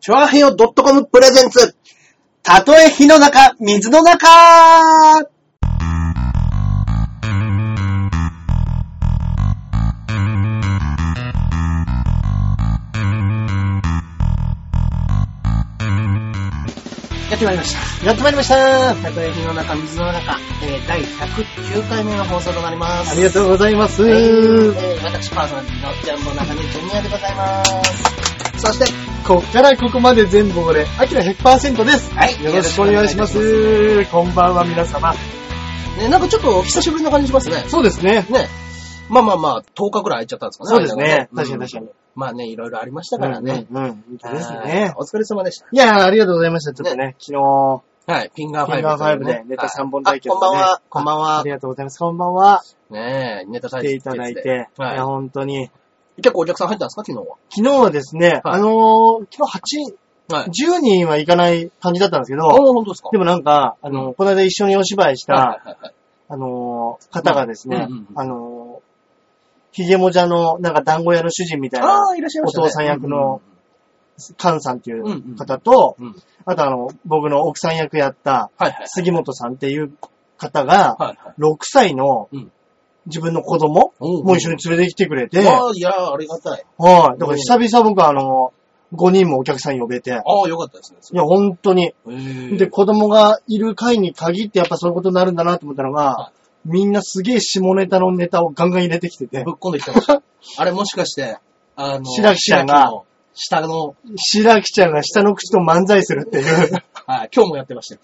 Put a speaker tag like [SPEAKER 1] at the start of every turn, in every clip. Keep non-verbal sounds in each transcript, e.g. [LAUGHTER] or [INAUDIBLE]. [SPEAKER 1] チョアヘヨドットコムプレゼンツ。たとえ火の中、水の中
[SPEAKER 2] やってまいりました。やってまいりました。たとえ火の中、水の中、えー、第109回目の放送となります。
[SPEAKER 1] ありがとうございます。
[SPEAKER 2] はいえー私、パーソナリティのジャンボ中根ジュニアでございます。そして、
[SPEAKER 1] こっからここまで全部俺、アキラ100%です。
[SPEAKER 2] はい
[SPEAKER 1] よろしくお願いします。こんばんは皆様。
[SPEAKER 2] ね、なんかちょっとお久しぶりな感じしますね。
[SPEAKER 1] そうですね。
[SPEAKER 2] ね。まあまあまあ、10日くらい空いちゃったんですかね。
[SPEAKER 1] そうですね。
[SPEAKER 2] 間が
[SPEAKER 1] 確かに確か
[SPEAKER 2] うん
[SPEAKER 1] に。
[SPEAKER 2] まあね、いろいろありましたからね。
[SPEAKER 1] うん。うんうん本当です
[SPEAKER 2] はい
[SPEAKER 1] ね。
[SPEAKER 2] お疲れ様でした。
[SPEAKER 1] いやー、ありがとうございました。ちょっとね、昨日、
[SPEAKER 2] はい、ピンガー5。
[SPEAKER 1] フィンガーファイブでネタ三本対決
[SPEAKER 2] あこんばんは
[SPEAKER 1] ね、
[SPEAKER 2] こんばん
[SPEAKER 1] あ
[SPEAKER 2] は
[SPEAKER 1] り。がとうございます。こんばんは。
[SPEAKER 2] ねえ、ネタ
[SPEAKER 1] 来
[SPEAKER 2] 対
[SPEAKER 1] て
[SPEAKER 2] 決
[SPEAKER 1] いただい
[SPEAKER 2] で
[SPEAKER 1] て。い
[SPEAKER 2] はい
[SPEAKER 1] や、本当に。
[SPEAKER 2] 結構お客さん入ったんですか、昨日は。
[SPEAKER 1] 昨日はですね、あのー、昨日
[SPEAKER 2] は
[SPEAKER 1] 8、
[SPEAKER 2] い。
[SPEAKER 1] 10人はいかない感じだったんですけ
[SPEAKER 2] ああ、
[SPEAKER 1] ど、
[SPEAKER 2] 本当ですか。
[SPEAKER 1] でもなんか、あのー、この間一緒にお芝居し
[SPEAKER 2] は
[SPEAKER 1] た、
[SPEAKER 2] いはいはいはい。
[SPEAKER 1] あのー、方がですね
[SPEAKER 2] うんうんう、ん
[SPEAKER 1] あのー、ひげもじゃの、なんか団子屋の主人みたいな
[SPEAKER 2] ああ、いらっしゃいましたね。
[SPEAKER 1] お父さん役のカンさんってい
[SPEAKER 2] うんう
[SPEAKER 1] うん方と、
[SPEAKER 2] うん。うん。
[SPEAKER 1] あとあの、僕の奥さん役やった
[SPEAKER 2] はいはい。
[SPEAKER 1] 杉本さんっていう方が、
[SPEAKER 2] はいはい。
[SPEAKER 1] 6歳の
[SPEAKER 2] うん
[SPEAKER 1] 自分の子供
[SPEAKER 2] おう
[SPEAKER 1] も一緒に連れてきてくれて、
[SPEAKER 2] ああ、いやー、ありがたい。
[SPEAKER 1] はい。だから久々僕あの、5人もお客さん呼べて、
[SPEAKER 2] ああ、よかったですね。
[SPEAKER 1] いや、本当に。
[SPEAKER 2] へえ
[SPEAKER 1] で、子供がいる会に限ってやっぱそういうことになるんだなと思ったのが
[SPEAKER 2] は、
[SPEAKER 1] みんなすげえ下ネタのネタをガンガン入れてきてて
[SPEAKER 2] [LAUGHS] ぶ、っこんできてました。あれもしかして、あの、
[SPEAKER 1] 白木ちゃんが
[SPEAKER 2] 白木の下の、
[SPEAKER 1] 白木ちゃんが下の口と漫才するっ
[SPEAKER 2] [LAUGHS]
[SPEAKER 1] ていう、
[SPEAKER 2] はい、今日もやってましたよ。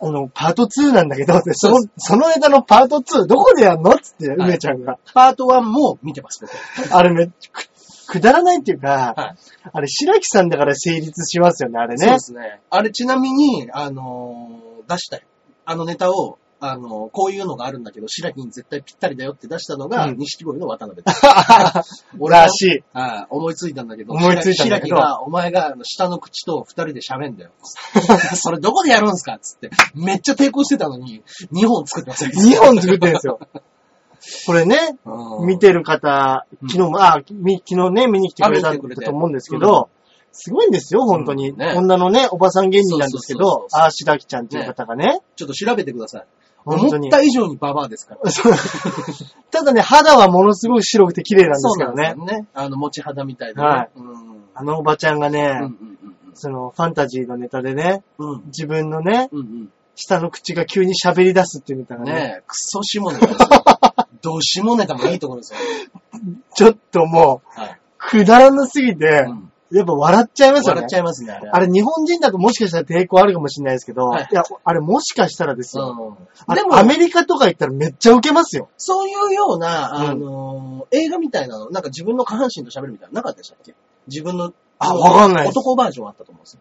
[SPEAKER 1] あの、パート2なんだけど、でその、そのネタのパート2どこでやんのっつって、
[SPEAKER 2] はい
[SPEAKER 1] 梅ちゃんが。
[SPEAKER 2] パート1も見てます、僕。
[SPEAKER 1] あれね、くくだらないっていうか、
[SPEAKER 2] はい。
[SPEAKER 1] あれ白木さんだから成立しますよね、あれ
[SPEAKER 2] そう
[SPEAKER 1] ね
[SPEAKER 2] で。すね。あれ、ちなみに、あのー出したよ。あのネタを、あのーこういうのがあるんだけど、白木に絶対ぴったりだよって出したのが、
[SPEAKER 1] うん
[SPEAKER 2] 錦鯉の渡
[SPEAKER 1] [LAUGHS]
[SPEAKER 2] 辺です。
[SPEAKER 1] 俺らしい。
[SPEAKER 2] はい、思いついたんだけど、
[SPEAKER 1] 思いついたんだけど
[SPEAKER 2] 白木が、お前があの下の口と二人で喋んだよ。 [LAUGHS] それどこでやるんすかつって、めっちゃ抵抗してたのに、2本作ってますよ。
[SPEAKER 1] 2本作ってる
[SPEAKER 2] [LAUGHS]
[SPEAKER 1] んですよ。これね、
[SPEAKER 2] 本
[SPEAKER 1] 見てる方、
[SPEAKER 2] うん
[SPEAKER 1] 昨日も、あ、み昨日ね、見に来てくれた
[SPEAKER 2] あ
[SPEAKER 1] ん
[SPEAKER 2] 見てくれ
[SPEAKER 1] だ
[SPEAKER 2] て
[SPEAKER 1] と思うんですけど、すごいんですよ、本当に。
[SPEAKER 2] うんね
[SPEAKER 1] 女のね、おばさん芸人なんですけ
[SPEAKER 2] そうそ
[SPEAKER 1] ど
[SPEAKER 2] うそう、そう
[SPEAKER 1] あー、白木ちゃんっていう方がね、
[SPEAKER 2] ちょっと調べてください。
[SPEAKER 1] 本
[SPEAKER 2] 思
[SPEAKER 1] 当
[SPEAKER 2] っ
[SPEAKER 1] に。
[SPEAKER 2] た以上にババアですから。
[SPEAKER 1] そうただね、肌はものすごく白くて綺麗なんですけどね
[SPEAKER 2] そ。うなんですよね。あの、持ち肌みたいでね。
[SPEAKER 1] はい
[SPEAKER 2] うん。うん
[SPEAKER 1] あのおばちゃんがね、
[SPEAKER 2] うん
[SPEAKER 1] そのファンタジーのネタでね、
[SPEAKER 2] うん。うん。
[SPEAKER 1] 自分のね、
[SPEAKER 2] うん
[SPEAKER 1] 下の口が急に喋り出すっていうネタ
[SPEAKER 2] う
[SPEAKER 1] が
[SPEAKER 2] ん。
[SPEAKER 1] ね、
[SPEAKER 2] ねえ、クソ下ネタですよ。ど下ネタもいいところですよ。
[SPEAKER 1] ちょっともう、
[SPEAKER 2] はい。
[SPEAKER 1] くだらなすぎて、
[SPEAKER 2] うん
[SPEAKER 1] やっぱ笑っちゃいますよね。
[SPEAKER 2] 笑っちゃいますね、あれ。
[SPEAKER 1] あれ日本人だともしかしたら抵抗あるかもしれないですけど、
[SPEAKER 2] はい
[SPEAKER 1] い、や、あれもしかしたらですよ。
[SPEAKER 2] う
[SPEAKER 1] あ
[SPEAKER 2] ん。
[SPEAKER 1] れ
[SPEAKER 2] で
[SPEAKER 1] ア
[SPEAKER 2] も、
[SPEAKER 1] メリカとか行ったらめっちゃウケますよ。
[SPEAKER 2] そういうような、
[SPEAKER 1] うん
[SPEAKER 2] あのー、映画みたいなの、なんか自分の下半身と喋るみたいなのなかったでしたっけ自分の、
[SPEAKER 1] あわかんないです
[SPEAKER 2] 男バージョンあったと思うんですよ。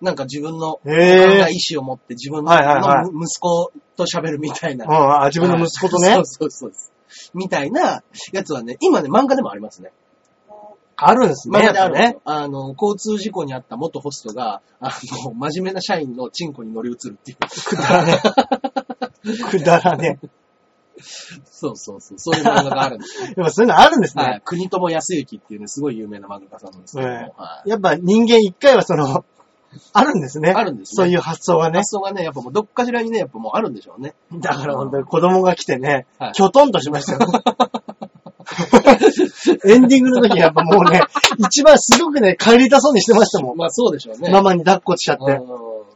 [SPEAKER 2] なんか自分の、
[SPEAKER 1] へ
[SPEAKER 2] が
[SPEAKER 1] え。
[SPEAKER 2] 意志を持って自分の
[SPEAKER 1] はいはいはい
[SPEAKER 2] 息子と喋るみたいな
[SPEAKER 1] う。ん、あ自分の息子とね
[SPEAKER 2] はい [LAUGHS] そうそうそうです。みたいなやつはね、今ね、漫画でもありますね。
[SPEAKER 1] あるんですね。
[SPEAKER 2] 漫画であるんですよ
[SPEAKER 1] ね。
[SPEAKER 2] あの、交通事故にあった元ホストが、あの、真面目な社員のチンコに乗り移るっていう。
[SPEAKER 1] くだらねえ。くだらね
[SPEAKER 2] [LAUGHS] そうそうそう。そういう漫画があるんです
[SPEAKER 1] え。やっぱそういうのあるんですね。
[SPEAKER 2] はい。国友康之っていうね、すごい有名な漫画家さんなんですけども、
[SPEAKER 1] え
[SPEAKER 2] はい。
[SPEAKER 1] やっぱ人間一回はその、 [LAUGHS] あるんですね。
[SPEAKER 2] あるんですね
[SPEAKER 1] そういう発想がね。
[SPEAKER 2] 発想がね、やっぱもうどっかしらにね、やっぱもうあるんでしょうね。
[SPEAKER 1] だから本当に子供が来てね
[SPEAKER 2] はい、
[SPEAKER 1] きょとんとしました
[SPEAKER 2] [LAUGHS]
[SPEAKER 1] よ。エンディングの時やっぱもうね、一番すごくね、帰りたそうにしてましたもん。
[SPEAKER 2] まあそうでしょうね。
[SPEAKER 1] ママに抱っこしちゃっ
[SPEAKER 2] う
[SPEAKER 1] て。
[SPEAKER 2] ん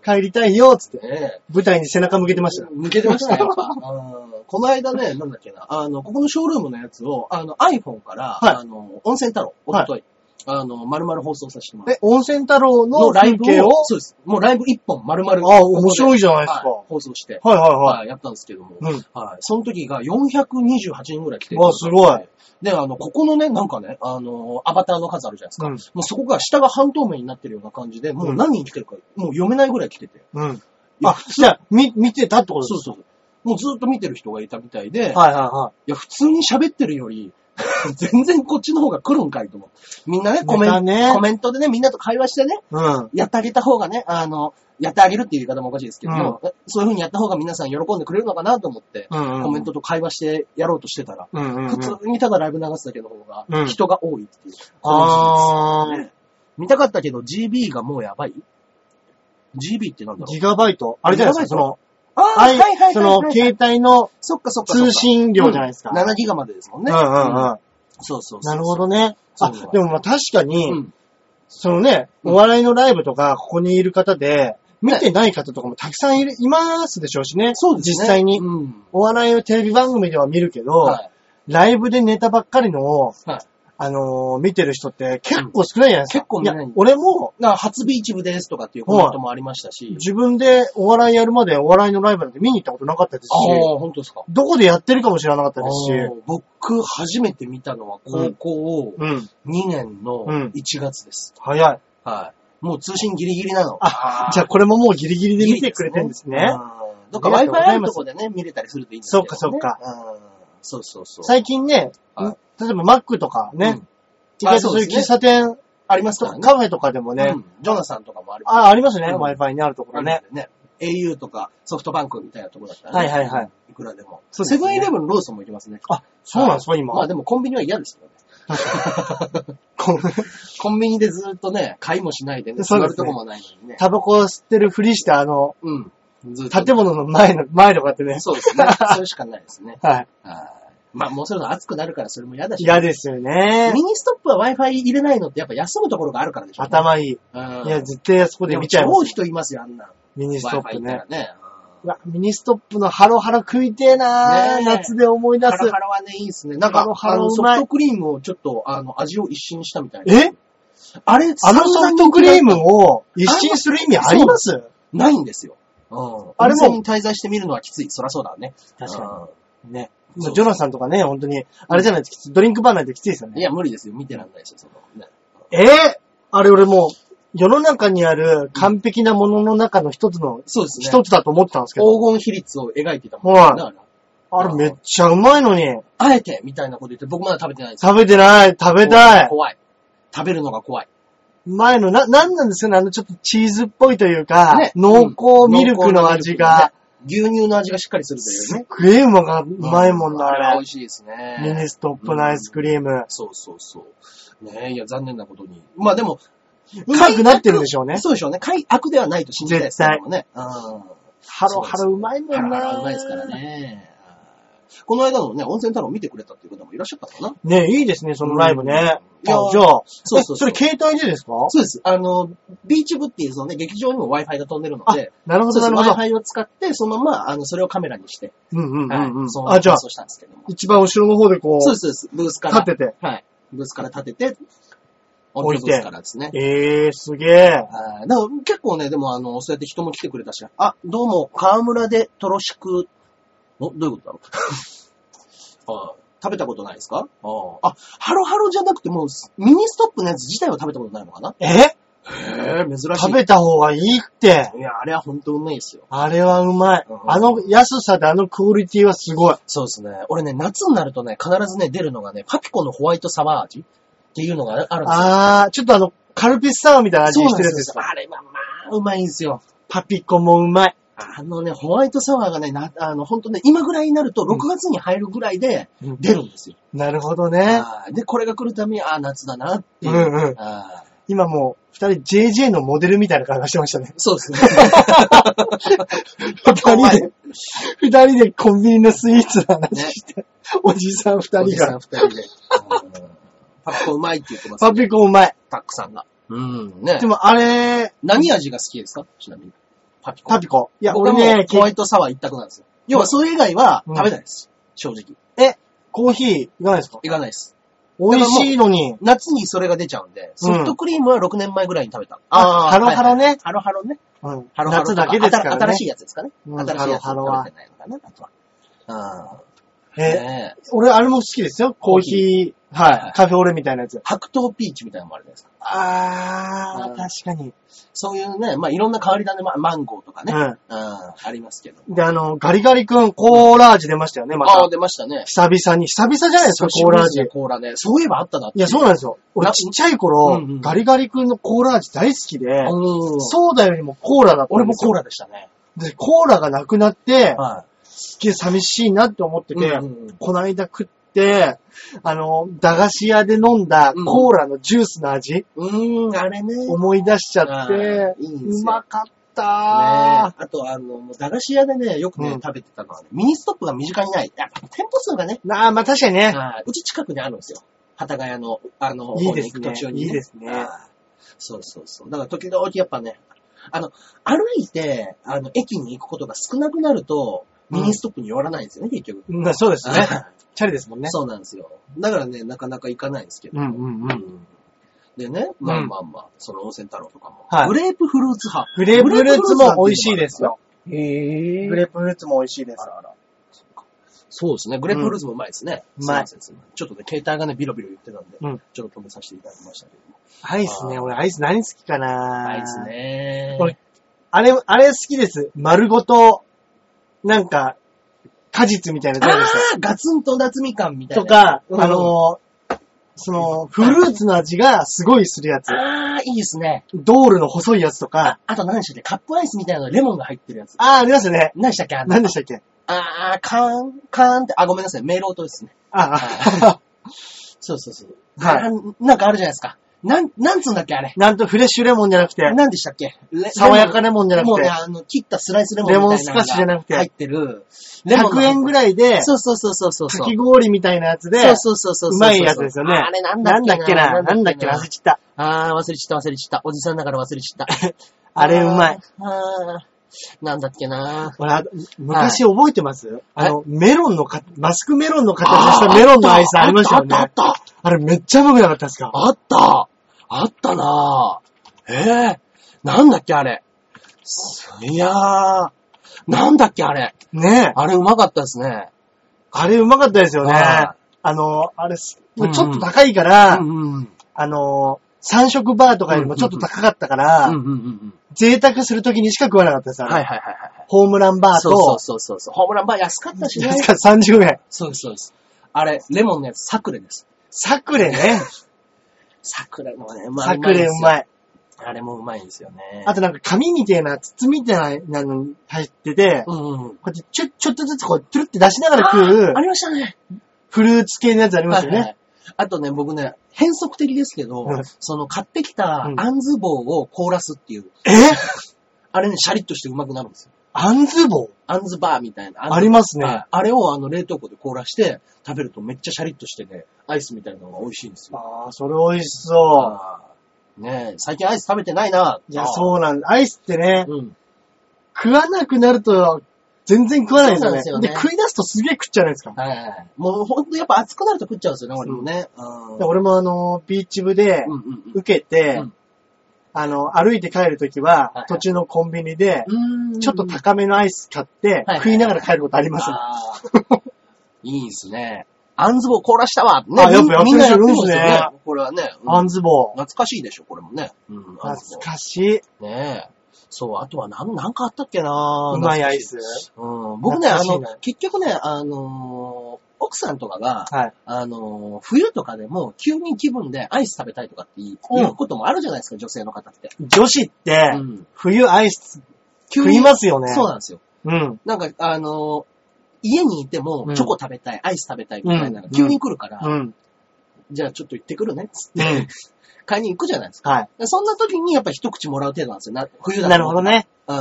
[SPEAKER 1] 帰りたいよ、つって。
[SPEAKER 2] ね
[SPEAKER 1] 舞台に背中向けてました。
[SPEAKER 2] 抜けてましたね、やっぱ。 [LAUGHS] うんこの間ね、なんだっけな、あの、ここのショールームのやつを、あの、iPhone から、
[SPEAKER 1] はい
[SPEAKER 2] あの、温泉太郎、おととい、あの、丸々放送させてもらっ
[SPEAKER 1] え、温泉太郎
[SPEAKER 2] た。の
[SPEAKER 1] の
[SPEAKER 2] ライ
[SPEAKER 1] 風
[SPEAKER 2] ブ
[SPEAKER 1] 景を
[SPEAKER 2] を、そうです。もうライブ一本丸々。
[SPEAKER 1] あ、面白いじゃないですか。
[SPEAKER 2] はい放送して、
[SPEAKER 1] はいは
[SPEAKER 2] はい、やったんですけども、
[SPEAKER 1] いはい。うん。
[SPEAKER 2] はい。その時が428人ぐらい来てる。
[SPEAKER 1] わすごい。
[SPEAKER 2] で、あの、ここのね、なんかね、あの、アバターの数あるじゃないですか。
[SPEAKER 1] うん
[SPEAKER 2] もうそこが下が半透明になってるような感じで、もう何人来てるか、もう読めないぐらい来てて。
[SPEAKER 1] うん。
[SPEAKER 2] いや
[SPEAKER 1] あ、じゃあ、み、見てたってこと
[SPEAKER 2] そう
[SPEAKER 1] です
[SPEAKER 2] そうそう。もうずっと見てる人がいたみたいで、
[SPEAKER 1] はいはいはい
[SPEAKER 2] や、普通に喋ってるより、 [LAUGHS] 全然こっちの方が来るんかいと思う。みんなね、コメン
[SPEAKER 1] また
[SPEAKER 2] ト、
[SPEAKER 1] ね
[SPEAKER 2] コメントでね、みんなと会話してね、
[SPEAKER 1] い。うん。
[SPEAKER 2] やってあげた方がね、あの、やってあげるっていう言い方もおかしいですけど、
[SPEAKER 1] う
[SPEAKER 2] そういう風にやった方が皆さん喜んでくれるのかなと思って、
[SPEAKER 1] うんうん
[SPEAKER 2] コメントと会話してやろうとしてたら、
[SPEAKER 1] うんうんうん。
[SPEAKER 2] 普通にただライブ流すだけの方
[SPEAKER 1] うん
[SPEAKER 2] が、人が多いっていう。
[SPEAKER 1] あー。
[SPEAKER 2] 見たかったけど GB がもうやばい ?GB ってなんだろう
[SPEAKER 1] ギガバイト。あれじゃないですか、その、
[SPEAKER 2] ああ、はいはいはい。
[SPEAKER 1] その、携帯の
[SPEAKER 2] そっかそっかそっか。
[SPEAKER 1] 通信量じゃないですか。
[SPEAKER 2] 7ギガまでですもんね。
[SPEAKER 1] うんうんうん
[SPEAKER 2] そうそうそう。
[SPEAKER 1] なるほどね。
[SPEAKER 2] そう
[SPEAKER 1] あ
[SPEAKER 2] そう、
[SPEAKER 1] でもまあ確かに、
[SPEAKER 2] うん。
[SPEAKER 1] そのね、
[SPEAKER 2] うん
[SPEAKER 1] お笑いのライブとか、ここにいる方で、見てない方とかもたくさんいるいますでしょうしね。
[SPEAKER 2] そうですね。
[SPEAKER 1] 実際に。
[SPEAKER 2] うん。
[SPEAKER 1] お笑いのテレビ番組では見るけど、
[SPEAKER 2] はい。
[SPEAKER 1] ライブでネタばっかりのを、
[SPEAKER 2] はい
[SPEAKER 1] あのー見てる人って結構少ないじゃないですか。
[SPEAKER 2] 結構見ない
[SPEAKER 1] や、俺も
[SPEAKER 2] な初ビーチ部ですとかっていうコメントもありましたし。
[SPEAKER 1] 自分でお笑いやるまでお笑いのライブなんて見に行ったことなかったですし、
[SPEAKER 2] ああ、本当ですか。
[SPEAKER 1] どこでやってるかも知らなかったで
[SPEAKER 2] あ
[SPEAKER 1] すし、
[SPEAKER 2] ー僕、初めて見たのは高校を
[SPEAKER 1] うん、
[SPEAKER 2] 2年の
[SPEAKER 1] うん
[SPEAKER 2] 1月です。
[SPEAKER 1] 早い。
[SPEAKER 2] はい。もう通信ギリギリなの。
[SPEAKER 1] あ、じゃあこれももうギリギリで見てくれてるんですね。
[SPEAKER 2] うんどっか
[SPEAKER 1] ありがと
[SPEAKER 2] Wi-Fi
[SPEAKER 1] うござ
[SPEAKER 2] あ
[SPEAKER 1] い
[SPEAKER 2] る
[SPEAKER 1] ま
[SPEAKER 2] と
[SPEAKER 1] す
[SPEAKER 2] こでね、見れたりするといいんですけ
[SPEAKER 1] そ
[SPEAKER 2] ど、
[SPEAKER 1] う
[SPEAKER 2] ね。
[SPEAKER 1] かそうか。
[SPEAKER 2] うん。そうそうそう。
[SPEAKER 1] 最近ね、
[SPEAKER 2] はい
[SPEAKER 1] 例えばマックとかね、
[SPEAKER 2] うん
[SPEAKER 1] 意外
[SPEAKER 2] あ
[SPEAKER 1] と
[SPEAKER 2] そ
[SPEAKER 1] そう
[SPEAKER 2] う
[SPEAKER 1] い
[SPEAKER 2] で
[SPEAKER 1] う
[SPEAKER 2] すね
[SPEAKER 1] 喫茶店
[SPEAKER 2] あります
[SPEAKER 1] と
[SPEAKER 2] か
[SPEAKER 1] から
[SPEAKER 2] ね。
[SPEAKER 1] カフェとかでもね、
[SPEAKER 2] うんジョナサンとかもあります
[SPEAKER 1] あ、ありますね、
[SPEAKER 2] うん
[SPEAKER 1] Wi-Fi にあるところね。。
[SPEAKER 2] ね。au とかソフトバンクみたいなところだったら、
[SPEAKER 1] はいはいはい。
[SPEAKER 2] いくらでも。
[SPEAKER 1] そうで
[SPEAKER 2] セ
[SPEAKER 1] すね
[SPEAKER 2] ブンイレブンローソンも行きますね。
[SPEAKER 1] あ、そうなんですか、今。
[SPEAKER 2] まあでもコンビニは嫌ですけどね。
[SPEAKER 1] こう
[SPEAKER 2] コンビニでずっとね、買いもしないでね、
[SPEAKER 1] そ
[SPEAKER 2] 座
[SPEAKER 1] うで
[SPEAKER 2] る
[SPEAKER 1] すね
[SPEAKER 2] とこもないのにね。
[SPEAKER 1] タバコを吸ってるふりして、あの、
[SPEAKER 2] うん。ずっと。
[SPEAKER 1] 建物の前の、前とかってね。
[SPEAKER 2] そうです [LAUGHS] ね。それしかないですね。
[SPEAKER 1] はい。
[SPEAKER 2] はい。まあもうそれの暑くなるからそれも嫌だし。
[SPEAKER 1] 嫌ですよね
[SPEAKER 2] ミ。ニストップは Wi-Fi 入れないのってやっぱ休むところがあるからでしょ。
[SPEAKER 1] 頭いい。
[SPEAKER 2] うん。
[SPEAKER 1] いや、絶対あそこで見ちゃいま
[SPEAKER 2] も超
[SPEAKER 1] す。
[SPEAKER 2] 人いますよ、あんな。
[SPEAKER 1] ミニストッ
[SPEAKER 2] Wi-Fi
[SPEAKER 1] プ
[SPEAKER 2] 行った
[SPEAKER 1] ね
[SPEAKER 2] ら。ね。
[SPEAKER 1] うわ、ミニストップのハロハロ食いてえな
[SPEAKER 2] ねえ
[SPEAKER 1] 夏で思い出
[SPEAKER 2] ハ
[SPEAKER 1] す。
[SPEAKER 2] ロハロはね、いいですね。なんか、
[SPEAKER 1] ハロハロ
[SPEAKER 2] あの
[SPEAKER 1] う
[SPEAKER 2] ソ
[SPEAKER 1] まい
[SPEAKER 2] フトクリームをちょっと、あの、味を一新したみたいな。
[SPEAKER 1] え
[SPEAKER 2] あれ、
[SPEAKER 1] あのソフトクリーム
[SPEAKER 2] を
[SPEAKER 1] を一新する意味あります
[SPEAKER 2] ないんですよ。うん。
[SPEAKER 1] あ
[SPEAKER 2] あ
[SPEAKER 1] れ
[SPEAKER 2] れ
[SPEAKER 1] も
[SPEAKER 2] も。に滞在してみるのはきつい。そらそうだね。
[SPEAKER 1] 確に。ね。
[SPEAKER 2] そうそう
[SPEAKER 1] ジョナサンとかね、本当に、あれじゃないときつい、ドリンクバーないときついです
[SPEAKER 2] う
[SPEAKER 1] よ
[SPEAKER 2] ん。い
[SPEAKER 1] ね。
[SPEAKER 2] や、無理ですよ。見てらんないですよ、そのね。
[SPEAKER 1] えーあれ俺もう、世の中にある完璧なものの中の一つの、
[SPEAKER 2] そうですね。
[SPEAKER 1] 一つだと思ってたんですけど、
[SPEAKER 2] 黄金比率を描いてたもんね。
[SPEAKER 1] はい
[SPEAKER 2] だから
[SPEAKER 1] あれめっちゃうまいのに、
[SPEAKER 2] あえてみたいなこと言って、僕まだ食べてないです。
[SPEAKER 1] 食べてない、食べたい。
[SPEAKER 2] 怖い。食べるのが怖い。
[SPEAKER 1] 前の、な、なんなんですかねあのちょっとチーズっぽいというか、
[SPEAKER 2] ね
[SPEAKER 1] 濃厚ミルクの味が、。
[SPEAKER 2] 濃厚なミルクのね牛乳の味がしっかりするという
[SPEAKER 1] すっ
[SPEAKER 2] ね。
[SPEAKER 1] げえうまが、うまいもんな、
[SPEAKER 2] うあれ
[SPEAKER 1] あ
[SPEAKER 2] 美
[SPEAKER 1] れ
[SPEAKER 2] 味。しいですね。
[SPEAKER 1] ミニストップのアイスクリーム。
[SPEAKER 2] そうそうそう。ねえ、いや、残念なことに。まあでも、
[SPEAKER 1] うまくなってるんでしょうね。
[SPEAKER 2] そうでしょうね。快悪ではないと信じたいですね。でもね。うん。
[SPEAKER 1] ハロハロうまいも
[SPEAKER 2] ハ
[SPEAKER 1] ん
[SPEAKER 2] ラハ
[SPEAKER 1] な。
[SPEAKER 2] ラうまいですから。ね。この間のね、温泉太郎見てくれたっていう方もいらっしゃったかな。
[SPEAKER 1] ねいいですね、そのライブね。
[SPEAKER 2] うん
[SPEAKER 1] あ
[SPEAKER 2] いや
[SPEAKER 1] じゃあ、
[SPEAKER 2] そうそうそ
[SPEAKER 1] え
[SPEAKER 2] う
[SPEAKER 1] れ携帯でですか
[SPEAKER 2] そうです。あの、ビーチ部っていうそのね、劇場にも Wi-Fi が飛んでるの
[SPEAKER 1] あ
[SPEAKER 2] で、、
[SPEAKER 1] なるほ
[SPEAKER 2] そ
[SPEAKER 1] ど、
[SPEAKER 2] うで
[SPEAKER 1] な
[SPEAKER 2] す
[SPEAKER 1] るほど。
[SPEAKER 2] Wi-Fi を使って、そのまま、あの、それをカメラにして、
[SPEAKER 1] うんうんう
[SPEAKER 2] はい
[SPEAKER 1] んうん。
[SPEAKER 2] そのまま
[SPEAKER 1] あ、じゃあ
[SPEAKER 2] 放、送したんですけども。
[SPEAKER 1] 一番後ろの方でこ
[SPEAKER 2] そうで
[SPEAKER 1] う、
[SPEAKER 2] す、そうです。ブースから。
[SPEAKER 1] 立ってて。
[SPEAKER 2] はい。ブースから立てて、
[SPEAKER 1] 置
[SPEAKER 2] 置
[SPEAKER 1] い
[SPEAKER 2] い
[SPEAKER 1] て
[SPEAKER 2] て。ブースからですね。
[SPEAKER 1] えー、すげえ。
[SPEAKER 2] はいだから結構ね、でもあの、そうやって人も来てくれたし、あ、どうも、河村でとろしく、お、どういうことだろ [LAUGHS] うあ食べたことないですかああ、ハロハロじゃなくてもう、ミニストップのやつ自体は食べたことないのかな
[SPEAKER 1] え
[SPEAKER 2] へえ、珍しい。
[SPEAKER 1] 食べた方がいいって。
[SPEAKER 2] いや、あれは本当うまいですよ。
[SPEAKER 1] あれはうまい
[SPEAKER 2] うん。
[SPEAKER 1] あの安さであのクオリティはすごい。
[SPEAKER 2] そうですね。俺ね、夏になるとね、必ずね、出るのがね、パピコのホワイトサワー味っていうのがあるんですよ。
[SPEAKER 1] あー、ちょっとあの、カルピスサワーみたいな味
[SPEAKER 2] そう
[SPEAKER 1] し
[SPEAKER 2] なん
[SPEAKER 1] て
[SPEAKER 2] で
[SPEAKER 1] るやつですす
[SPEAKER 2] よ
[SPEAKER 1] か。
[SPEAKER 2] あれはまあ、うまいんですよ。
[SPEAKER 1] パピコもうまい。
[SPEAKER 2] あのね、ホワイトサワーがね、なあの、本当ね、今ぐらいになると、6月に入るぐらいで出るんですよ。
[SPEAKER 1] なるほどね。
[SPEAKER 2] はいで、これが来るために、ああ、夏だなって
[SPEAKER 1] う
[SPEAKER 2] いう。
[SPEAKER 1] んうん。
[SPEAKER 2] あー
[SPEAKER 1] 今もう、二人 JJ のモデルみたいな顔してました
[SPEAKER 2] [LAUGHS]
[SPEAKER 1] ね。
[SPEAKER 2] そうで
[SPEAKER 1] [LAUGHS]
[SPEAKER 2] すね。
[SPEAKER 1] 二人で、二人でコンビニのスイーツの話して、おじさん二
[SPEAKER 2] お
[SPEAKER 1] 人
[SPEAKER 2] じさん
[SPEAKER 1] が。
[SPEAKER 2] 二人で。うんパピコうまいって言ってます、
[SPEAKER 1] パ
[SPEAKER 2] ね。
[SPEAKER 1] ピコうまい。
[SPEAKER 2] パックさんが。うん、ね
[SPEAKER 1] で。もあれ、
[SPEAKER 2] 何味が好きですかちなみに。パピコ。
[SPEAKER 1] パピコ。いや、
[SPEAKER 2] 僕
[SPEAKER 1] 俺
[SPEAKER 2] はもう
[SPEAKER 1] ね、
[SPEAKER 2] ホワイトサワー一択なんですよ。要は、それ以外は
[SPEAKER 1] うん
[SPEAKER 2] 食べないです。正直。
[SPEAKER 1] コーヒーいかないですか
[SPEAKER 2] いかないです。
[SPEAKER 1] 美味しいのに。
[SPEAKER 2] 夏にそれが出ちゃうんで、ソフトクリームは6年前ぐらいに食べた。
[SPEAKER 1] あハロハロね
[SPEAKER 2] はいはいハロハロね。
[SPEAKER 1] うん
[SPEAKER 2] ハロハロと
[SPEAKER 1] 夏だけですからね。
[SPEAKER 2] あた新しいやつですかね。
[SPEAKER 1] うん
[SPEAKER 2] 新しいやつ
[SPEAKER 1] ハロハロ
[SPEAKER 2] 食
[SPEAKER 1] は
[SPEAKER 2] べてないのかな、あとは。うん。
[SPEAKER 1] え、
[SPEAKER 2] ねえ
[SPEAKER 1] 俺、あれも好きですよ。コーヒー、
[SPEAKER 2] は
[SPEAKER 1] はいい、カフェオレみたいなやつ。
[SPEAKER 2] 白桃ピーチみたいなのもあるじゃないですか。
[SPEAKER 1] あ
[SPEAKER 2] うん
[SPEAKER 1] 確かに。
[SPEAKER 2] そういうね、まあいろんな変わり種、まあマンゴーとかね。うん。
[SPEAKER 1] う
[SPEAKER 2] ありますけど。
[SPEAKER 1] ん。で、あの、ガリガリ君、コーラ味出ましたよね、ま
[SPEAKER 2] ああ、
[SPEAKER 1] た。
[SPEAKER 2] 出ましたね。
[SPEAKER 1] 久々に。久々じゃないですか、コー
[SPEAKER 2] 久しぶり
[SPEAKER 1] ラ味。
[SPEAKER 2] ですね
[SPEAKER 1] い
[SPEAKER 2] コーラね。そういえばあったなって。
[SPEAKER 1] や、そう
[SPEAKER 2] う。
[SPEAKER 1] なんですよ。俺、
[SPEAKER 2] な
[SPEAKER 1] ちっちゃい頃、
[SPEAKER 2] うんうん
[SPEAKER 1] ガリガリ君のコーラ味大好きで、
[SPEAKER 2] うん。
[SPEAKER 1] ソーダよりもコーラだった
[SPEAKER 2] 俺
[SPEAKER 1] ん
[SPEAKER 2] も
[SPEAKER 1] です
[SPEAKER 2] コ
[SPEAKER 1] よ。
[SPEAKER 2] ーラでしたね。
[SPEAKER 1] ラ。で、コーラがなくなって、
[SPEAKER 2] は
[SPEAKER 1] すっげえ寂しいなって思って
[SPEAKER 2] い。
[SPEAKER 1] て、
[SPEAKER 2] うんうんうん
[SPEAKER 1] こないだ食っって、あの、駄菓子屋で飲んだ
[SPEAKER 2] うん
[SPEAKER 1] コーラのジュースの味、
[SPEAKER 2] うーん、あれね。
[SPEAKER 1] 思い出しちゃっ
[SPEAKER 2] あ
[SPEAKER 1] て、
[SPEAKER 2] ーいいんです
[SPEAKER 1] う
[SPEAKER 2] よ
[SPEAKER 1] まかった
[SPEAKER 2] ね、あと、あの、もう駄菓子屋でね、よくね、
[SPEAKER 1] うん
[SPEAKER 2] 食べてたのはね、ミニストップが身近にない。やっぱ店舗数がね、
[SPEAKER 1] なあ、まあ確かにね。
[SPEAKER 2] あーうち近くにあるんですよ。幡ヶ谷の、あの、
[SPEAKER 1] いいです
[SPEAKER 2] 方に行
[SPEAKER 1] ね
[SPEAKER 2] く途中に、
[SPEAKER 1] いいですね
[SPEAKER 2] あーそうそうそう。だから時々やっぱね、あの、歩いて、あの、駅に行くことが少なくなると、ミニストップに寄らないんですよね、結局。
[SPEAKER 1] うんそうです [LAUGHS] ね。チャリですもん
[SPEAKER 2] [LAUGHS]
[SPEAKER 1] ね。
[SPEAKER 2] そうなんですよ。だからね、なかなか行かないんですけど。
[SPEAKER 1] うんうんうん。
[SPEAKER 2] でね、まあまあまあ、その温泉太郎とかも。
[SPEAKER 1] はい
[SPEAKER 2] グレープフルーツ派。
[SPEAKER 1] グレープフルーツも美味しいですよ。
[SPEAKER 2] へぇ
[SPEAKER 1] グレープフルーツも美味しいです。
[SPEAKER 2] そうですね。グレープフルーツもうまいですね。
[SPEAKER 1] うんうまい
[SPEAKER 2] すませんすませんちょっとね、携帯がね、ビロビロ言ってたんで、
[SPEAKER 1] うん
[SPEAKER 2] ちょっと止めさせていただきましたけども。
[SPEAKER 1] アイスね。俺、アイス何好きかな
[SPEAKER 2] ないです。ね。
[SPEAKER 1] これあれ、あれ好きです。丸ごと、なんか、果実みたいなの
[SPEAKER 2] あ
[SPEAKER 1] どうでし
[SPEAKER 2] あガツンと夏みかんみたい
[SPEAKER 1] た
[SPEAKER 2] な。
[SPEAKER 1] と。か、
[SPEAKER 2] うん
[SPEAKER 1] あの、その、フルーツの味がすごいするやつ。
[SPEAKER 2] ああ、いいですね。
[SPEAKER 1] ドールの細いやつとか、
[SPEAKER 2] あと何でしたっけカップアイスみたいなのレモンが入ってるやつ。
[SPEAKER 1] ああ、ありますよね。
[SPEAKER 2] 何でしたっけあの
[SPEAKER 1] 何でしたっけ
[SPEAKER 2] ああ、カーン、カーンって、あ、ごめんなさい。メール音ですね。
[SPEAKER 1] ああ、
[SPEAKER 2] そうそうそう。
[SPEAKER 1] はい
[SPEAKER 2] い。なんかあるじゃないですか。なん、なんつうんだっけあれ。
[SPEAKER 1] なんとフレッシュレモンじゃなくて、
[SPEAKER 2] なんでしたっけレ
[SPEAKER 1] 爽やかレモンじゃな
[SPEAKER 2] もう
[SPEAKER 1] く
[SPEAKER 2] ね、
[SPEAKER 1] て、
[SPEAKER 2] あの、切ったスライスレモンみたいなのが
[SPEAKER 1] レモンスカッシュじゃなくて
[SPEAKER 2] 入ってる。
[SPEAKER 1] 100円ぐらいで、
[SPEAKER 2] そうそうそうそうそう。
[SPEAKER 1] かき氷みたいなやつで、
[SPEAKER 2] そうそうそうそうそう。
[SPEAKER 1] うまいやつですよね。
[SPEAKER 2] あれなんだっけ
[SPEAKER 1] ななんだっけな忘れちった。
[SPEAKER 2] あー、忘れちった忘れちった。おじさんだから忘れちった。
[SPEAKER 1] あれうまい。
[SPEAKER 2] あー。あーなんだっけな
[SPEAKER 1] ほら、昔覚えてます、あの、メロンのか、マスクメロンの形をした
[SPEAKER 2] あー
[SPEAKER 1] メロンのアイスありましたよね。
[SPEAKER 2] あったあった
[SPEAKER 1] あれめっちゃうまくなかったですか
[SPEAKER 2] あったあったなぁ。ええなんだっけあれ。いやー。なんだっけあれ。
[SPEAKER 1] ねえ。
[SPEAKER 2] あれうまかったですね。
[SPEAKER 1] あれうまかったですよね。
[SPEAKER 2] は
[SPEAKER 1] あの、あれす、ち
[SPEAKER 2] うんう
[SPEAKER 1] ょ
[SPEAKER 2] ん
[SPEAKER 1] っと高いから、
[SPEAKER 2] うんうん。
[SPEAKER 1] あの、三色バーとかよりもちょっと高かったか
[SPEAKER 2] う
[SPEAKER 1] ら、
[SPEAKER 2] んうんうんうん。
[SPEAKER 1] 贅沢するときにしか食わなかったです、あれ。
[SPEAKER 2] はいはいはいはい。
[SPEAKER 1] ホームランバー
[SPEAKER 2] そうそう
[SPEAKER 1] と、
[SPEAKER 2] そうそうそう。ホームランバー安かったしね。
[SPEAKER 1] 確か30円。
[SPEAKER 2] そうです、そうです。あれ、レモンのやつ、サクレです。
[SPEAKER 1] サクレね。
[SPEAKER 2] サクレもね、 [LAUGHS] まあ
[SPEAKER 1] サクレうま
[SPEAKER 2] いんです
[SPEAKER 1] い。
[SPEAKER 2] よ。あれもうまいんですよね。
[SPEAKER 1] あとなんか紙みたいな、筒みたいなのに入ってて、
[SPEAKER 2] うんうん。
[SPEAKER 1] こうやってちょ、ちょっとずつこう、トゥルって出しながら食う
[SPEAKER 2] ああ、りましたね。
[SPEAKER 1] フルーツ系のやつありますよ
[SPEAKER 2] はいは
[SPEAKER 1] ね。
[SPEAKER 2] いあとね、僕ね、変則的ですけど
[SPEAKER 1] うん、
[SPEAKER 2] その買ってきた
[SPEAKER 1] うん
[SPEAKER 2] あんず棒を凍らすっていう、
[SPEAKER 1] え
[SPEAKER 2] あれね、シャリッとしてうまくなるんですよ。
[SPEAKER 1] あんず棒
[SPEAKER 2] あんずバーみたいな。あんず
[SPEAKER 1] ありますね
[SPEAKER 2] はいあれをあの冷凍庫で凍らして食べるとめっちゃシャリッとしてね、アイスみたいなのが美味しいんですよ。
[SPEAKER 1] ああ、それ美味しそ
[SPEAKER 2] あーねえ、最近アイス食べてないな。
[SPEAKER 1] う。いや、そうなんアイスってね、
[SPEAKER 2] う。うん。
[SPEAKER 1] 食わなくなると、全然食わないですよね。
[SPEAKER 2] そうなんですよね
[SPEAKER 1] 食い出すとすげえ食っちゃないですか。
[SPEAKER 2] はい。もうほんとやっぱ暑くなると食っちゃうんですよね、俺もね。うん
[SPEAKER 1] で俺もあの、ビーチ部で
[SPEAKER 2] うんうんうん
[SPEAKER 1] 受けて、
[SPEAKER 2] うん
[SPEAKER 1] あの、歩いて帰るとき
[SPEAKER 2] いは
[SPEAKER 1] は、
[SPEAKER 2] い
[SPEAKER 1] 途中のコンビニで、ちょっと
[SPEAKER 2] い
[SPEAKER 1] 高めのアイス買って、
[SPEAKER 2] はい
[SPEAKER 1] 食いながら帰ることありますね。
[SPEAKER 2] いいですね。あんず棒凍らしたわ。ね、
[SPEAKER 1] あやっ
[SPEAKER 2] みん
[SPEAKER 1] ぱ
[SPEAKER 2] みんなやってます
[SPEAKER 1] やってるんです
[SPEAKER 2] よ
[SPEAKER 1] ね
[SPEAKER 2] ね。これはね、うん
[SPEAKER 1] あんず棒。
[SPEAKER 2] 懐かしいでしょ、これもね。うん、あん
[SPEAKER 1] 懐
[SPEAKER 2] ず
[SPEAKER 1] かしい。
[SPEAKER 2] 棒。ねえ。そう、あとはなん、なんかあったっけな
[SPEAKER 1] うまいアイ。ス。
[SPEAKER 2] うん、僕ね、あ
[SPEAKER 1] 懐かし
[SPEAKER 2] の
[SPEAKER 1] いな、
[SPEAKER 2] 結局ね、あのー奥さんとかが、
[SPEAKER 1] はい。
[SPEAKER 2] あのー冬とかでも急に気分でアイス食べたいとかって言うこともあるじゃないですか、女性の方って。
[SPEAKER 1] 女子って
[SPEAKER 2] う、ん。
[SPEAKER 1] 冬アイス
[SPEAKER 2] 急
[SPEAKER 1] 食いますよね。
[SPEAKER 2] そうなんですよ。
[SPEAKER 1] うん。
[SPEAKER 2] なんか、あの、家にいても
[SPEAKER 1] うん
[SPEAKER 2] チョコ食べたい、アイス食べたいみたいなのが
[SPEAKER 1] うん
[SPEAKER 2] 急に来るから、
[SPEAKER 1] うん。
[SPEAKER 2] じゃあちょっと行ってくるねっつっ
[SPEAKER 1] う
[SPEAKER 2] て
[SPEAKER 1] ん。
[SPEAKER 2] 買いに行くじゃないですか。
[SPEAKER 1] はい。
[SPEAKER 2] そんな時にやっぱ一口もらう程度なんですよ。な冬だと
[SPEAKER 1] なるほど。ね。
[SPEAKER 2] うん。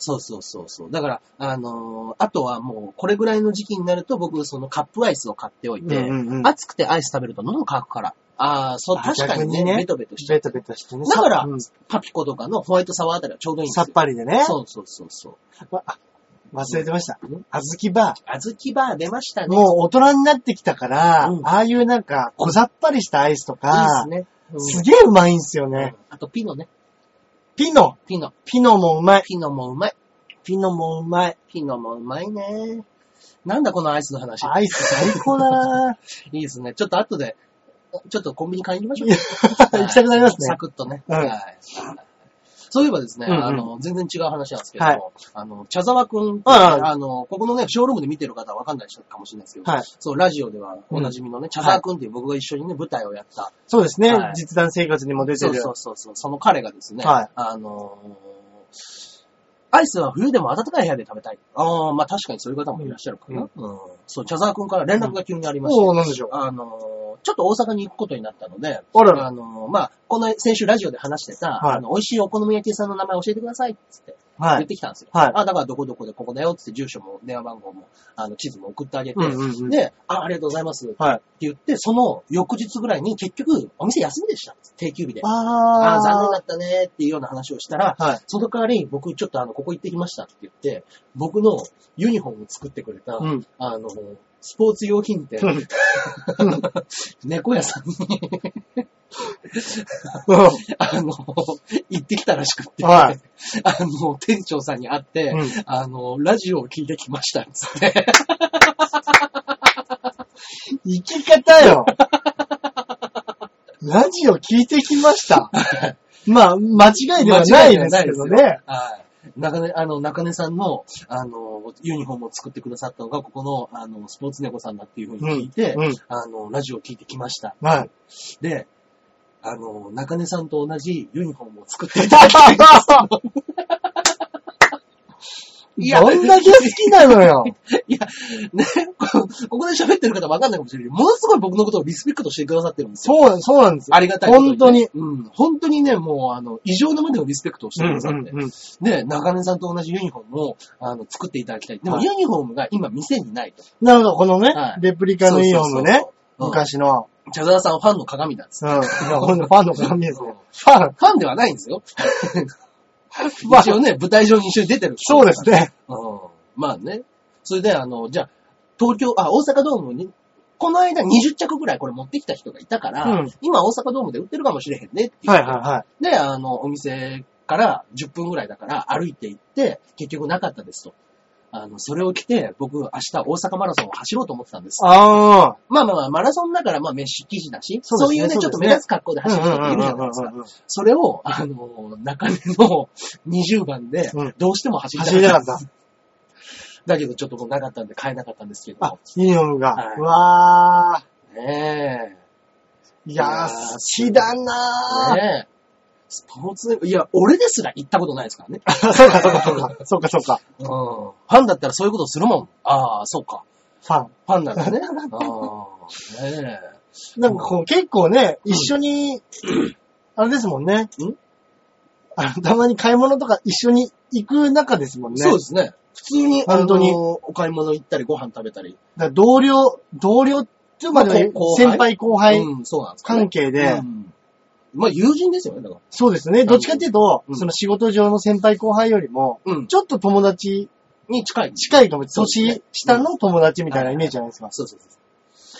[SPEAKER 2] そうそうそうそう。だから、あのあとはもう、これぐらいの時期になると僕、そのカップアイスを買っておいて、
[SPEAKER 1] うんうんうん
[SPEAKER 2] 暑くてアイス食べると喉乾くから。ああ、そう、
[SPEAKER 1] あ
[SPEAKER 2] 確かにね、
[SPEAKER 1] 逆にね
[SPEAKER 2] ベトベトしちゃ
[SPEAKER 1] ベ
[SPEAKER 2] う
[SPEAKER 1] タベタしてね。
[SPEAKER 2] だから
[SPEAKER 1] うん
[SPEAKER 2] パピコとかのホワイトサワーあたりはちょうどいいんです
[SPEAKER 1] さ
[SPEAKER 2] よ。
[SPEAKER 1] っぱりでね。
[SPEAKER 2] そうそうそうそう。
[SPEAKER 1] わあ忘れてました。あずきバー。
[SPEAKER 2] あずきバー出ましたね。
[SPEAKER 1] もう大人になってきたから、
[SPEAKER 2] うん
[SPEAKER 1] ああいうなんか、小さっぱりしたアイスとか、
[SPEAKER 2] いいです
[SPEAKER 1] す
[SPEAKER 2] ね。
[SPEAKER 1] げえうまいんすよ
[SPEAKER 2] うん
[SPEAKER 1] ね。
[SPEAKER 2] あとピノね。
[SPEAKER 1] ピノ。
[SPEAKER 2] ピノ。
[SPEAKER 1] ピノもうまい。
[SPEAKER 2] ピノもうまい。
[SPEAKER 1] ピノもうまい。
[SPEAKER 2] ピノもうまいね。なんだこのアイスの話。
[SPEAKER 1] アイス最高
[SPEAKER 2] [LAUGHS]
[SPEAKER 1] だな
[SPEAKER 2] いいですね。ちょっと後で、ちょっとコンビニ買いに行きま
[SPEAKER 1] いや
[SPEAKER 2] しょう。
[SPEAKER 1] 行きたくなりますね
[SPEAKER 2] サクッとね。
[SPEAKER 1] うん
[SPEAKER 2] はいそういえばですね、
[SPEAKER 1] うんうん
[SPEAKER 2] あの、全然違う話なんですけども、
[SPEAKER 1] はい
[SPEAKER 2] あの、茶沢くん、
[SPEAKER 1] はい
[SPEAKER 2] あの、ここのね、ショールームで見てる方はわかんない人かもしれないですけど、
[SPEAKER 1] はい
[SPEAKER 2] そう、ラジオではおなじみのね、茶沢くんっていう僕が一緒にね、舞台をやった、
[SPEAKER 1] そうですね、
[SPEAKER 2] はい
[SPEAKER 1] 実弾生活にも出て
[SPEAKER 2] そ
[SPEAKER 1] る。
[SPEAKER 2] うそうそうそう、その彼がですね、
[SPEAKER 1] はい
[SPEAKER 2] あのーアイスは冬でも暖かい部屋で食べたい。ああ、まあ確かにそういう方もいらっしゃるかな。うんそう、茶沢くんから連絡が急にありまして、
[SPEAKER 1] おおなんでしょう。
[SPEAKER 2] あのー、ちょっと大阪に行くことになったので、
[SPEAKER 1] あらら。
[SPEAKER 2] あのー、まあ、この先週ラジオで話してた、
[SPEAKER 1] はい
[SPEAKER 2] あの、美味しいお好み焼き屋さんの名前教えてくださいっつって
[SPEAKER 1] は
[SPEAKER 2] 言っ
[SPEAKER 1] い。
[SPEAKER 2] てきたんですよ。
[SPEAKER 1] はい
[SPEAKER 2] あ、だからどこどこでここだよっつって住所も電話番号も、あの、地図も送ってあげて、
[SPEAKER 1] うんうんうん。
[SPEAKER 2] で、あ、ありがとうございますって
[SPEAKER 1] はい。
[SPEAKER 2] 言って、その翌日ぐらいに結局お店休みでした。定休日で。あ
[SPEAKER 1] あ
[SPEAKER 2] あ、残念だ
[SPEAKER 1] っ
[SPEAKER 2] ったねっていうような話をしたら、
[SPEAKER 1] た。はい。
[SPEAKER 2] その代わり僕ちょっとあの、ここ行ってきましたって言って、僕のユニフォームを作ってくれた、
[SPEAKER 1] うん。
[SPEAKER 2] あの、スポーツ用品店
[SPEAKER 1] う、
[SPEAKER 2] [LAUGHS] 猫屋さんに、あの、行ってきたらしくって、
[SPEAKER 1] はい
[SPEAKER 2] あの、店長さんに会って、
[SPEAKER 1] うん
[SPEAKER 2] あの、ラジオを聞いてきました、つって。
[SPEAKER 1] 生き方よ。ラジオ聞いてきま
[SPEAKER 2] [LAUGHS]
[SPEAKER 1] した。まあ、間違いではないですけど
[SPEAKER 2] 間違いではない
[SPEAKER 1] ね。
[SPEAKER 2] はい。中根、あの、中根さんの、あの、ユニフォームを作ってくださったのが、ここの、あの、スポーツ猫さんだっていうふうに聞いて、
[SPEAKER 1] うんうん
[SPEAKER 2] あの、ラジオを聞いてきました。
[SPEAKER 1] はい。 [LAUGHS]
[SPEAKER 2] で、あの、中根さんと同じユニフォームを作っていただきたい
[SPEAKER 1] [LAUGHS]
[SPEAKER 2] ですいや
[SPEAKER 1] どんだけ好きなのよ。
[SPEAKER 2] いや、ね、こここで喋ってる方わかんないかもしれないけど、ものすごい僕のことをリスペクトしてくださってるんですよ。
[SPEAKER 1] [LAUGHS] そう、そうなんですよ。
[SPEAKER 2] ありがたいことに
[SPEAKER 1] 本当に。
[SPEAKER 2] うん。本当にね、もう、あの、異常なまでのリスペクトをしてくださって。
[SPEAKER 1] うんうんうん
[SPEAKER 2] で、中根さんと同じユニフォームを、あの、作っていただきたい。でも、
[SPEAKER 1] はい
[SPEAKER 2] ユニフォームが今店にないと。
[SPEAKER 1] なるほど、このね
[SPEAKER 2] はい、
[SPEAKER 1] レプリカのイオン
[SPEAKER 2] そうそ
[SPEAKER 1] のね
[SPEAKER 2] う、そう。
[SPEAKER 1] 昔の、
[SPEAKER 2] うん茶沢さんはファンの鏡なんです。
[SPEAKER 1] うん、いや、ほんとファンの鏡ですね。ファン、
[SPEAKER 2] ファンではないんですよ。
[SPEAKER 1] [LAUGHS] まあ
[SPEAKER 2] 一応ね、舞台上に一緒に出てる。
[SPEAKER 1] そうです。ね。
[SPEAKER 2] うん。まあね。それで、あの、じゃあ、東京、あ、大阪ドームに、この間20着ぐらいこれ持ってきた人がいたから、
[SPEAKER 1] うん
[SPEAKER 2] 今大阪ドームで売ってるかもしれへんねっていう。
[SPEAKER 1] はいはいはい。
[SPEAKER 2] で、あの、お店から10分ぐらいだから歩いて行って、結局なかったですと。あの、それを着て、僕、明日大阪マラソンを走ろうと思ってたんです。
[SPEAKER 1] ああ。
[SPEAKER 2] まあまあまあ、マラソンだから、まあ、メッシュ生地だし、そ
[SPEAKER 1] そううですね
[SPEAKER 2] いうね、ちょっと
[SPEAKER 1] そ
[SPEAKER 2] 目
[SPEAKER 1] うですね
[SPEAKER 2] 立つ格好で
[SPEAKER 1] うん
[SPEAKER 2] 走る人っているじゃ
[SPEAKER 1] うんう
[SPEAKER 2] なんいですか
[SPEAKER 1] う。んうん
[SPEAKER 2] それを、あの、中根の20番で
[SPEAKER 1] うん、
[SPEAKER 2] どうしても走りた
[SPEAKER 1] 走りた
[SPEAKER 2] か
[SPEAKER 1] か
[SPEAKER 2] っ。
[SPEAKER 1] ったた。
[SPEAKER 2] だけど、ちょっともうなかったんで買えなかったんですけど
[SPEAKER 1] あ
[SPEAKER 2] も。、
[SPEAKER 1] ユニフォームが
[SPEAKER 2] はい。
[SPEAKER 1] うわー。
[SPEAKER 2] ね
[SPEAKER 1] い
[SPEAKER 2] いや
[SPEAKER 1] や
[SPEAKER 2] ー
[SPEAKER 1] ー、好きだ
[SPEAKER 2] え。
[SPEAKER 1] な
[SPEAKER 2] ねえ。スポーツ、いや、俺ですら行ったことないですからね。
[SPEAKER 1] ー。 [LAUGHS] そうかそうかそうか。そうかそうか。
[SPEAKER 2] うん。ファンだったらそういうことするもん。ああ、そうか。
[SPEAKER 1] ファン。
[SPEAKER 2] ファンなんだね。ああ、ねえ。
[SPEAKER 1] なんかこう結構ね、一緒に、あれですもんね。
[SPEAKER 2] ん
[SPEAKER 1] あのたまに買い物とか一緒に行く中ですもんね。。
[SPEAKER 2] そうですすね。普通に、
[SPEAKER 1] 本当に
[SPEAKER 2] あのお買い物行ったり、ご飯食べたり。
[SPEAKER 1] 同僚、同僚っていうまでは
[SPEAKER 2] まあ後輩
[SPEAKER 1] 先輩後輩
[SPEAKER 2] うん、そうなんですかね、
[SPEAKER 1] 関係で、
[SPEAKER 2] うんまあ、友人ですよね、だか
[SPEAKER 1] そうですね。どっちかっていうと、
[SPEAKER 2] うん
[SPEAKER 1] その仕事上の先輩後輩よりも、
[SPEAKER 2] ら。うん。
[SPEAKER 1] ちょっと友達、
[SPEAKER 2] に近い。
[SPEAKER 1] 近いかも、
[SPEAKER 2] そうですね
[SPEAKER 1] 年下の友達みたいなイメージじゃないですか。
[SPEAKER 2] そうそうそう。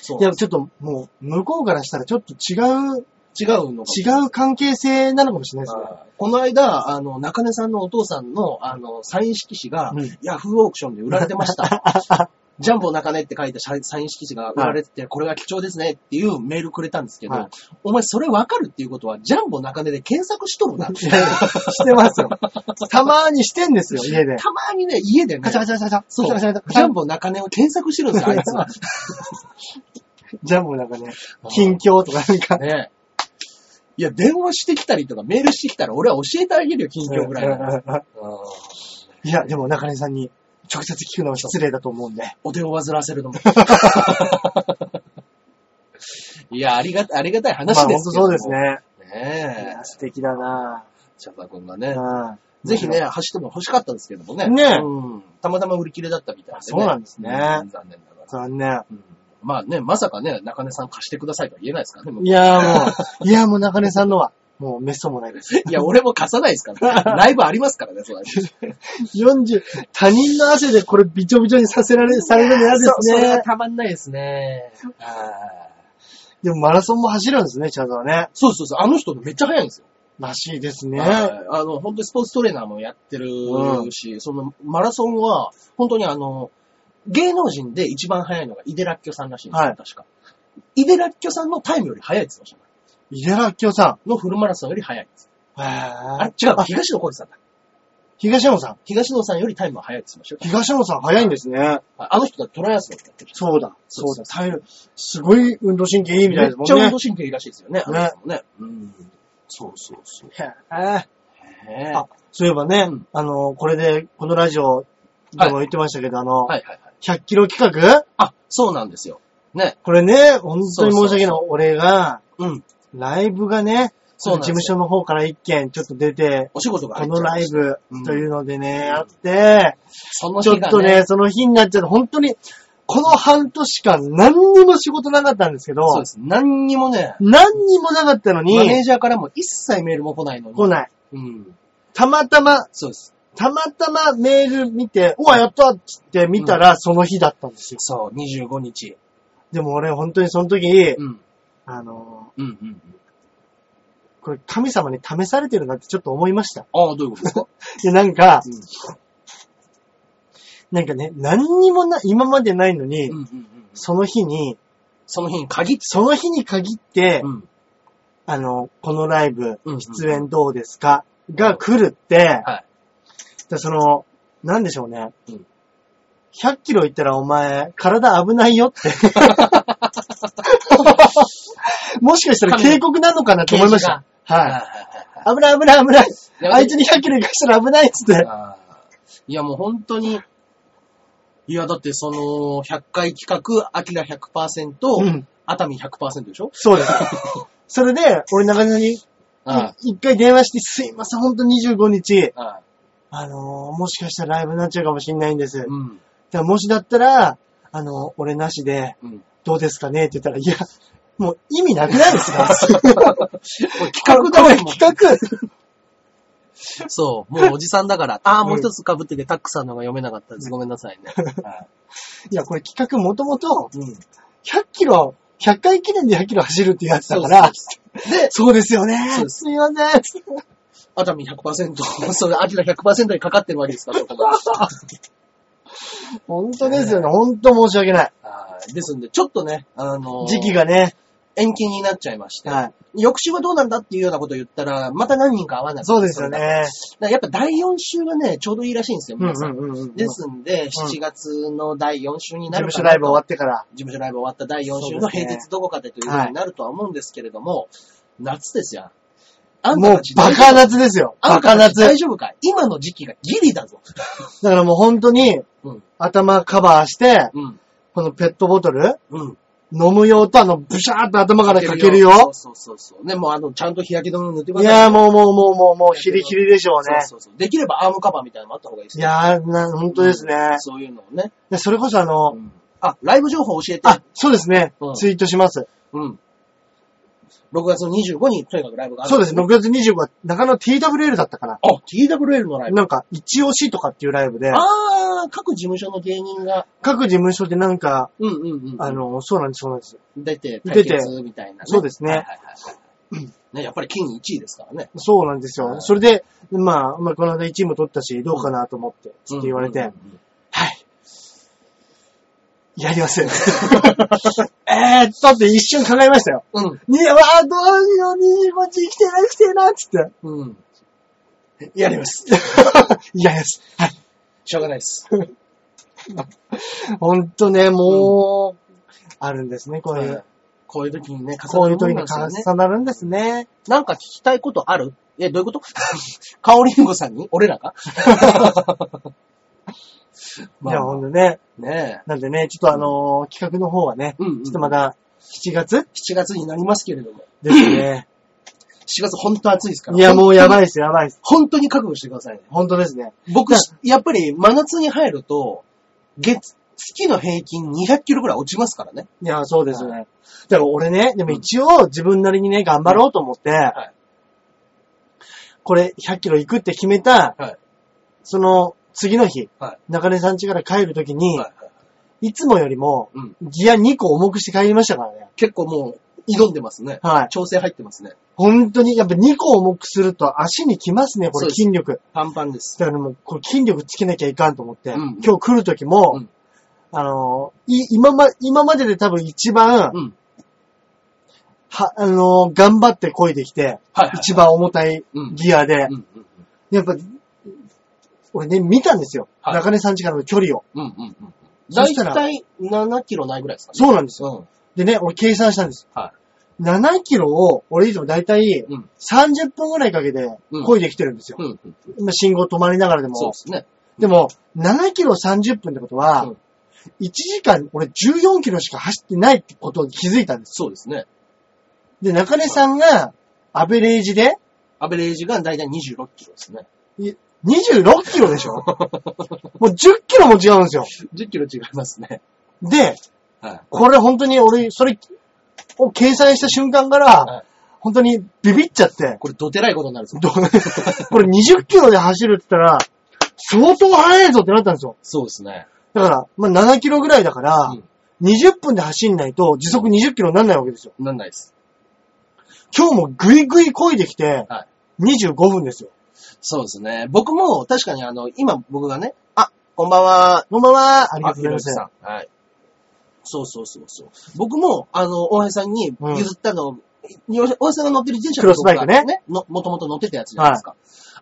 [SPEAKER 2] そう
[SPEAKER 1] いや、ちょっともう、向こうからしたらちょっと違う、
[SPEAKER 2] 違うのかも
[SPEAKER 1] 違う関係性なのかもしれないですね。
[SPEAKER 2] あーこの間、あの、中根さんのお父さんの、あの、サイン色紙が、
[SPEAKER 1] うん
[SPEAKER 2] ヤフーオークションで売られてました。
[SPEAKER 1] [LAUGHS]
[SPEAKER 2] ジャンボ中根って書いたサインサイン色紙が売られてて、これが貴重ですねっていうメールくれたんですけど、
[SPEAKER 1] はい
[SPEAKER 2] お前それわかるっていうことは、ジャンボ中根で検索しとるな。
[SPEAKER 1] いやいやしてますよ。たまーにしてんですよ、家で。
[SPEAKER 2] たまにね、家でね
[SPEAKER 1] カチャ、カチャカチャカチャ。
[SPEAKER 2] そう、
[SPEAKER 1] カ
[SPEAKER 2] ジ
[SPEAKER 1] チャカチャカチ
[SPEAKER 2] ャ
[SPEAKER 1] ャ
[SPEAKER 2] ン。ボ中根を検索してるんですよ、あいつ
[SPEAKER 1] [LAUGHS]
[SPEAKER 2] は。
[SPEAKER 1] ジャンボなんかね、近況とかなんか。
[SPEAKER 2] ねいや、電話してきたりとかメールしてきたら、俺は教えてあげる [LAUGHS] よ、近況ぐらいなら。うん
[SPEAKER 1] いや、でも中根さんに直接聞くのは失礼だと思うんで。
[SPEAKER 2] お手を煩わせるの
[SPEAKER 1] [LAUGHS]
[SPEAKER 2] も。いや、ありがた、ありがたい
[SPEAKER 1] まあ
[SPEAKER 2] 話
[SPEAKER 1] 本
[SPEAKER 2] で
[SPEAKER 1] 当
[SPEAKER 2] すけど
[SPEAKER 1] そう
[SPEAKER 2] も
[SPEAKER 1] です。ね。い
[SPEAKER 2] ね
[SPEAKER 1] や素敵だな
[SPEAKER 2] え、チャパ君が
[SPEAKER 1] ぁ
[SPEAKER 2] ね、
[SPEAKER 1] うん
[SPEAKER 2] ぜひね、走っても欲しかったですけどもね。
[SPEAKER 1] ねえ
[SPEAKER 2] うんたまたま売り切れだったみたいで、ね。
[SPEAKER 1] そうなんですね
[SPEAKER 2] うん残念ながら。
[SPEAKER 1] 残念。
[SPEAKER 2] うんまあね、まさかね、中根さん貸してくださいとは言えないですからね。
[SPEAKER 1] いやーも
[SPEAKER 2] [LAUGHS]
[SPEAKER 1] う、いやーもう中根さんのは、もうメソもないです。
[SPEAKER 2] いや、俺も貸さないです [LAUGHS] から、ね。ライブありますからね、そうだね。
[SPEAKER 1] 40、他人の汗でこれビチョビチョにさせられ、されるの嫌で
[SPEAKER 2] そそれ
[SPEAKER 1] す
[SPEAKER 2] は
[SPEAKER 1] ね。
[SPEAKER 2] たまんないですね。あー
[SPEAKER 1] でもマラソンも走るんですね、チャズはね。
[SPEAKER 2] そうそうそう、あの人めっちゃ速いんですよ。
[SPEAKER 1] らしいですね。
[SPEAKER 2] はいあの、本当にスポーツトレーナーもやってるし、そのマラソンは、本当にあの、芸能人で一番速いのがイデラッキョさんらしいんですよ、
[SPEAKER 1] はい
[SPEAKER 2] 確か。イデラッキョさんのタイムより速いって言ってましたね
[SPEAKER 1] 井出らっきょうさ
[SPEAKER 2] のフルマラソンより速いって
[SPEAKER 1] ん。へー
[SPEAKER 2] あれ違う、東野浩二さんだ。
[SPEAKER 1] 東野さん。
[SPEAKER 2] 東野さんよりタイムは速いって言ってましたよ。
[SPEAKER 1] 東野さん早いんですね。
[SPEAKER 2] ああの人だってトライアスロンやってる人
[SPEAKER 1] そうだ。
[SPEAKER 2] そう
[SPEAKER 1] そう
[SPEAKER 2] そ
[SPEAKER 1] だ。
[SPEAKER 2] う
[SPEAKER 1] 体力、すごい運動神経いいみたい
[SPEAKER 2] めっ
[SPEAKER 1] ですもん
[SPEAKER 2] ちゃ
[SPEAKER 1] ね。
[SPEAKER 2] 運動神経いいらしいですよね、あの人もね。うん。そうそうそう。
[SPEAKER 1] へえ
[SPEAKER 2] ねえ
[SPEAKER 1] あそういえばね、
[SPEAKER 2] うん
[SPEAKER 1] あの、これで、このラジオでも言ってましたけど、あの、
[SPEAKER 2] はいはいはい。
[SPEAKER 1] 100キロ企画
[SPEAKER 2] あ、そうなんですよ。ね。
[SPEAKER 1] これね、本当に申し訳ない。俺が、
[SPEAKER 2] うん。
[SPEAKER 1] ライブがね、
[SPEAKER 2] そうなん
[SPEAKER 1] 事
[SPEAKER 2] ですよ
[SPEAKER 1] 務所の方から一件ちょっと出て、
[SPEAKER 2] お仕事が
[SPEAKER 1] こ
[SPEAKER 2] 入っち
[SPEAKER 1] の
[SPEAKER 2] ゃ
[SPEAKER 1] ラ
[SPEAKER 2] いま
[SPEAKER 1] イ
[SPEAKER 2] した
[SPEAKER 1] ブ
[SPEAKER 2] うん
[SPEAKER 1] というのでね、やって、
[SPEAKER 2] その
[SPEAKER 1] ち
[SPEAKER 2] 日
[SPEAKER 1] ょ
[SPEAKER 2] が
[SPEAKER 1] っとね、その日になっちゃって、本当に、この半年間何にも仕事なかったんですけど、
[SPEAKER 2] そうです。何にもね、
[SPEAKER 1] 何にもなかったの
[SPEAKER 2] マネー
[SPEAKER 1] に、
[SPEAKER 2] ジャーからも一切メールも来ないのに。
[SPEAKER 1] 来ない。
[SPEAKER 2] うん。
[SPEAKER 1] たまたま、
[SPEAKER 2] そうです。
[SPEAKER 1] たまたまメール見て、うわ、やったっつって見たら、その日だったんですよ。
[SPEAKER 2] そう、25日。
[SPEAKER 1] でも俺、本当にその時、
[SPEAKER 2] うん。
[SPEAKER 1] あの
[SPEAKER 2] うんうんうん。
[SPEAKER 1] ー、これ神様に試されてるなってちょっと思いました。
[SPEAKER 2] [LAUGHS] ああ、どういうことですか
[SPEAKER 1] で、なんか、
[SPEAKER 2] うん
[SPEAKER 1] なんかね、何にもな、今までないのに、
[SPEAKER 2] うんうんうん。
[SPEAKER 1] その日に、
[SPEAKER 2] その日に限って。
[SPEAKER 1] その日に限って、
[SPEAKER 2] うん。
[SPEAKER 1] あの、このライブ
[SPEAKER 2] うんうん、
[SPEAKER 1] 出演どうですか、が来るって、
[SPEAKER 2] はい
[SPEAKER 1] でその、なんでしょうね。
[SPEAKER 2] うん
[SPEAKER 1] 100キロ行ったらお前、体危ないよ
[SPEAKER 2] [LAUGHS]
[SPEAKER 1] って。もしかしたら警告なのかなと思いました。
[SPEAKER 2] はいはい
[SPEAKER 1] はい。
[SPEAKER 2] はい
[SPEAKER 1] 危ない危ない危ない。
[SPEAKER 2] や
[SPEAKER 1] あいつに100キロ行かしたら危ないっつって。
[SPEAKER 2] はい。あーいや、もう本当に、いや、だってその、100回企画、アキラ100%、
[SPEAKER 1] うん
[SPEAKER 2] 熱海100%でしょ
[SPEAKER 1] そうです。それで、俺中島に、
[SPEAKER 2] はい
[SPEAKER 1] 一回電話して、すいません、ほんと25日、
[SPEAKER 2] はい
[SPEAKER 1] あのーもしかしたらライブになっちゃうかもしれないんです。
[SPEAKER 2] うん。
[SPEAKER 1] だからもしだったら、あの、俺なしで、
[SPEAKER 2] うん。
[SPEAKER 1] どうですかねって言ったら、いや、もう意味なくないです
[SPEAKER 2] [LAUGHS]
[SPEAKER 1] か
[SPEAKER 2] 企画だもん。
[SPEAKER 1] 企画
[SPEAKER 2] そう、もうおじさんだから。ああ、もう
[SPEAKER 1] うん
[SPEAKER 2] 一つ被ってて、タックさんのが読めなかったです。ごめんなさいね。はい
[SPEAKER 1] や、これ企画もともと、
[SPEAKER 2] いうん。
[SPEAKER 1] 100キロ、100回記念で100キロ走るっていうやつだから、
[SPEAKER 2] で、
[SPEAKER 1] そうですよね
[SPEAKER 2] そう。です
[SPEAKER 1] みません。
[SPEAKER 2] 熱海100%、それ、 [LAUGHS] アキラ100%にかかってるわけですから、そこが
[SPEAKER 1] 本当ですよね。本当申し訳ない。
[SPEAKER 2] はいですんで、ちょっとね、あのー
[SPEAKER 1] 時期がね、
[SPEAKER 2] 延期になっちゃいまして、
[SPEAKER 1] はい。
[SPEAKER 2] 翌週はどうなんだっていうようなことを言ったら、また何人か会わない。
[SPEAKER 1] そうですよ
[SPEAKER 2] だか
[SPEAKER 1] ね。
[SPEAKER 2] らやっぱ第4週がね、ちょうどいいらしいんですよ、皆さん。
[SPEAKER 1] うんうん。事
[SPEAKER 2] ですんで、7月の第4週になるか
[SPEAKER 1] 務所
[SPEAKER 2] な
[SPEAKER 1] ラ
[SPEAKER 2] と
[SPEAKER 1] イブ終わってから。
[SPEAKER 2] 事務所ライブ終わった第4週の平日どこかでというふうになるとは思うんですけれども、夏ですよ。あんた
[SPEAKER 1] もう
[SPEAKER 2] たち、
[SPEAKER 1] バカ夏ですよ。
[SPEAKER 2] あ
[SPEAKER 1] バ
[SPEAKER 2] んた
[SPEAKER 1] カ
[SPEAKER 2] たち大
[SPEAKER 1] 夏。
[SPEAKER 2] 丈夫か今の時期がギリだぞ。
[SPEAKER 1] だからもう本当に
[SPEAKER 2] うん、
[SPEAKER 1] 頭カバーして、
[SPEAKER 2] うん。
[SPEAKER 1] このペットボトル、
[SPEAKER 2] うん。
[SPEAKER 1] 飲む用とあの、ブシャーって頭からかける
[SPEAKER 2] そ
[SPEAKER 1] よ
[SPEAKER 2] う。そうそうそう。ね、もうあの、ちゃんと日焼け止め塗ってく
[SPEAKER 1] い
[SPEAKER 2] ださい。
[SPEAKER 1] やーもうもうもうもうもう、ヒリヒリでしょうね。
[SPEAKER 2] そうそうそう。できればアームカバーみたいなのもあった方がいいです
[SPEAKER 1] い
[SPEAKER 2] ね。
[SPEAKER 1] やー、な、本当ですね。
[SPEAKER 2] そういうのをね。
[SPEAKER 1] でそれこそあの、
[SPEAKER 2] あ、ライブ情報教えて。
[SPEAKER 1] あ、そうですね
[SPEAKER 2] うん。
[SPEAKER 1] ツイートします。
[SPEAKER 2] うん。6月の25にとにかくライブがある。
[SPEAKER 1] そうですね。6月25は中野 TWL だったかな。
[SPEAKER 2] あ、TWL のライブ。
[SPEAKER 1] なんか、一押しとかっていうライブで、
[SPEAKER 2] あー、各事務所の芸人が、
[SPEAKER 1] 各事務所でなんか、
[SPEAKER 2] うんうんうん。
[SPEAKER 1] あの、そうなんです、そうなんです。
[SPEAKER 2] 出て、
[SPEAKER 1] 出て
[SPEAKER 2] 対決みたいな、ね。
[SPEAKER 1] そうですね
[SPEAKER 2] はいはいはいはい。ね、やっぱり金1位ですからね。
[SPEAKER 1] そうなんです
[SPEAKER 2] は
[SPEAKER 1] よ。
[SPEAKER 2] い
[SPEAKER 1] それで、まあ、まあ、この間1位も取ったし、どうかなと思って、つって言われ
[SPEAKER 2] うんう
[SPEAKER 1] て
[SPEAKER 2] ん、うん
[SPEAKER 1] はい。やります。 [LAUGHS] えーっとって一瞬考えましたよ。
[SPEAKER 2] うん。
[SPEAKER 1] に、わあ、どうしよう、25時来てなくてな、つっ
[SPEAKER 2] うん。うん。
[SPEAKER 1] て。やります。 [LAUGHS] やります。はい。
[SPEAKER 2] しょうがないです。
[SPEAKER 1] ほんとね、もう、あるんですね、こういう。
[SPEAKER 2] はいこういう時にね、
[SPEAKER 1] こういう時に
[SPEAKER 2] 重なるもんなんですよね
[SPEAKER 1] 重なるんですね。
[SPEAKER 2] なんか聞きたいことある [LAUGHS] え、どういうことカオリンゴさんに俺らが [LAUGHS]
[SPEAKER 1] いや、ほんとね。
[SPEAKER 2] ね
[SPEAKER 1] なんでね、ちょっとあのー企画の方はね、
[SPEAKER 2] え。うん、うん。
[SPEAKER 1] ちょっ
[SPEAKER 2] 7
[SPEAKER 1] とまだ7月
[SPEAKER 2] 月になりますけれども。
[SPEAKER 1] ですね。
[SPEAKER 2] 7月ほんと暑いですから。
[SPEAKER 1] いや、もうやばい
[SPEAKER 2] い。
[SPEAKER 1] です、やばいです。
[SPEAKER 2] 本当に覚悟してくださいね。
[SPEAKER 1] ほんとですね。
[SPEAKER 2] 僕
[SPEAKER 1] な、
[SPEAKER 2] やっぱり真夏に入ると、月、月の平均200キロぐらい落ちますからね。
[SPEAKER 1] いや、そうです
[SPEAKER 2] は
[SPEAKER 1] ね。だから俺ね、でも一応自分なりにね、頑張ろうと思って、
[SPEAKER 2] はい
[SPEAKER 1] これ100キロ行くって決めた、
[SPEAKER 2] はい
[SPEAKER 1] その次の日、
[SPEAKER 2] はい
[SPEAKER 1] 中根さん家から帰るときに、
[SPEAKER 2] はい
[SPEAKER 1] い、つもよりも
[SPEAKER 2] うん
[SPEAKER 1] ギア2個重くして帰りましたからね。
[SPEAKER 2] 結構もう、挑んでますね。
[SPEAKER 1] はい。
[SPEAKER 2] 調整入ってますね。
[SPEAKER 1] 本当に、やっぱ2個重くすると足にきますね、こ
[SPEAKER 2] そう
[SPEAKER 1] れ
[SPEAKER 2] です
[SPEAKER 1] 筋力。
[SPEAKER 2] パンパンです。
[SPEAKER 1] だからもう、これ筋力つけなきゃいかんと思って、
[SPEAKER 2] うん
[SPEAKER 1] 今日来るときも、
[SPEAKER 2] うん
[SPEAKER 1] あのー、い今ま、今までで多分一番、
[SPEAKER 2] うん。
[SPEAKER 1] は、あのー、頑張って漕いできて、
[SPEAKER 2] はいはいはい
[SPEAKER 1] 一番重たいギアで
[SPEAKER 2] う、んうん
[SPEAKER 1] やっぱ、俺ね、見たんですよ。
[SPEAKER 2] はい
[SPEAKER 1] 中根さん家からの距離を。
[SPEAKER 2] うん。うんうんうん。
[SPEAKER 1] そ
[SPEAKER 2] だい
[SPEAKER 1] したら
[SPEAKER 2] たい7キロないぐらいですかね。
[SPEAKER 1] そうなんですよ。
[SPEAKER 2] よ。
[SPEAKER 1] でね、俺計算したんです。
[SPEAKER 2] は
[SPEAKER 1] 7キロを、俺いつもだいたい
[SPEAKER 2] うん
[SPEAKER 1] 30分ぐらいかけて
[SPEAKER 2] うん
[SPEAKER 1] 漕いできてるんですよ。
[SPEAKER 2] い。うんうん。
[SPEAKER 1] 今信号止まりながらで
[SPEAKER 2] そう
[SPEAKER 1] も
[SPEAKER 2] で。すね。
[SPEAKER 1] でも、7キロ30分ってことは、
[SPEAKER 2] うん
[SPEAKER 1] 1時間、俺14キロしか走ってないってことに気づいたんです。
[SPEAKER 2] そうですね。
[SPEAKER 1] で、中根さんが、アベレージで、
[SPEAKER 2] アベレージがだいたい26キロです [LAUGHS] ね。
[SPEAKER 1] 26キロでしょもう10キロも違うんですよ。
[SPEAKER 2] 10キロ違いますね。
[SPEAKER 1] で、
[SPEAKER 2] はい。
[SPEAKER 1] これ本当に俺、それを計算した瞬間か
[SPEAKER 2] は
[SPEAKER 1] ら
[SPEAKER 2] い、
[SPEAKER 1] 本当にビビっちゃって、
[SPEAKER 2] これ、どてらいことになるんです
[SPEAKER 1] ど
[SPEAKER 2] よ。
[SPEAKER 1] うこれ20キロで走るって言ったら、相当速いぞってなったんですよ。
[SPEAKER 2] [LAUGHS] そうですね。
[SPEAKER 1] だから、まあ、7キロぐらいだから、
[SPEAKER 2] うん
[SPEAKER 1] 20分で走んないと時速20キロにならないわけですよ。
[SPEAKER 2] なんないです。
[SPEAKER 1] 今日もぐいぐい漕いできて、
[SPEAKER 2] は
[SPEAKER 1] 25分ですよ。
[SPEAKER 2] そうですね。僕も、確かにあの、今僕がね、あ、こんばんは。
[SPEAKER 1] こんばんは、ありがと
[SPEAKER 2] あひ
[SPEAKER 1] うございま
[SPEAKER 2] ろゆき
[SPEAKER 1] す。
[SPEAKER 2] さん。はい。そうそうそうそう。僕も、あの、大橋さんに
[SPEAKER 1] うん
[SPEAKER 2] 譲ったのを、に大橋さんが乗ってる自転車
[SPEAKER 1] クロスバイクね
[SPEAKER 2] 僕がの、もともと乗ってたやつじゃないですか。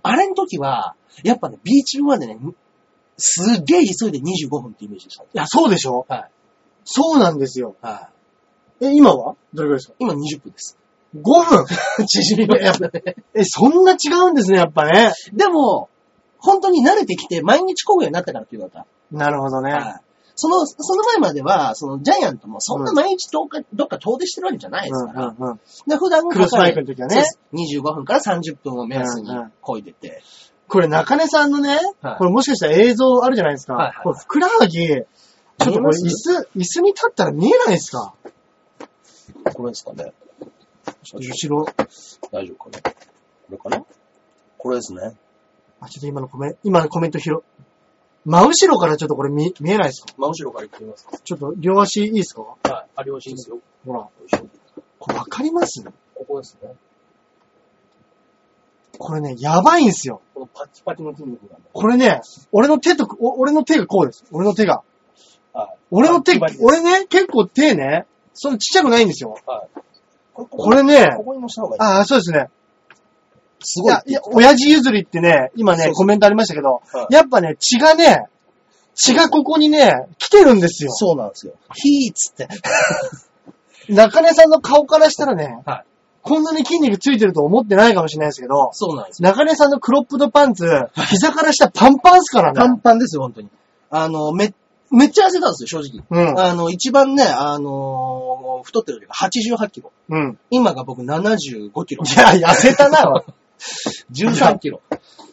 [SPEAKER 2] あれの時は、やっぱね、ビーチ部までね、すっげえ急いで25分ってイメージでした。
[SPEAKER 1] いや、そうでしょ
[SPEAKER 2] はい。
[SPEAKER 1] そうなんですよ。
[SPEAKER 2] はい。
[SPEAKER 1] え、今はどれぐらいですか
[SPEAKER 2] 今20分
[SPEAKER 1] [LAUGHS]
[SPEAKER 2] です。
[SPEAKER 1] ?5 分
[SPEAKER 2] 縮みましたね。
[SPEAKER 1] え、そんな違うんですね、やっぱね。
[SPEAKER 2] でも、本当に慣れてきて、毎日工業になったからっていうのだっ
[SPEAKER 1] なるほどね。
[SPEAKER 2] た。はい。その、その前までは、そのジャイアントもそんな毎日どっか、どっか遠出してるわけじゃないで
[SPEAKER 1] う
[SPEAKER 2] す
[SPEAKER 1] ん
[SPEAKER 2] か
[SPEAKER 1] う
[SPEAKER 2] ら。
[SPEAKER 1] んうん。
[SPEAKER 2] で、普段
[SPEAKER 1] クロスバイクの時はね
[SPEAKER 2] そうです25分から30分を目安に
[SPEAKER 1] うんうん
[SPEAKER 2] 漕いでて。
[SPEAKER 1] これ中根さんのね、
[SPEAKER 2] はい
[SPEAKER 1] これもしかしたら映像あるじゃないですか。
[SPEAKER 2] はいはいはい
[SPEAKER 1] これふくらはぎ、ちょっとこれ
[SPEAKER 2] 見
[SPEAKER 1] 椅
[SPEAKER 2] えます
[SPEAKER 1] 子、椅子に立ったら見えないですか
[SPEAKER 2] これですかね。
[SPEAKER 1] 後ろ。
[SPEAKER 2] 大丈夫かなこれかなこれですね。
[SPEAKER 1] あ、ちょっと今のコメント、今のコメント拾う。真後ろからちょっとこれ見、見えないですか
[SPEAKER 2] 真後ろから行ってみます
[SPEAKER 1] ちょっと両足いいですかほ
[SPEAKER 2] か。はい。ありましいですよ。
[SPEAKER 1] ら。これわかります
[SPEAKER 2] ここですね。
[SPEAKER 1] これね、やばいんですよ。
[SPEAKER 2] このパチパチの筋肉がね。
[SPEAKER 1] これね、俺の手と、お俺の手がこうです。俺の手が。
[SPEAKER 2] はい。
[SPEAKER 1] 俺の手
[SPEAKER 2] パチパチ、です
[SPEAKER 1] 俺ね、結構手ね、そのちっちゃくないんですよ。
[SPEAKER 2] はい。これ、
[SPEAKER 1] これね、
[SPEAKER 2] ここにもした方がいい。
[SPEAKER 1] ああ、そうですね。
[SPEAKER 2] す
[SPEAKER 1] いや、いや、親父譲りってね、今
[SPEAKER 2] そう
[SPEAKER 1] ね、
[SPEAKER 2] そう
[SPEAKER 1] コメントありましたけど、
[SPEAKER 2] はい
[SPEAKER 1] やっぱね、血がね、血がここにね、来てるんですよ。
[SPEAKER 2] そうなんですよ。ヒーっつって。
[SPEAKER 1] 中根さんの顔からしたらね、
[SPEAKER 2] はい
[SPEAKER 1] こんなに筋肉ついてると思ってないかもしれないですけど、
[SPEAKER 2] そうなんですよ。
[SPEAKER 1] 中根さんのクロップドパンツ、膝から下パンパンっすから
[SPEAKER 2] パン
[SPEAKER 1] ね。
[SPEAKER 2] パンですよ、本当に。あの、め、めっちゃ痩せたんですよ、正直。
[SPEAKER 1] うん
[SPEAKER 2] あの、一番ね、あのー太ってる時が88キロ。
[SPEAKER 1] うん。
[SPEAKER 2] 今が僕75キロ。
[SPEAKER 1] いや、痩せたな。
[SPEAKER 2] 13キロ。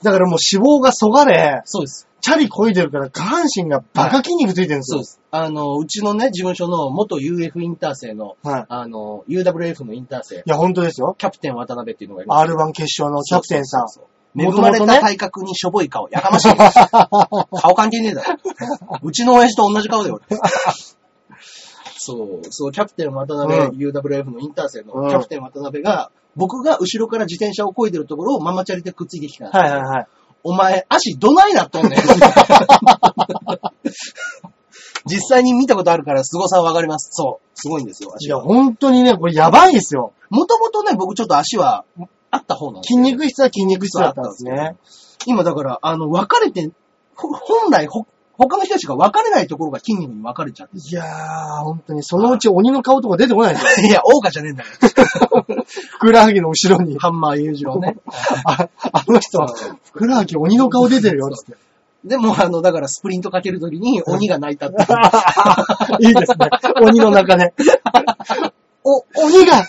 [SPEAKER 1] だからもう脂肪がそがれ、
[SPEAKER 2] そうです。
[SPEAKER 1] チャリ漕いでるから下半身がバカ筋肉ついてるんです
[SPEAKER 2] そう
[SPEAKER 1] よ
[SPEAKER 2] で。す。あの、うちのね、事務所の元 UF インター生の、
[SPEAKER 1] はい。
[SPEAKER 2] あの、UWF のインター生、
[SPEAKER 1] いや、本当ですよ。
[SPEAKER 2] キャプテン渡辺っていうのがいます
[SPEAKER 1] R1 決勝のキャプテンさん。
[SPEAKER 2] そうそうそう恵まれ
[SPEAKER 1] 元々
[SPEAKER 2] た
[SPEAKER 1] ね
[SPEAKER 2] 体格にしょぼい顔。やかましい。
[SPEAKER 1] [LAUGHS]
[SPEAKER 2] 顔関係ねえだろ。うちの親父と同じ顔だよ、俺そう、そう、キャプテン渡辺、UWF のインター生
[SPEAKER 1] うん
[SPEAKER 2] のキャプテン渡辺が、僕が後ろから自転車を漕いでるところをママチャリでくっついてきたんですよ
[SPEAKER 1] はいはいはい。
[SPEAKER 2] お前、足どないなっとんねん。 [LAUGHS] 実際に見たことあるから、凄さはわかります。そう。すごいんですよ、
[SPEAKER 1] い
[SPEAKER 2] 足
[SPEAKER 1] や、
[SPEAKER 2] は。
[SPEAKER 1] 本当にね、これやばいですよ。
[SPEAKER 2] もともとね、僕ちょっと足はあった方なんです
[SPEAKER 1] 筋
[SPEAKER 2] よ
[SPEAKER 1] 肉質は筋肉質だったんです
[SPEAKER 2] そうあ
[SPEAKER 1] ね。
[SPEAKER 2] 今だから、あの、分かれて、ほ本来ほ、他の人たちが分かれないところが筋肉に分かれちゃって。
[SPEAKER 1] いやー、本当に、そのうち鬼の顔とか出てこ [LAUGHS] ないですよ。
[SPEAKER 2] [LAUGHS] いや、オーガじゃねえんだよ。
[SPEAKER 1] ふくらはぎの後ろに。
[SPEAKER 2] ハンマー裕次郎 [LAUGHS] ね。
[SPEAKER 1] あ、あの人は、ふくらはぎ鬼の顔出てるよ、つって。
[SPEAKER 2] でも、あの、だからスプリントかけるときに鬼が泣いたっていう。
[SPEAKER 1] [LAUGHS] いいですね。鬼の中で。お、鬼が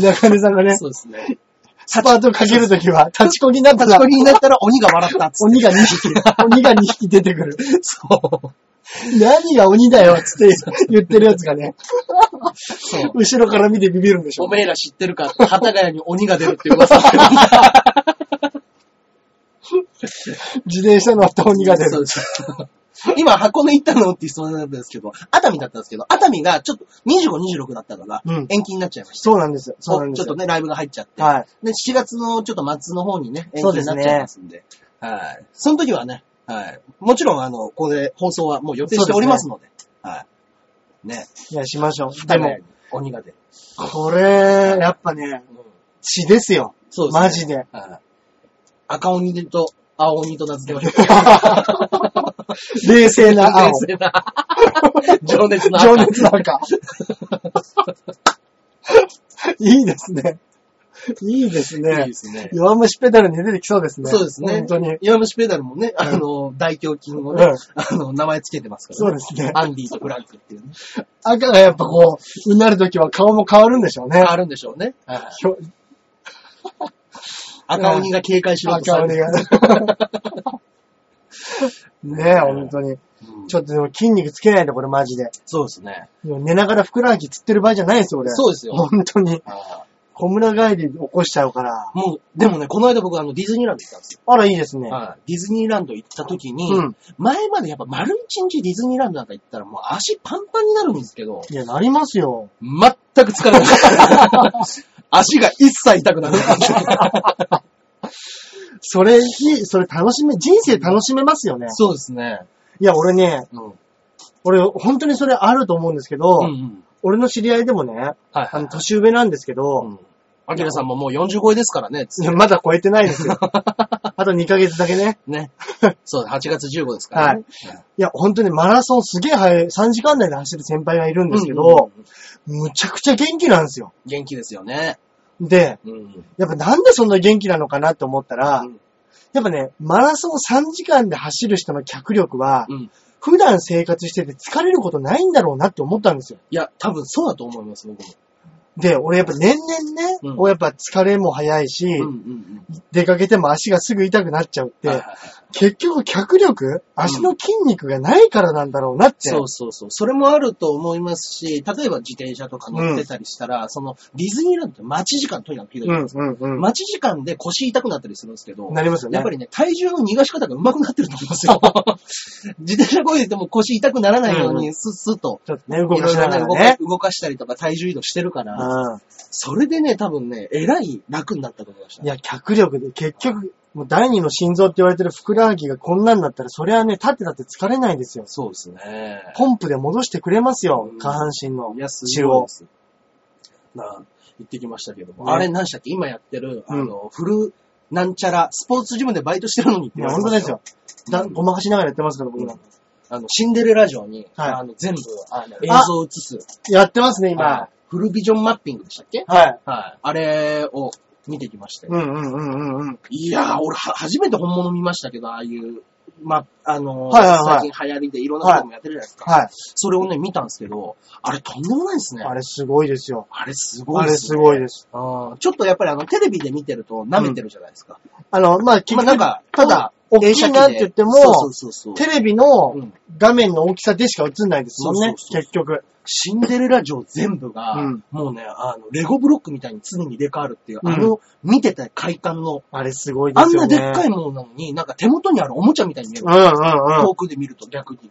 [SPEAKER 1] 中根さんが
[SPEAKER 2] [LAUGHS]
[SPEAKER 1] ね、
[SPEAKER 2] そうですね。 [LAUGHS]
[SPEAKER 1] スパートかけるときは、立ちこぎになった
[SPEAKER 2] 立ち
[SPEAKER 1] ら
[SPEAKER 2] こ、りになったら鬼が笑ったっつって。
[SPEAKER 1] 鬼が2匹、鬼が2匹出てくる。
[SPEAKER 2] [LAUGHS] そう。
[SPEAKER 1] 何が鬼だよ、つって言ってるやつがね、
[SPEAKER 2] そう。
[SPEAKER 1] 後ろから見てビビるんでしょ
[SPEAKER 2] お。めえら知ってるか、旗ヶ谷に鬼が出るって噂だけど。
[SPEAKER 1] 自転車乗った鬼が出
[SPEAKER 2] そう
[SPEAKER 1] る。
[SPEAKER 2] です。今、箱根行ったのって質問なんですけど、熱海だったんですけど、熱海がちょっと25、26だったから
[SPEAKER 1] うん、
[SPEAKER 2] 延期になっちゃいました。
[SPEAKER 1] そうなんですよ。そうなんで
[SPEAKER 2] ちょっ
[SPEAKER 1] すよ
[SPEAKER 2] と。ね、ライブが入っちゃって。
[SPEAKER 1] はい。
[SPEAKER 2] で、7月のちょっと末の方にね、延
[SPEAKER 1] そう
[SPEAKER 2] 期
[SPEAKER 1] で
[SPEAKER 2] に
[SPEAKER 1] す
[SPEAKER 2] な
[SPEAKER 1] ね
[SPEAKER 2] っちゃいますんで。はい。その時はね、はい。もちろん、あの、これ、放送はもう予定しておりますので。はい。ね。
[SPEAKER 1] いや、しましょう。
[SPEAKER 2] で
[SPEAKER 1] で
[SPEAKER 2] も
[SPEAKER 1] も、、
[SPEAKER 2] 鬼が出る。
[SPEAKER 1] これ、やっぱね、血で
[SPEAKER 2] [LAUGHS]
[SPEAKER 1] すよ。
[SPEAKER 2] そうですね。
[SPEAKER 1] マジで。
[SPEAKER 2] はい。赤鬼と青鬼と名付けましょう。
[SPEAKER 1] 冷静な青
[SPEAKER 2] 冷。静な。 [LAUGHS] 情熱の赤
[SPEAKER 1] 情熱の赤。いいですね。いいです
[SPEAKER 2] いい
[SPEAKER 1] ね
[SPEAKER 2] で。すね。
[SPEAKER 1] 弱虫ペダルに出てきそうですね。
[SPEAKER 2] そうですね。
[SPEAKER 1] 本当に。
[SPEAKER 2] 岩虫ペダルもね、あの、大胸筋をね、
[SPEAKER 1] う
[SPEAKER 2] あ
[SPEAKER 1] ん
[SPEAKER 2] の、名前つけてますから
[SPEAKER 1] そうですね
[SPEAKER 2] アンディとフランクっていうね。
[SPEAKER 1] 赤がやっぱこう、うなるときは顔も変わるんでしょうね。
[SPEAKER 2] あるんでしょうね。はい
[SPEAKER 1] ひょ
[SPEAKER 2] 赤鬼が警戒しろとさ
[SPEAKER 1] 赤
[SPEAKER 2] れ
[SPEAKER 1] 鬼
[SPEAKER 2] て
[SPEAKER 1] が。ねえ、本当に。
[SPEAKER 2] うん
[SPEAKER 1] ちょっとでも筋肉つけないと、これマジで。
[SPEAKER 2] そうですね。
[SPEAKER 1] でも寝ながらふくらはぎつってる場合じゃないですよ、俺。
[SPEAKER 2] そうですよ
[SPEAKER 1] 本当に。
[SPEAKER 2] あ
[SPEAKER 1] 小村帰り起こしちゃうから。
[SPEAKER 2] ーもう、でもね、この間僕あの、ディズニーランド行ったんですよ。
[SPEAKER 1] あら、いいですね。
[SPEAKER 2] はいディズニーランド行った時に、
[SPEAKER 1] うん
[SPEAKER 2] 前までやっぱ丸一日ディズニーランドなんか行ったらもう足パンパンになるんですけど、
[SPEAKER 1] いや、なりますよ。
[SPEAKER 2] 全く疲れない。 [LAUGHS] 足が一切痛くなる。
[SPEAKER 1] それ、ひそれ楽しめ、人生楽しめますよね。
[SPEAKER 2] そうですね。
[SPEAKER 1] いや、俺ね、
[SPEAKER 2] うん。うん
[SPEAKER 1] 俺、本当にそれあると思うんですけど、
[SPEAKER 2] うん。
[SPEAKER 1] 俺の知り合いでもね、
[SPEAKER 2] はい
[SPEAKER 1] あ
[SPEAKER 2] はい
[SPEAKER 1] の、。年上なんですけど、
[SPEAKER 2] うん。アキラさんももう40超えですからね、つ
[SPEAKER 1] い
[SPEAKER 2] っ
[SPEAKER 1] や
[SPEAKER 2] て
[SPEAKER 1] まだ超えてないで
[SPEAKER 2] [LAUGHS]
[SPEAKER 1] すよ。あと2ヶ月だけね。
[SPEAKER 2] ね。そう、8月15ですからね。
[SPEAKER 1] いや、本当にマラソンすげえ早い、3時間内で走る先輩がいるんですけど、
[SPEAKER 2] うんうん
[SPEAKER 1] むちゃくちゃ元気なんですよ。
[SPEAKER 2] 元気ですよね。
[SPEAKER 1] で、
[SPEAKER 2] うん。
[SPEAKER 1] やっぱなんでそんな元気なのかなって思ったら、
[SPEAKER 2] うん
[SPEAKER 1] やっぱね、マラソン3時間で走る人の脚力は、
[SPEAKER 2] うん。
[SPEAKER 1] 普段生活してて疲れることないんだろうなって思ったんですよ。
[SPEAKER 2] いや、多分そうだと思います、僕も。
[SPEAKER 1] で、俺やっぱ年々ね、
[SPEAKER 2] うん
[SPEAKER 1] こうやっぱ疲れも早いし、
[SPEAKER 2] うんうんうん。
[SPEAKER 1] 出かけても足がすぐ痛くなっちゃうって、
[SPEAKER 2] はいはいはい
[SPEAKER 1] 結局脚力足の筋肉がないからなんだろうなって。
[SPEAKER 2] そうそうそう。それもあると思いますし、例えば自転車とか乗ってたりしたら、その、ディズニーランドって待ち時間とにかくひどいじゃないですか。
[SPEAKER 1] んうん
[SPEAKER 2] 待ち時間で腰痛くなったりするんですけど、
[SPEAKER 1] なりますよね。
[SPEAKER 2] やっぱりね、体重の逃がし方が上手くなってると思います
[SPEAKER 1] [LAUGHS]
[SPEAKER 2] よ。自転車こいでても腰痛くならないよう
[SPEAKER 1] う
[SPEAKER 2] に、スッスッと、
[SPEAKER 1] ちょっとね、動
[SPEAKER 2] い
[SPEAKER 1] か
[SPEAKER 2] ろい
[SPEAKER 1] し
[SPEAKER 2] ろ
[SPEAKER 1] な
[SPEAKER 2] ね
[SPEAKER 1] がら
[SPEAKER 2] 動か
[SPEAKER 1] ね。
[SPEAKER 2] 動かしたりとか体重移動してるから、
[SPEAKER 1] う
[SPEAKER 2] それでね、多分ね、えらい楽になったと思いました
[SPEAKER 1] ん。い。や、脚力で、結局、もう第二の心臓って言われてるふくらはぎがこんなんだったら、それはね、立ってたって疲れないですよ。
[SPEAKER 2] そうですね。
[SPEAKER 1] ポンプで戻してくれますよ
[SPEAKER 2] う、ん
[SPEAKER 1] 下半身の
[SPEAKER 2] いや、す
[SPEAKER 1] 血
[SPEAKER 2] ごい
[SPEAKER 1] を
[SPEAKER 2] で。す。なあ、行ってきましたけども。
[SPEAKER 1] ね
[SPEAKER 2] あれ、何したっけ今やってる、あ
[SPEAKER 1] うん
[SPEAKER 2] の、フル、なんちゃら、スポーツジムでバイトしてるのにって
[SPEAKER 1] い
[SPEAKER 2] 言
[SPEAKER 1] や、
[SPEAKER 2] われ
[SPEAKER 1] 本当
[SPEAKER 2] ま
[SPEAKER 1] で
[SPEAKER 2] し
[SPEAKER 1] す
[SPEAKER 2] た
[SPEAKER 1] よ。だごまかしながらやってますから、僕
[SPEAKER 2] うん
[SPEAKER 1] ら。
[SPEAKER 2] あの、シンデレラ城に、
[SPEAKER 1] はい
[SPEAKER 2] あの、全部、あの、映
[SPEAKER 1] あ
[SPEAKER 2] 像を映す。
[SPEAKER 1] やってますね、今
[SPEAKER 2] は。いフルビジョンマッピングでしたっけ
[SPEAKER 1] はい。
[SPEAKER 2] はい。あれを見てきましたよ。
[SPEAKER 1] うんうんうんうんうん。
[SPEAKER 2] いやー、俺は、初めて本物見ましたけど、ああいう、ま、あのー
[SPEAKER 1] はいはいはい
[SPEAKER 2] 最近流行りでいろんなこともやってるじゃないですか。
[SPEAKER 1] はい。
[SPEAKER 2] それをね、見たんですけど、あれとんでもないですね。
[SPEAKER 1] あれすごいですよ。
[SPEAKER 2] あれすご
[SPEAKER 1] あ
[SPEAKER 2] い
[SPEAKER 1] れ
[SPEAKER 2] です
[SPEAKER 1] す
[SPEAKER 2] ね。
[SPEAKER 1] ごいです。
[SPEAKER 2] あーちょっとやっぱりあの、テレビで見てると舐めてるじゃないですか。
[SPEAKER 1] あの、まあ、結
[SPEAKER 2] まあ
[SPEAKER 1] 局、
[SPEAKER 2] なんか、
[SPEAKER 1] ただ、
[SPEAKER 2] うん
[SPEAKER 1] 大きいなって言っても、
[SPEAKER 2] そうそうそうそう。
[SPEAKER 1] テレビの
[SPEAKER 2] うん
[SPEAKER 1] 画面の大きさでしか映んないですもんね、
[SPEAKER 2] そうそうそう
[SPEAKER 1] 結局。
[SPEAKER 2] シンデレラ城全部が、
[SPEAKER 1] うん
[SPEAKER 2] もうね、あの、レゴブロックみたいに常に入れ替わるっていう、
[SPEAKER 1] うん
[SPEAKER 2] あの、見てた快感の、
[SPEAKER 1] あれすごいで
[SPEAKER 2] あん
[SPEAKER 1] すよ
[SPEAKER 2] な
[SPEAKER 1] ね。
[SPEAKER 2] でっかいものなのに、なんか手元にあるおもちゃみたいに見える。
[SPEAKER 1] うんうんうん。
[SPEAKER 2] 遠くで見ると逆に。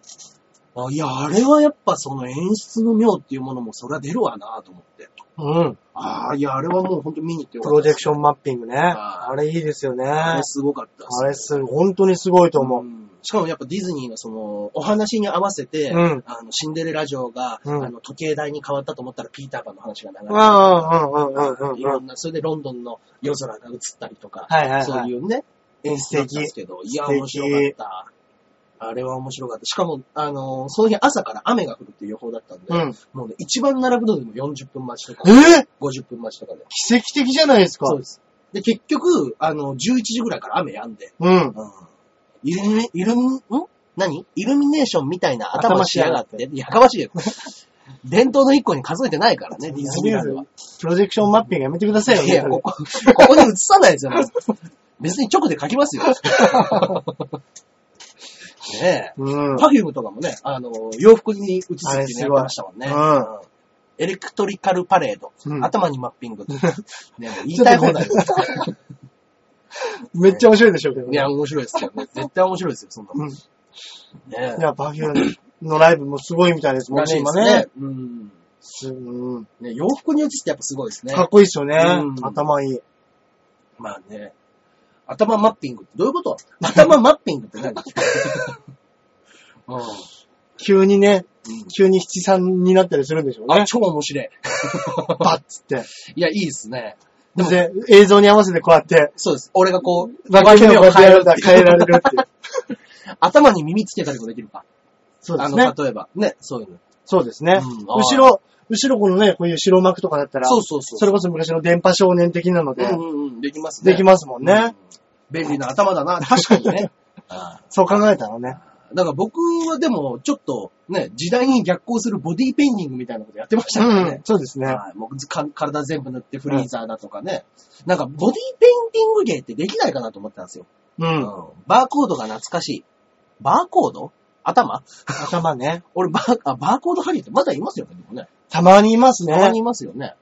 [SPEAKER 2] あいや、あれはやっぱその演出の妙っていうものもそりゃ出るわなと思って。
[SPEAKER 1] うん。
[SPEAKER 2] ああ、いや、あれはもう本当見に行ってよ
[SPEAKER 1] プ
[SPEAKER 2] か
[SPEAKER 1] ロ
[SPEAKER 2] った
[SPEAKER 1] ジェ
[SPEAKER 2] で
[SPEAKER 1] ク
[SPEAKER 2] す。
[SPEAKER 1] ションマッピングね。
[SPEAKER 2] あ
[SPEAKER 1] あれいいですよね。
[SPEAKER 2] あ
[SPEAKER 1] あ
[SPEAKER 2] れすごかったです。
[SPEAKER 1] れす、本当にすごいと思う。
[SPEAKER 2] んしかもやっぱディズニーのその、お話に合わせて、
[SPEAKER 1] うん
[SPEAKER 2] あの、シンデレラ城が、
[SPEAKER 1] うん
[SPEAKER 2] あの、時計台に変わったと思ったらピーターパンの話が流れて
[SPEAKER 1] うんうんうんうん
[SPEAKER 2] い
[SPEAKER 1] うんう
[SPEAKER 2] ろ
[SPEAKER 1] ん。
[SPEAKER 2] んな、それでロンドンの夜空が映ったりとか、
[SPEAKER 1] はいはいはい
[SPEAKER 2] そういうね、演出だったんですけど、いや、
[SPEAKER 1] 素敵
[SPEAKER 2] 面白かった。あれは面白かった。しかも、あのーその日朝から雨が降るっていう予報だったんで、
[SPEAKER 1] うん。
[SPEAKER 2] もうね、一番並ぶのでも40分待ちとか、
[SPEAKER 1] えー
[SPEAKER 2] 50分待ちとかで。
[SPEAKER 1] 奇跡的じゃないですか。
[SPEAKER 2] そうです。で、結局、あの、11時ぐらいから雨止んで、
[SPEAKER 1] うん。
[SPEAKER 2] うん。イルミ、イルミ、ん何イルミネーションみたいな頭しやがって。やかましいよ。伝統の一個に数えてないからね、ディズニーランドは。
[SPEAKER 1] プロジェクションマッピングやめてくださいよ、
[SPEAKER 2] いや、ここ、ここに映さないですよ。別に直で書きますよ。ねえ。
[SPEAKER 1] うん。
[SPEAKER 2] パフュームとかもね、あの、洋服に映すっていうのやってましたもんね。
[SPEAKER 1] あれすごいうん
[SPEAKER 2] うんエレクトリカルパレード。
[SPEAKER 1] うん
[SPEAKER 2] 頭にマッピン
[SPEAKER 1] [LAUGHS]
[SPEAKER 2] グ。ね、もう言いたい放題です。
[SPEAKER 1] めっちゃ面白いでしょうけど
[SPEAKER 2] い
[SPEAKER 1] ね。
[SPEAKER 2] や、面白いですよね。絶対面白いですよ、そんなもん。
[SPEAKER 1] うん
[SPEAKER 2] ねえ
[SPEAKER 1] い。や、パフュームのライブもすごいみたいですもん
[SPEAKER 2] らし
[SPEAKER 1] ね、
[SPEAKER 2] いで
[SPEAKER 1] 今
[SPEAKER 2] すね
[SPEAKER 1] ね。。
[SPEAKER 2] うん。
[SPEAKER 1] すうん
[SPEAKER 2] ね、洋服に映すってやっぱすごいですね。
[SPEAKER 1] かっこいいですよね
[SPEAKER 2] う。ん
[SPEAKER 1] 頭いい。
[SPEAKER 2] まあね。頭マッピングってどういうこと頭マッピングって何うん。
[SPEAKER 1] 急にね
[SPEAKER 2] うん、
[SPEAKER 1] 急に七三になったりするんでしょうね
[SPEAKER 2] あ、。超面白い。
[SPEAKER 1] バッつって。
[SPEAKER 2] いや、いいですね。でも
[SPEAKER 1] で、映像に合わせてこうやって、
[SPEAKER 2] そうです。俺がこう、
[SPEAKER 1] 分け目を変えられた
[SPEAKER 2] 分け目を
[SPEAKER 1] 変えら
[SPEAKER 2] る
[SPEAKER 1] れるって
[SPEAKER 2] [LAUGHS]
[SPEAKER 1] いう。
[SPEAKER 2] 頭に耳つけたりもできるか。
[SPEAKER 1] そうで
[SPEAKER 2] あ
[SPEAKER 1] す
[SPEAKER 2] の、
[SPEAKER 1] ね。
[SPEAKER 2] 例えば、ね、そういうの。
[SPEAKER 1] そうですね
[SPEAKER 2] うん。
[SPEAKER 1] 後ろ、後ろこのね、こういう白幕とかだったら、
[SPEAKER 2] そうそうそう。
[SPEAKER 1] それこそ昔の電波少年的なので、
[SPEAKER 2] うんうんうん。できますね。
[SPEAKER 1] できますもんね。
[SPEAKER 2] うん。便利な頭だな。確かに
[SPEAKER 1] [LAUGHS]
[SPEAKER 2] ね。あ
[SPEAKER 1] そう考えたらね。
[SPEAKER 2] あだから僕はでも、ちょっとね、時代に逆行するボディペインティングみたいなことやってましたからね。
[SPEAKER 1] そうですね。
[SPEAKER 2] はい、もうか体全部塗ってフリーザーだとかね。なんか、ボディペインティング芸ってできないかなと思ったんですよ。う
[SPEAKER 1] う
[SPEAKER 2] ん
[SPEAKER 1] ん。。
[SPEAKER 2] バーコードが懐かしい。バーコード頭
[SPEAKER 1] 頭ね。
[SPEAKER 2] 俺、バー、あ、バーコードハリーってまだいますよね、でもね。
[SPEAKER 1] たまにいます
[SPEAKER 2] たま
[SPEAKER 1] ね
[SPEAKER 2] に。いますよね。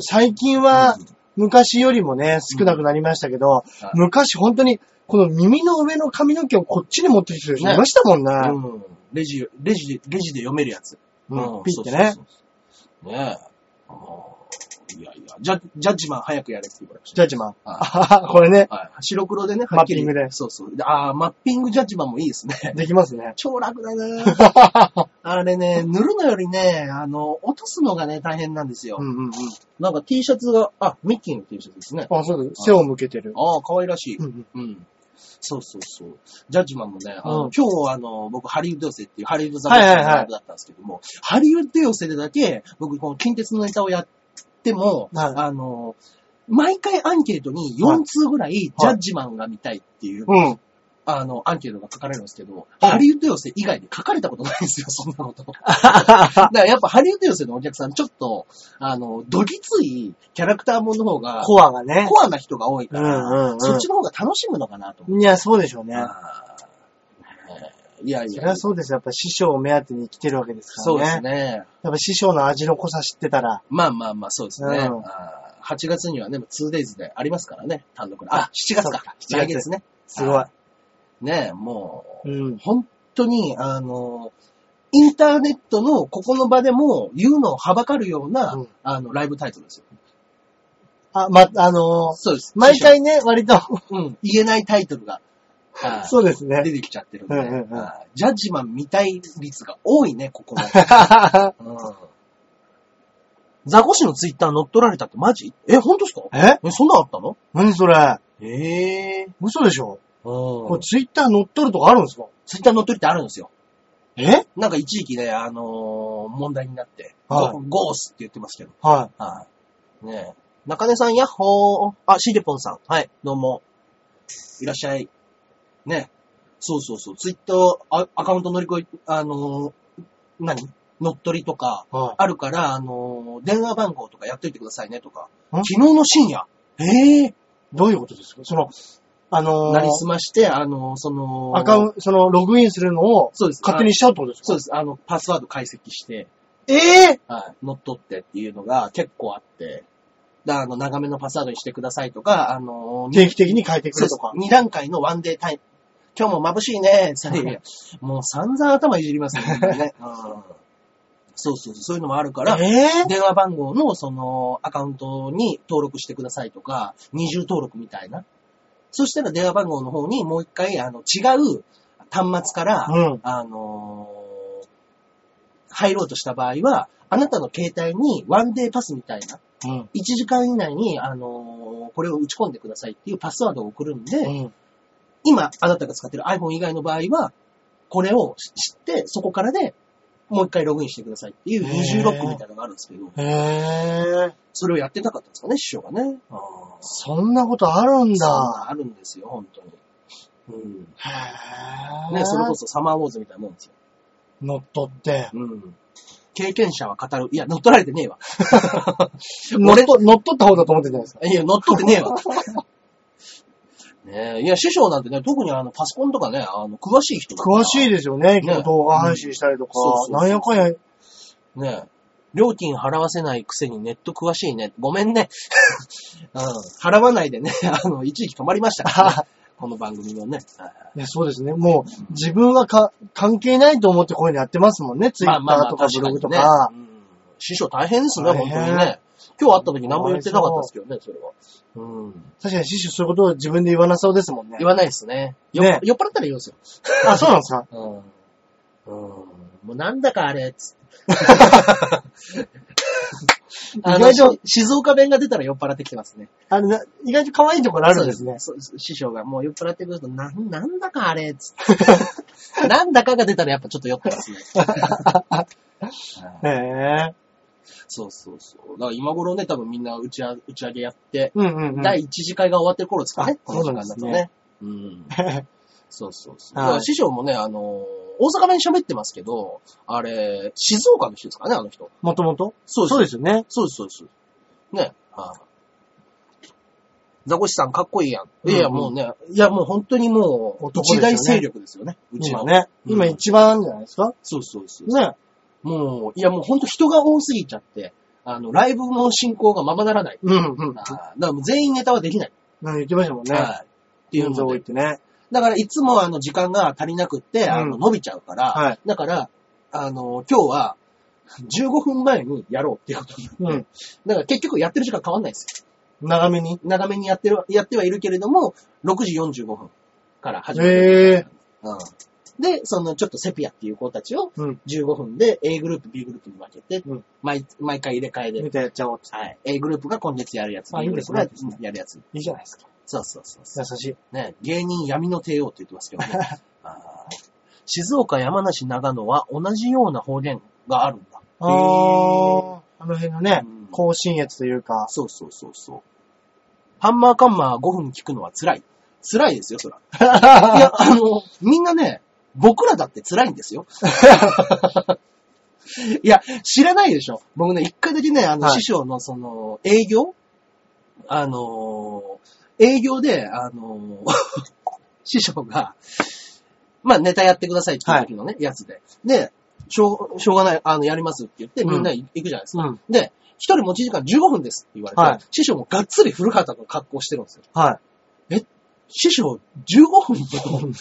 [SPEAKER 1] 最近は
[SPEAKER 2] うん
[SPEAKER 1] 昔よりもね、少なくなりましたけど、
[SPEAKER 2] うん
[SPEAKER 1] 昔本当に、この耳の上の髪の毛をこっちに持ってきてる人
[SPEAKER 2] ね
[SPEAKER 1] いましたもんね。
[SPEAKER 2] うん。レジ、レジで、レジで読めるやつ。
[SPEAKER 1] うん、ピッてね
[SPEAKER 2] そ。うそうそう。ねえ。あーいやいや、ジャジャッジマン早くやれって言われまし
[SPEAKER 1] ジャッジマン。
[SPEAKER 2] た。はい
[SPEAKER 1] あこれね、
[SPEAKER 2] はい白黒でね、
[SPEAKER 1] マッピングで
[SPEAKER 2] はっきりそうそう。でああ、マッピングジャッジマンもいいですね。 [LAUGHS]
[SPEAKER 1] できますね。
[SPEAKER 2] 超楽だね。
[SPEAKER 1] [LAUGHS]
[SPEAKER 2] あれね、塗るのよりね、あの、落とすのがね、大変なんですよ。
[SPEAKER 1] うんうんうん。
[SPEAKER 2] なんか T シャツが、あ、ミッキーの T シャツですね。
[SPEAKER 1] あ、そうです。背を向けてる。
[SPEAKER 2] ああ、可愛らしい。
[SPEAKER 1] うんうん
[SPEAKER 2] うん。そうそうそう。ジャッジマンもね、あの
[SPEAKER 1] うん
[SPEAKER 2] 今日あの、僕、ハリウッド寄せっていう、ハリウッドザ
[SPEAKER 1] はいはいはい
[SPEAKER 2] ライブだったんですけども、ハリウッド寄せでだけ、僕、この近鉄のネタをやっても、
[SPEAKER 1] はい
[SPEAKER 2] あの、毎回アンケートに4通ぐらい、ジャッジマンが見たいっていう、
[SPEAKER 1] うん。
[SPEAKER 2] あの、アンケートが書かれるんですけど、
[SPEAKER 1] うん
[SPEAKER 2] ハリウッド寄せ以外で書かれたことないんですよ、そんな
[SPEAKER 1] [LAUGHS]
[SPEAKER 2] こと。だからやっぱハリウッド寄せのお客さん、ちょっと、あの、どぎついキャラクターもの方が、
[SPEAKER 1] コアがね。
[SPEAKER 2] コアな人が多いから、
[SPEAKER 1] うんうんうん
[SPEAKER 2] そっちの方が楽しむのかなと思って
[SPEAKER 1] いや、そうでしょうね。
[SPEAKER 2] あーいやい
[SPEAKER 1] そ
[SPEAKER 2] や。
[SPEAKER 1] りゃそうですよ。やっぱ師匠を目当てに来てるわけですからね。
[SPEAKER 2] そうですね。
[SPEAKER 1] やっぱ師匠の味の濃さ知ってたら。
[SPEAKER 2] まあまあまあ、そうですね。
[SPEAKER 1] うん
[SPEAKER 2] あー8月にはね、2days でありますからね、単独の。あ、7月
[SPEAKER 1] そう
[SPEAKER 2] か
[SPEAKER 1] か。7月
[SPEAKER 2] 来月ね。
[SPEAKER 1] すごい。
[SPEAKER 2] ねえ、も
[SPEAKER 1] う
[SPEAKER 2] う、
[SPEAKER 1] ん。
[SPEAKER 2] 本当に、あの、インターネットのここの場でも言うのをはばかるような、
[SPEAKER 1] うん
[SPEAKER 2] あの、ライブタイトルですよ。
[SPEAKER 1] あ、ま、あのー
[SPEAKER 2] そうです。
[SPEAKER 1] 毎回ね、割と、
[SPEAKER 2] 師匠、うん、言えないタイトルが、はい
[SPEAKER 1] そうですね。
[SPEAKER 2] 出てきちゃってるんで、
[SPEAKER 1] うんうんうん
[SPEAKER 2] はいジャッジマン見たい率が多いね、ここも。うんザコシのツイッター乗っ取られたってマジえ、本当ですか
[SPEAKER 1] [LAUGHS] え
[SPEAKER 2] え、そんなのあったの
[SPEAKER 1] 何それ
[SPEAKER 2] ええ
[SPEAKER 1] 嘘でしょこ
[SPEAKER 2] こ
[SPEAKER 1] れ
[SPEAKER 2] れ
[SPEAKER 1] ツイッター乗っ取るとかあるんですか
[SPEAKER 2] ツイッター乗っ取りってあるんですよ。
[SPEAKER 1] え
[SPEAKER 2] なんか一時期ね、あのー問題になって、
[SPEAKER 1] はい
[SPEAKER 2] ゴゴースって言ってますけど。
[SPEAKER 1] は
[SPEAKER 2] はい。ねえ。中根さん、ヤッホー。あ、シデポンさん。はい、どうも。いらっしゃい。ねえ。そうそうそう。ツイッター、あアカウント乗り越え、あのー何乗っ取りとか、
[SPEAKER 1] い。は
[SPEAKER 2] あるから、あのー電話番号とかやっといてくださいねとか。
[SPEAKER 1] ん
[SPEAKER 2] 昨日の深夜。ええ
[SPEAKER 1] い。どういうことですかその、あのー
[SPEAKER 2] なりすまして、あのーその、
[SPEAKER 1] アカウン
[SPEAKER 2] ト、
[SPEAKER 1] ト、その、ログインするのを
[SPEAKER 2] そうです。
[SPEAKER 1] 勝手に
[SPEAKER 2] あ
[SPEAKER 1] しちゃうってことです
[SPEAKER 2] そ
[SPEAKER 1] か
[SPEAKER 2] うです。あの、パスワード解析して、
[SPEAKER 1] ええ
[SPEAKER 2] はい、乗っ取ってっていうのが結構あって、だからあの、長めのパスワードにしてくださいとか、あのー、
[SPEAKER 1] 定期的に変えてく
[SPEAKER 2] そうで
[SPEAKER 1] ると
[SPEAKER 2] す
[SPEAKER 1] か。。
[SPEAKER 2] 二段階のワンデータイム。今日も眩しい
[SPEAKER 1] [LAUGHS]
[SPEAKER 2] ね。さいやもう散々頭いじりますね。みんなねうんそうそうそう、そういうのもあるから、
[SPEAKER 1] え
[SPEAKER 2] [LAUGHS] 電話番号のそのアカウントに登録してくださいとか、二重登録みたいな。そしたら電話番号の方にもう一回あの違う端末から、
[SPEAKER 1] うん
[SPEAKER 2] あのー入ろうとした場合は、あなたの携帯にワンデーパスみたいな、
[SPEAKER 1] えうん。
[SPEAKER 2] 1時間以内に、あのーこれを打ち込んでくださいっていうパスワードを送るんで、
[SPEAKER 1] うん。
[SPEAKER 2] 今あなたが使ってる iPhone 以外の場合は、これを知って、そこからで、もう一回ログインしてくださいっていう二重ロックみたいなのがあるんですけど、
[SPEAKER 1] ええ
[SPEAKER 2] それをやってなかったんですかね、師匠がね。ああ。
[SPEAKER 1] そんなことあるんだ。
[SPEAKER 2] あるんですよ、本当に。うん。
[SPEAKER 1] へえ。
[SPEAKER 2] ね、それこそサマーウォーズみたいなもんですよ。
[SPEAKER 1] 乗っ取って。
[SPEAKER 2] うん。経験者は語る。いや、乗っ取られてねえわ。 [LAUGHS]
[SPEAKER 1] 乗っ取乗っ取った方だと思ってんじゃないですか。
[SPEAKER 2] いや、乗っ取ってねえわ。ねえ、いや、師匠なんてね、特にあの、パソコンとかね、あの、詳しい人だから
[SPEAKER 1] 詳しいですよね。今日動画配信したりとか。
[SPEAKER 2] そうそうそう
[SPEAKER 1] なんやかんや。
[SPEAKER 2] ねえ。料金払わせないくせにネット詳しいね。ごめんね。 [LAUGHS] うん。払わないでね、あの、一時期止まりました [LAUGHS] から、ね、この番組のね。はい
[SPEAKER 1] いや、そうですね。もう、自分はか関係ないと思ってこういうのやってますもんね。ツイッ
[SPEAKER 2] ま
[SPEAKER 1] タ
[SPEAKER 2] あまあま
[SPEAKER 1] ー
[SPEAKER 2] あ
[SPEAKER 1] とか
[SPEAKER 2] 確
[SPEAKER 1] ブ
[SPEAKER 2] か
[SPEAKER 1] ロ
[SPEAKER 2] に
[SPEAKER 1] グと
[SPEAKER 2] ね
[SPEAKER 1] か。
[SPEAKER 2] うん師匠大変ですね、
[SPEAKER 1] 大
[SPEAKER 2] 本
[SPEAKER 1] 変
[SPEAKER 2] 当にね。今日会った時何も言ってなかったですけどね、それは。うん。
[SPEAKER 1] 確かに師匠そういうことを自分で言わなそうですもんね
[SPEAKER 2] 言。わないですね。よ
[SPEAKER 1] ね
[SPEAKER 2] 酔っ払ったら言うんですよ。
[SPEAKER 1] あ、そうなんですか
[SPEAKER 2] うん。うん。もうなんだかあれ、つって。
[SPEAKER 1] [LAUGHS]
[SPEAKER 2] あの
[SPEAKER 1] 意外と
[SPEAKER 2] し静岡弁が出たら酔っ払ってきてますね。
[SPEAKER 1] あれな、意外と可愛いところあるんですね。
[SPEAKER 2] そうです。そう師匠がもう酔っ払ってくると、なん、なんだかあれ、つ [LAUGHS]
[SPEAKER 1] [LAUGHS]
[SPEAKER 2] って。なんだかが出たらやっぱちょっと酔ってますね。
[SPEAKER 1] へえ。
[SPEAKER 2] そうそうそう。だから今頃ね、多分みんな打ち上げ打ち上げやって、
[SPEAKER 1] うんうんうん。 [LAUGHS]
[SPEAKER 2] 第一次会が終わってる頃ですかね、
[SPEAKER 1] あ
[SPEAKER 2] この時間だとね。うん。そうそうそう。だか
[SPEAKER 1] は
[SPEAKER 2] ら
[SPEAKER 1] い
[SPEAKER 2] 師匠もね、あのー、大阪弁喋ってますけど、あれ、静岡の人ですかね、あの人。
[SPEAKER 1] もともと
[SPEAKER 2] そうです
[SPEAKER 1] そうですよね。
[SPEAKER 2] そうです、そうです。ね。はいザコシさんかっこいいやん。いやいや、
[SPEAKER 1] うんうん
[SPEAKER 2] もうね、いや、もう本当にもう、
[SPEAKER 1] 男
[SPEAKER 2] 一
[SPEAKER 1] ですよ
[SPEAKER 2] 大
[SPEAKER 1] ね
[SPEAKER 2] 勢力ですよね。うち
[SPEAKER 1] 今
[SPEAKER 2] は。
[SPEAKER 1] ね。
[SPEAKER 2] うん
[SPEAKER 1] 今一番じゃないですか
[SPEAKER 2] そうそうそう。
[SPEAKER 1] ね。
[SPEAKER 2] もう、いや、もう本当人が多すぎちゃって、あの、ライブの進行がままならない。
[SPEAKER 1] うんうん。
[SPEAKER 2] あーだからもう全員ネタはできない。
[SPEAKER 1] 何言ってましたもんね。
[SPEAKER 2] はい。っていう
[SPEAKER 1] 人数
[SPEAKER 2] の
[SPEAKER 1] 多い
[SPEAKER 2] で
[SPEAKER 1] っ。てね。
[SPEAKER 2] だからいつもあの時間が足りなくって、あ
[SPEAKER 1] う
[SPEAKER 2] の
[SPEAKER 1] ん
[SPEAKER 2] 伸びちゃうから、
[SPEAKER 1] はい
[SPEAKER 2] だから、あの、今日は15分前にやろうっていうことになって、
[SPEAKER 1] うん
[SPEAKER 2] だから結局やってる時間変わんないです。
[SPEAKER 1] 長めに。
[SPEAKER 2] 長めにやってる、やってはいるけれども、6時45分から始める。
[SPEAKER 1] へえ。
[SPEAKER 2] うんで、そのちょっとセピアっていう子たちを
[SPEAKER 1] うん。
[SPEAKER 2] 15分で A グループ、B グループに分けて、
[SPEAKER 1] うん
[SPEAKER 2] 毎毎回入れ替えで、
[SPEAKER 1] 見てやっちゃおうって。
[SPEAKER 2] はい。A グループが今月やるやつ、
[SPEAKER 1] あ
[SPEAKER 2] B グループ
[SPEAKER 1] い
[SPEAKER 2] が
[SPEAKER 1] いですね
[SPEAKER 2] やるやつ。
[SPEAKER 1] いいじゃないですか。
[SPEAKER 2] そうそうそうそ
[SPEAKER 1] 優しい。
[SPEAKER 2] う。ね、芸人闇の帝王って言ってますけどね。
[SPEAKER 1] [LAUGHS]
[SPEAKER 2] あー静岡、山梨、長野は同じような方言があるんだ。
[SPEAKER 1] あーあの辺のね
[SPEAKER 2] うん、
[SPEAKER 1] 更新越というか、
[SPEAKER 2] そうそうそうそう。ハンマーカンマー5分聞くのは辛い。辛いですよ、そら。いや、あの、みんなね、僕らだって辛いん
[SPEAKER 1] [LAUGHS]
[SPEAKER 2] ですよ。いや、知らないでしょ。僕ね、一回だけね、あの、
[SPEAKER 1] はい
[SPEAKER 2] 師匠のその、営業あのー、営業で、あの [LAUGHS] ー、師匠が、まあ、ネタやってくださいっていう時のね、やつで。で、しょう、しょうがない、あの、やりますって言って、みんな行くじゃないですか。
[SPEAKER 1] うん。
[SPEAKER 2] で、一人持ち時間15分ですって言われて、
[SPEAKER 1] はい
[SPEAKER 2] 師匠もがっつり古畑の格好してるんですよ。
[SPEAKER 1] は
[SPEAKER 2] 師匠、15分も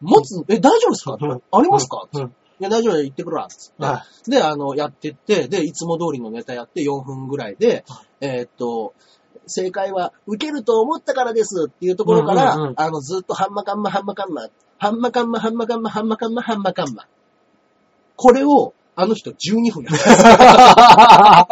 [SPEAKER 2] 持つ、え、大丈夫ですか、
[SPEAKER 1] うん
[SPEAKER 2] ありますか、
[SPEAKER 1] うん
[SPEAKER 2] いや、大丈夫だよ、行ってくるわ。つって
[SPEAKER 1] い。は
[SPEAKER 2] で、あの、やってって、で、いつも通りのネタやって4分ぐらいで、えーっと、正解は、受けると思ったからですっていうところから、
[SPEAKER 1] うんうんうん
[SPEAKER 2] あの、ずっと、ハンマカンマ、ハンマカンマ、ハンマカンマ、ハンマカンマ、ハンマカンマ、ハンマカンマ。これを、あの人12分やった。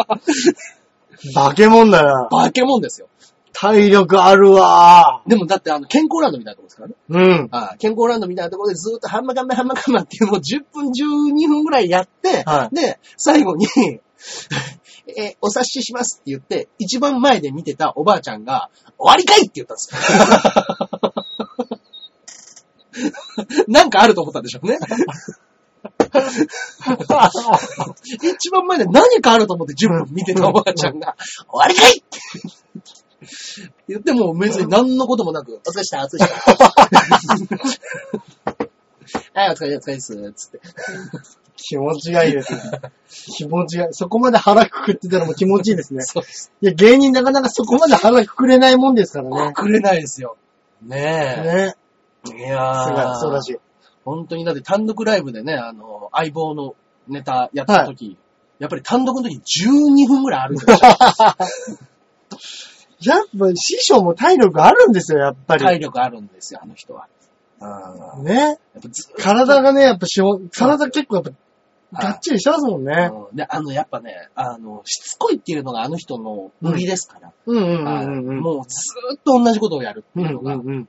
[SPEAKER 1] い。化け物だな。
[SPEAKER 2] 化け物ですよ。
[SPEAKER 1] 体力あるわ
[SPEAKER 2] でもだって、あの、健康ランドみたいなとこですからね。
[SPEAKER 1] うん。
[SPEAKER 2] ああ健康ランドみたいなところでずっとハンマカンマハンマカンマっていうのを10分12分ぐらいやって、
[SPEAKER 1] はい
[SPEAKER 2] で、最後に、 [LAUGHS] え、お察ししますって言って、一番前で見てたおばあちゃんが、終わりかいって言ったん
[SPEAKER 1] [LAUGHS]
[SPEAKER 2] です。なんかあると思ったんでしょう
[SPEAKER 1] [LAUGHS]
[SPEAKER 2] ね。一番前で何かあると思って10分見てたおばあちゃんが、終わりかいって言っても別に何のこともなく、お疲れした、お疲れ [LAUGHS] した。はい、お疲れ、お疲れです。つって。
[SPEAKER 1] [LAUGHS] 気持ちがいいですね。気持ちがいい。そこまで腹くくってたらもう気持ちいい [LAUGHS] ですね。
[SPEAKER 2] そうです。
[SPEAKER 1] いや、芸人なかなかそこまで腹くくれないもんですからね。
[SPEAKER 2] くれないですよ。ね
[SPEAKER 1] ね。
[SPEAKER 2] え。いやー。
[SPEAKER 1] すごい、そうらしい。
[SPEAKER 2] 本当にだって単独ライブでね、あの、相棒のネタやった時、やっぱり単独の時12分ぐらいあるん [LAUGHS] ですよ。
[SPEAKER 1] やっぱ師匠も体力あるんですよ、やっぱ
[SPEAKER 2] 体
[SPEAKER 1] り。
[SPEAKER 2] 力あるんですよ、あの人は。うん。
[SPEAKER 1] ね。
[SPEAKER 2] やっぱずっと
[SPEAKER 1] 体がね、やっぱしょ、体結構やっぱ、がっちりしてますもんね。
[SPEAKER 2] うんで、あの、やっぱね、あの、しつこいっていうのがあの人の売りですから。
[SPEAKER 1] うんうん
[SPEAKER 2] はい
[SPEAKER 1] うんうん。
[SPEAKER 2] もうずーっと同じことをやるって
[SPEAKER 1] うん
[SPEAKER 2] いううのが。
[SPEAKER 1] ん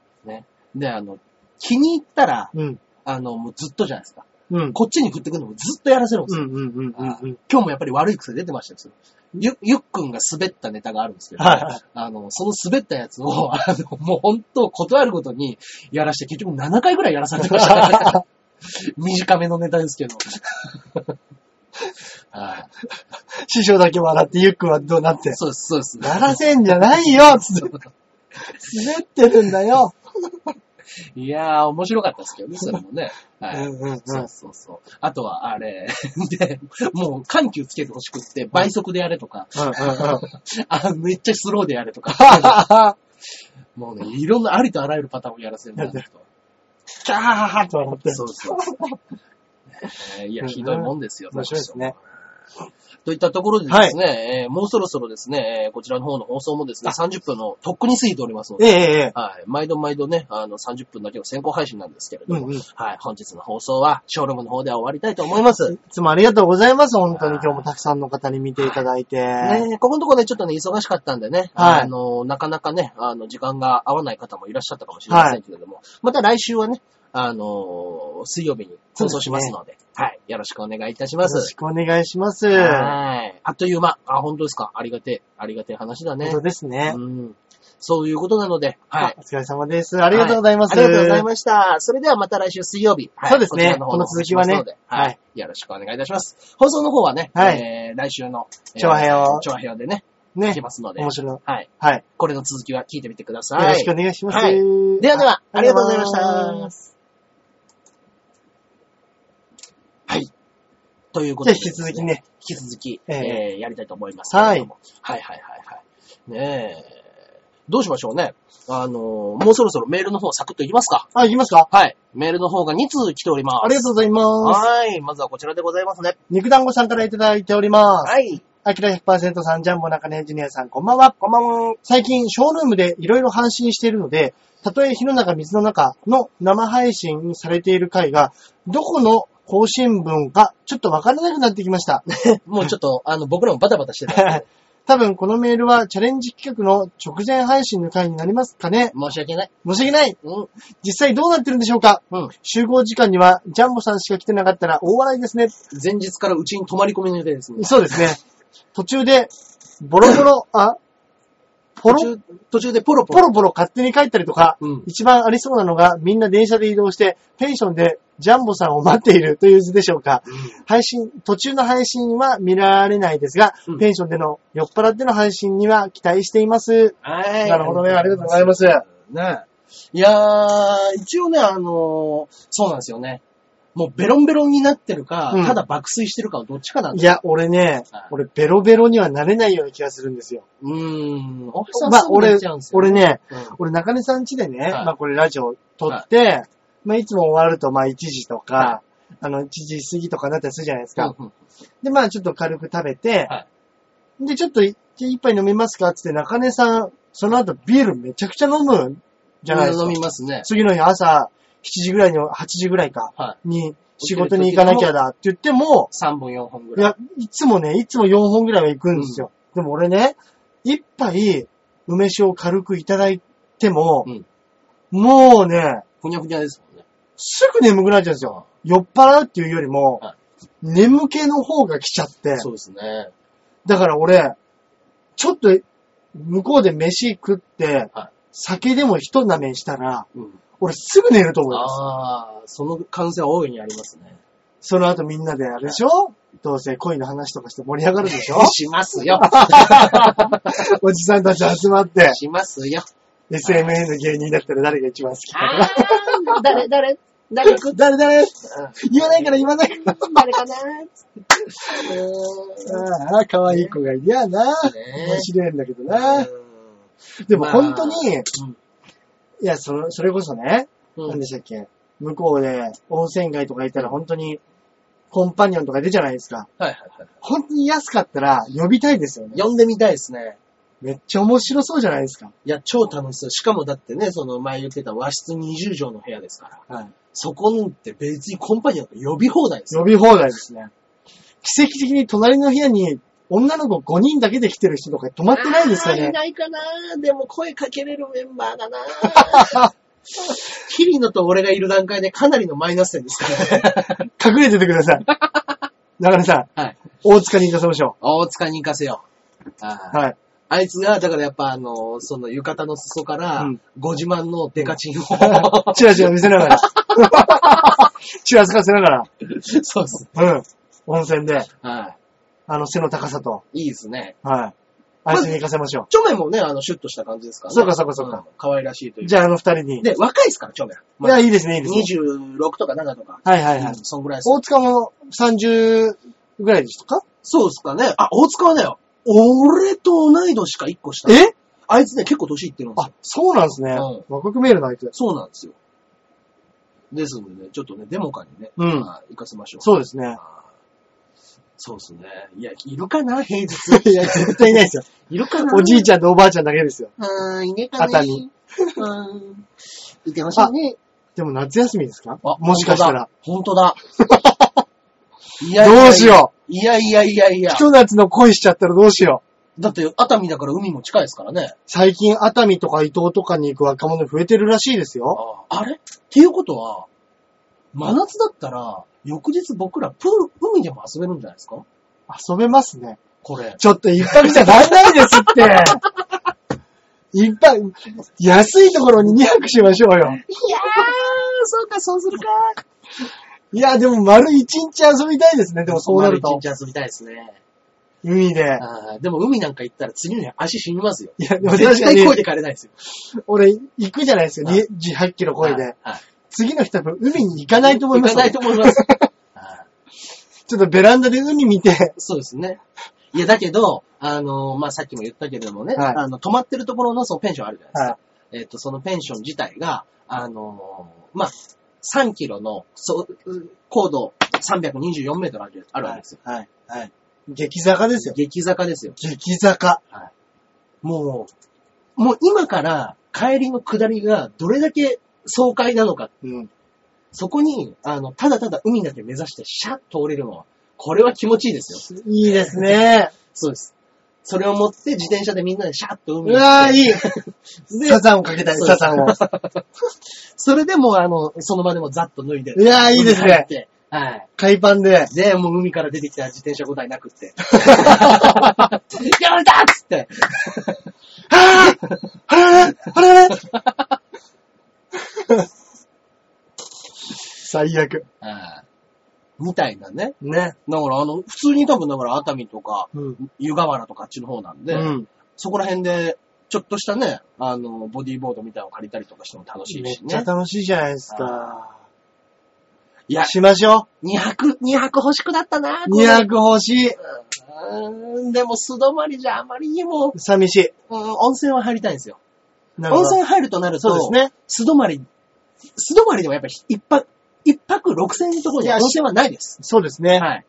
[SPEAKER 2] で、あの、気に入ったら、
[SPEAKER 1] うん。
[SPEAKER 2] あの、もうずっとじゃないですか。
[SPEAKER 1] うん。
[SPEAKER 2] こっちに振ってくるのもずっとやらせるんです
[SPEAKER 1] うん
[SPEAKER 2] よ。
[SPEAKER 1] うんうんうんうん。
[SPEAKER 2] 今日もやっぱり悪い癖出てましたよ。ゆ、ゆっくんが滑ったネタがあるんですけど、
[SPEAKER 1] はいはい
[SPEAKER 2] あの、その滑ったやつを、あ [LAUGHS] の、もう本当、断るごとにやらして、結局7回ぐらいやらされてました、
[SPEAKER 1] [LAUGHS]
[SPEAKER 2] ね。短めのネタですけど。 [LAUGHS] はい
[SPEAKER 1] 師匠だけ笑って、ゆっくんはどうなって。
[SPEAKER 2] そうです、そうです。
[SPEAKER 1] やらせんじゃないよつって。滑ってるんだよ。
[SPEAKER 2] いやー、面白かったですけどね、それも
[SPEAKER 1] [LAUGHS]
[SPEAKER 2] ね。は
[SPEAKER 1] う
[SPEAKER 2] い。
[SPEAKER 1] んうんうん。
[SPEAKER 2] そうそうそう。あとは、あれ、 [LAUGHS] で、もう緩急つけてほしくって、倍速でやれとか、
[SPEAKER 1] [LAUGHS]
[SPEAKER 2] あめっちゃスローでやれとか、もうね、いろんなありとあらゆるパターンをやらせるんだなと。
[SPEAKER 1] キャーハハと笑って。
[SPEAKER 2] そうそう。ね [LAUGHS] いや、ひどいもんですよ、
[SPEAKER 1] 面白いですね。
[SPEAKER 2] といったところでですね、えーもうそろそろですね、えーこちらの方の放送もですね、30分のとっくに過ぎておりますので、
[SPEAKER 1] ええええ。
[SPEAKER 2] はい。毎度毎度ね、あの、30分だけの先行配信なんですけれども、
[SPEAKER 1] うんうん
[SPEAKER 2] はい。本日の放送は、ショールームの方では終わりたいと思います。
[SPEAKER 1] いつもありがとうございます。本当に今日もたくさんの方に見ていただいて。
[SPEAKER 2] ねここのとこね、ちょっとね、忙しかったんでね、
[SPEAKER 1] はい
[SPEAKER 2] あの、なかなかね、あの、時間が合わない方もいらっしゃったかもしれませんけれども、また来週はね、あのー水曜日に放送しますので、はい。よろしくお願いいたしま
[SPEAKER 1] よろ
[SPEAKER 2] す
[SPEAKER 1] し。くお願いします。
[SPEAKER 2] はい。あっという間。あ、本当ですか。ありがてえ、ありがてえ話だね
[SPEAKER 1] 本当。ですね
[SPEAKER 2] う。ん。そういうことなので、はい
[SPEAKER 1] あ。お疲れ様です。ありがとうございます。
[SPEAKER 2] はありがとうございました。それではまた来週水曜日。はい
[SPEAKER 1] そうです
[SPEAKER 2] こ
[SPEAKER 1] ね
[SPEAKER 2] ちらの方の続きは
[SPEAKER 1] この
[SPEAKER 2] ね
[SPEAKER 1] 続きはね。
[SPEAKER 2] は。
[SPEAKER 1] はい
[SPEAKER 2] よろしくお願いいたします。放送の方はね、
[SPEAKER 1] はい
[SPEAKER 2] えー来週の、えー
[SPEAKER 1] 長編を
[SPEAKER 2] 長編でね、聞き
[SPEAKER 1] ね
[SPEAKER 2] ま。すので
[SPEAKER 1] 面、白い。
[SPEAKER 2] はい。
[SPEAKER 1] はい。
[SPEAKER 2] これの続きは聞いてみてください。
[SPEAKER 1] よろしくお願いします。
[SPEAKER 2] はいではでは、ありがとうございまし
[SPEAKER 1] ありがとうござい
[SPEAKER 2] た
[SPEAKER 1] ま。
[SPEAKER 2] はい。というこ
[SPEAKER 1] じゃ
[SPEAKER 2] とで
[SPEAKER 1] あ引き続きね。
[SPEAKER 2] 引き続き、
[SPEAKER 1] え
[SPEAKER 2] え
[SPEAKER 1] え
[SPEAKER 2] ーやりたいと思います。け
[SPEAKER 1] はい
[SPEAKER 2] れどもはいはいはいはい。ねえ。どうしましょうね。あのー、もうそろそろメールの方サクッといきますか。
[SPEAKER 1] あ、いきますか
[SPEAKER 2] はい。メールの方が2通来ております。
[SPEAKER 1] ありがとうございます。
[SPEAKER 2] はい。まずはこちらでございますね。
[SPEAKER 1] 肉団子さんからいただいております。
[SPEAKER 2] はい。
[SPEAKER 1] あきら100%さん、ジャンボ中根エンジニアさん、こんばんは。
[SPEAKER 2] こんばんは。
[SPEAKER 1] 最近、ショールームでいろいろ配信しているので、たとえ火の中、水の中の生配信されている回が、どこの更新文か、ちょっとわからなくなってき
[SPEAKER 2] [LAUGHS]
[SPEAKER 1] ました。
[SPEAKER 2] もうちょっと、あの、僕らもバタバタしてたん [LAUGHS] で。
[SPEAKER 1] 多分、このメールはチャレンジ企画の直前配信の回になりますかね。
[SPEAKER 2] 申し訳ない。
[SPEAKER 1] 申し訳ない。
[SPEAKER 2] うん。
[SPEAKER 1] 実際どうなってるんでしょうか
[SPEAKER 2] うん。
[SPEAKER 1] 集合時間には、ジャンボさんしか来てなかったら大笑いですね。
[SPEAKER 2] 前日からうちに泊まり込みの予定ですね。
[SPEAKER 1] そうですね。途中で、ボロボロ、あ、ポ
[SPEAKER 2] 途
[SPEAKER 1] ロ、
[SPEAKER 2] 中、途中でポロポ
[SPEAKER 1] ポ
[SPEAKER 2] ロ。
[SPEAKER 1] ロポロ勝手に帰ったりとか、
[SPEAKER 2] うん。
[SPEAKER 1] 一番ありそうなのが、みんな電車で移動して、ペンションでジャンボさんを待っているという図でしょうか。配信、途中の配信は見られないですが、
[SPEAKER 2] うん
[SPEAKER 1] ペンションでの酔っ払っての配信には期待しています。
[SPEAKER 2] はい。
[SPEAKER 1] なるほどねありがとうございます
[SPEAKER 2] ね。いやー、一応ね、あのーそうなんですよね。もうベロンベロンになってるか、
[SPEAKER 1] うん
[SPEAKER 2] ただ爆睡してるかはどっちかなん
[SPEAKER 1] い
[SPEAKER 2] ですよ
[SPEAKER 1] や、俺ね
[SPEAKER 2] はい、
[SPEAKER 1] 俺ベロベロにはなれないような気がするんですよ。
[SPEAKER 2] うーん。お客さん
[SPEAKER 1] まあ
[SPEAKER 2] す、ぐ
[SPEAKER 1] 俺
[SPEAKER 2] 寝ちゃうんで、すよ、
[SPEAKER 1] 俺ね、
[SPEAKER 2] うん
[SPEAKER 1] 俺中根さん家でね、
[SPEAKER 2] はい
[SPEAKER 1] まあこれラジオ撮って、まあいつも終わるとまあ1時とか、
[SPEAKER 2] は
[SPEAKER 1] あの1時過ぎとかなったりするじゃないですか。
[SPEAKER 2] うんうん
[SPEAKER 1] で、まあちょっと軽く食べて、
[SPEAKER 2] は
[SPEAKER 1] で、ちょっと一一杯飲みますかってって中根さん、その後ビールめちゃくちゃ飲むじゃないですか
[SPEAKER 2] 飲。みますね。
[SPEAKER 1] 次の日朝7時ぐらいに、8時ぐらいか、
[SPEAKER 2] は
[SPEAKER 1] に仕事に行かなきゃだって言っても、
[SPEAKER 2] 3本4本ぐ
[SPEAKER 1] い
[SPEAKER 2] らい。
[SPEAKER 1] や、いつもね、いつも4本ぐらいは行くんですよ。でも俺ね、一杯、梅酒を軽くいただいても、
[SPEAKER 2] うん
[SPEAKER 1] もうね、
[SPEAKER 2] ふにゃふにゃですもんね。
[SPEAKER 1] すぐ眠くなっちゃうんですよ。酔っ払うっていうよりも、
[SPEAKER 2] は
[SPEAKER 1] 眠気の方が来ちゃって、
[SPEAKER 2] そうですね。
[SPEAKER 1] だから俺、ちょっと、向こうで飯食って、
[SPEAKER 2] はい
[SPEAKER 1] 酒でも一舐めしたら、
[SPEAKER 2] うん。
[SPEAKER 1] 俺すぐ寝ると思います。
[SPEAKER 2] あー、その可能性は大いにありますね。
[SPEAKER 1] その後みんなであれでしょどうせ恋の話とかして盛り上が
[SPEAKER 2] [LAUGHS]
[SPEAKER 1] るでしょ
[SPEAKER 2] しますよ。
[SPEAKER 1] おじさんたち集まって。
[SPEAKER 2] しますよ。
[SPEAKER 1] SMA の芸人だったら誰が一番好きか
[SPEAKER 2] あー、誰、誰、誰、
[SPEAKER 1] 誰誰言わないから言わないから。
[SPEAKER 2] 誰かなーっつってうーん
[SPEAKER 1] ああ、可愛い子が嫌な。
[SPEAKER 2] ね
[SPEAKER 1] 面白いんだけどな。でも本当に、
[SPEAKER 2] うん
[SPEAKER 1] いや、その、それこそね、
[SPEAKER 2] うん
[SPEAKER 1] 何でしたっけ、向こうで温泉街とか行ったら本当に、コンパニオンとか出るじゃないですか。
[SPEAKER 2] はいはいは
[SPEAKER 1] 本当に安かったら呼びたいですよね
[SPEAKER 2] い。。呼んでみたいですね。
[SPEAKER 1] めっちゃ面白そうじゃないですか。
[SPEAKER 2] いや、超楽しそう。しかもだってね、その前言ってた和室20畳の部屋ですから。
[SPEAKER 1] はい。
[SPEAKER 2] そこにって別にコンパニオンと呼び放題ですよ。
[SPEAKER 1] 呼び放題ですね。奇跡的に隣の部屋に女の子5人だけで来てる人とか泊まってないですよ
[SPEAKER 2] あーい
[SPEAKER 1] ね。
[SPEAKER 2] ないかなでも声かけれるメンバーがなキリノと俺がいる段階でかなりのマイナス点ですからね。
[SPEAKER 1] 隠れててください。中根さ
[SPEAKER 2] [LAUGHS]
[SPEAKER 1] ん、
[SPEAKER 2] はい。
[SPEAKER 1] 大塚に行かせましょ
[SPEAKER 2] 大塚に行かせよう。
[SPEAKER 1] う。はい。
[SPEAKER 2] あいつが、だからやっぱあの、その浴衣の裾から
[SPEAKER 1] うん、
[SPEAKER 2] ご自慢のデカチンを、
[SPEAKER 1] チラチラ見せながら。 [LAUGHS] チラつかせなが
[SPEAKER 2] [LAUGHS] そうっす。
[SPEAKER 1] ら。うん。温泉で、
[SPEAKER 2] は
[SPEAKER 1] あの背の高さと。
[SPEAKER 2] い。いいですね。
[SPEAKER 1] はい。あいつに行かせましょ
[SPEAKER 2] チョメもね、あの、シュッとした感じですからね。
[SPEAKER 1] そうかそうかそうか。
[SPEAKER 2] ん。可愛らしいというう
[SPEAKER 1] じ
[SPEAKER 2] か。
[SPEAKER 1] ゃああの二人に。
[SPEAKER 2] で、若いですから、チョメ。
[SPEAKER 1] いや、いいですね、いいですね。
[SPEAKER 2] 26とか7とか。
[SPEAKER 1] はいはいはい
[SPEAKER 2] うん。そんぐらいです。
[SPEAKER 1] 大塚も30ぐらいでしたか
[SPEAKER 2] そうっすかね。あ、大塚はね、俺と同い年か1個下。
[SPEAKER 1] え
[SPEAKER 2] あいつね、結構年いってるんです
[SPEAKER 1] あ
[SPEAKER 2] よ。、
[SPEAKER 1] そうなんですね
[SPEAKER 2] うん。
[SPEAKER 1] 若く見えるな、あいつ。
[SPEAKER 2] そうなんですよ。ですんでね、ちょっとね、デモカにね、
[SPEAKER 1] うん
[SPEAKER 2] あ行かせましょう。
[SPEAKER 1] そうですね。
[SPEAKER 2] あーそうですね。いや、いるかな平日。
[SPEAKER 1] [LAUGHS] いや、絶対いないですよ。
[SPEAKER 2] いるかな
[SPEAKER 1] おじいちゃんとおばあちゃんだけですよ。
[SPEAKER 2] うーん、いねえか
[SPEAKER 1] 熱
[SPEAKER 2] う
[SPEAKER 1] 海
[SPEAKER 2] ーん。いてましたね。
[SPEAKER 1] でも夏休みですかもしかしたら。。
[SPEAKER 2] 本当だ。いやいやいや
[SPEAKER 1] どうしよ。
[SPEAKER 2] いやいやいやいうや
[SPEAKER 1] ひ。と夏の恋しちゃったらどうしよう。
[SPEAKER 2] だって、熱海だから海も近いですからね。
[SPEAKER 1] 最近熱海とか伊東とかに行く若者増えてるらしいですよ。
[SPEAKER 2] ああれっていうことは、真夏だったら、翌日僕らプール、海でも遊べるんじゃないですか
[SPEAKER 1] 遊べますね。
[SPEAKER 2] これ。
[SPEAKER 1] ちょっと一泊じゃ足んないですって。一泊、安いところに2泊しましょう
[SPEAKER 2] い
[SPEAKER 1] よ。
[SPEAKER 2] やー、そうか、そうするか。
[SPEAKER 1] いや、でも丸1日遊びたいですね。でもそうなると
[SPEAKER 2] 一。日遊びたいですね。
[SPEAKER 1] 海で。
[SPEAKER 2] あーでも海なんか行ったら次の日足死にますよ。
[SPEAKER 1] いや、でも確
[SPEAKER 2] 絶
[SPEAKER 1] か
[SPEAKER 2] 対
[SPEAKER 1] に
[SPEAKER 2] 声、でかれないですよ。
[SPEAKER 1] 俺行くじゃないですか。
[SPEAKER 2] はい
[SPEAKER 1] に18キロ声
[SPEAKER 2] は
[SPEAKER 1] で
[SPEAKER 2] い。。はい
[SPEAKER 1] 次の日多分海に行かないと思います
[SPEAKER 2] 行かない
[SPEAKER 1] よ。
[SPEAKER 2] と思います。はい
[SPEAKER 1] ちょっとベランダで海見て、
[SPEAKER 2] [LAUGHS] そうですね。いや、だけど、あの、まあ、さっきも言ったけれどもね、
[SPEAKER 1] はい
[SPEAKER 2] あの、泊まってるところのそのペンションあるじゃないですか。
[SPEAKER 1] は
[SPEAKER 2] えっ、と、そのペンション自体が、あの、まあ、3キロの、そう、高度324メートルあるあるわけですよ。
[SPEAKER 1] はい。はい。激坂ですよ。
[SPEAKER 2] 激坂ですよ。
[SPEAKER 1] 激坂。
[SPEAKER 2] もう、もう今から帰りの下りがどれだけ爽快なのか、
[SPEAKER 1] うん。
[SPEAKER 2] そこに、あの、ただただ海だけ目指してシャッと降りるのは、これは気持ちいいですよ。
[SPEAKER 1] いいですね。
[SPEAKER 2] そうです。それを持って自転車でみんなでシャッと海
[SPEAKER 1] う
[SPEAKER 2] に行って
[SPEAKER 1] わー、いい。 [LAUGHS] サザンをかけたい、
[SPEAKER 2] そう
[SPEAKER 1] サザンを。
[SPEAKER 2] それでもうあの、その場でもざっと脱いで。
[SPEAKER 1] うわー、いいです
[SPEAKER 2] 海に入
[SPEAKER 1] ね
[SPEAKER 2] っ。てはい。
[SPEAKER 1] 海パンで。
[SPEAKER 2] で、もう海から出てきた自転車5台なくって。やられたっつって。
[SPEAKER 1] はぁあらあらあら [LAUGHS] 最悪。
[SPEAKER 2] はいみたいなね。
[SPEAKER 1] ね。
[SPEAKER 2] だからあの、普通に多分だから熱海とか、
[SPEAKER 1] うん。
[SPEAKER 2] 湯河原とかあっちの方なんで、
[SPEAKER 1] うん。
[SPEAKER 2] そこら辺で、ちょっとしたね、あの、ボディーボードみたいなのを借りたりとかしても楽しい
[SPEAKER 1] めっ
[SPEAKER 2] し
[SPEAKER 1] ちゃ
[SPEAKER 2] ね。
[SPEAKER 1] 楽しいじゃないですか。
[SPEAKER 2] いや、
[SPEAKER 1] しましょ
[SPEAKER 2] 2泊、2泊欲しくなったな、
[SPEAKER 1] う。2泊欲しい。
[SPEAKER 2] うーんでも素泊まりじゃあまりにも、
[SPEAKER 1] 寂しい。
[SPEAKER 2] うん温泉は入りたいんですよ。
[SPEAKER 1] なるほ
[SPEAKER 2] 温
[SPEAKER 1] ど
[SPEAKER 2] 泉入るとなると、
[SPEAKER 1] そうですね。
[SPEAKER 2] 素泊まり、素泊まりでもやっぱり一泊、一泊六千円のところに
[SPEAKER 1] いや
[SPEAKER 2] 温泉はないです。
[SPEAKER 1] そうですね。
[SPEAKER 2] はい。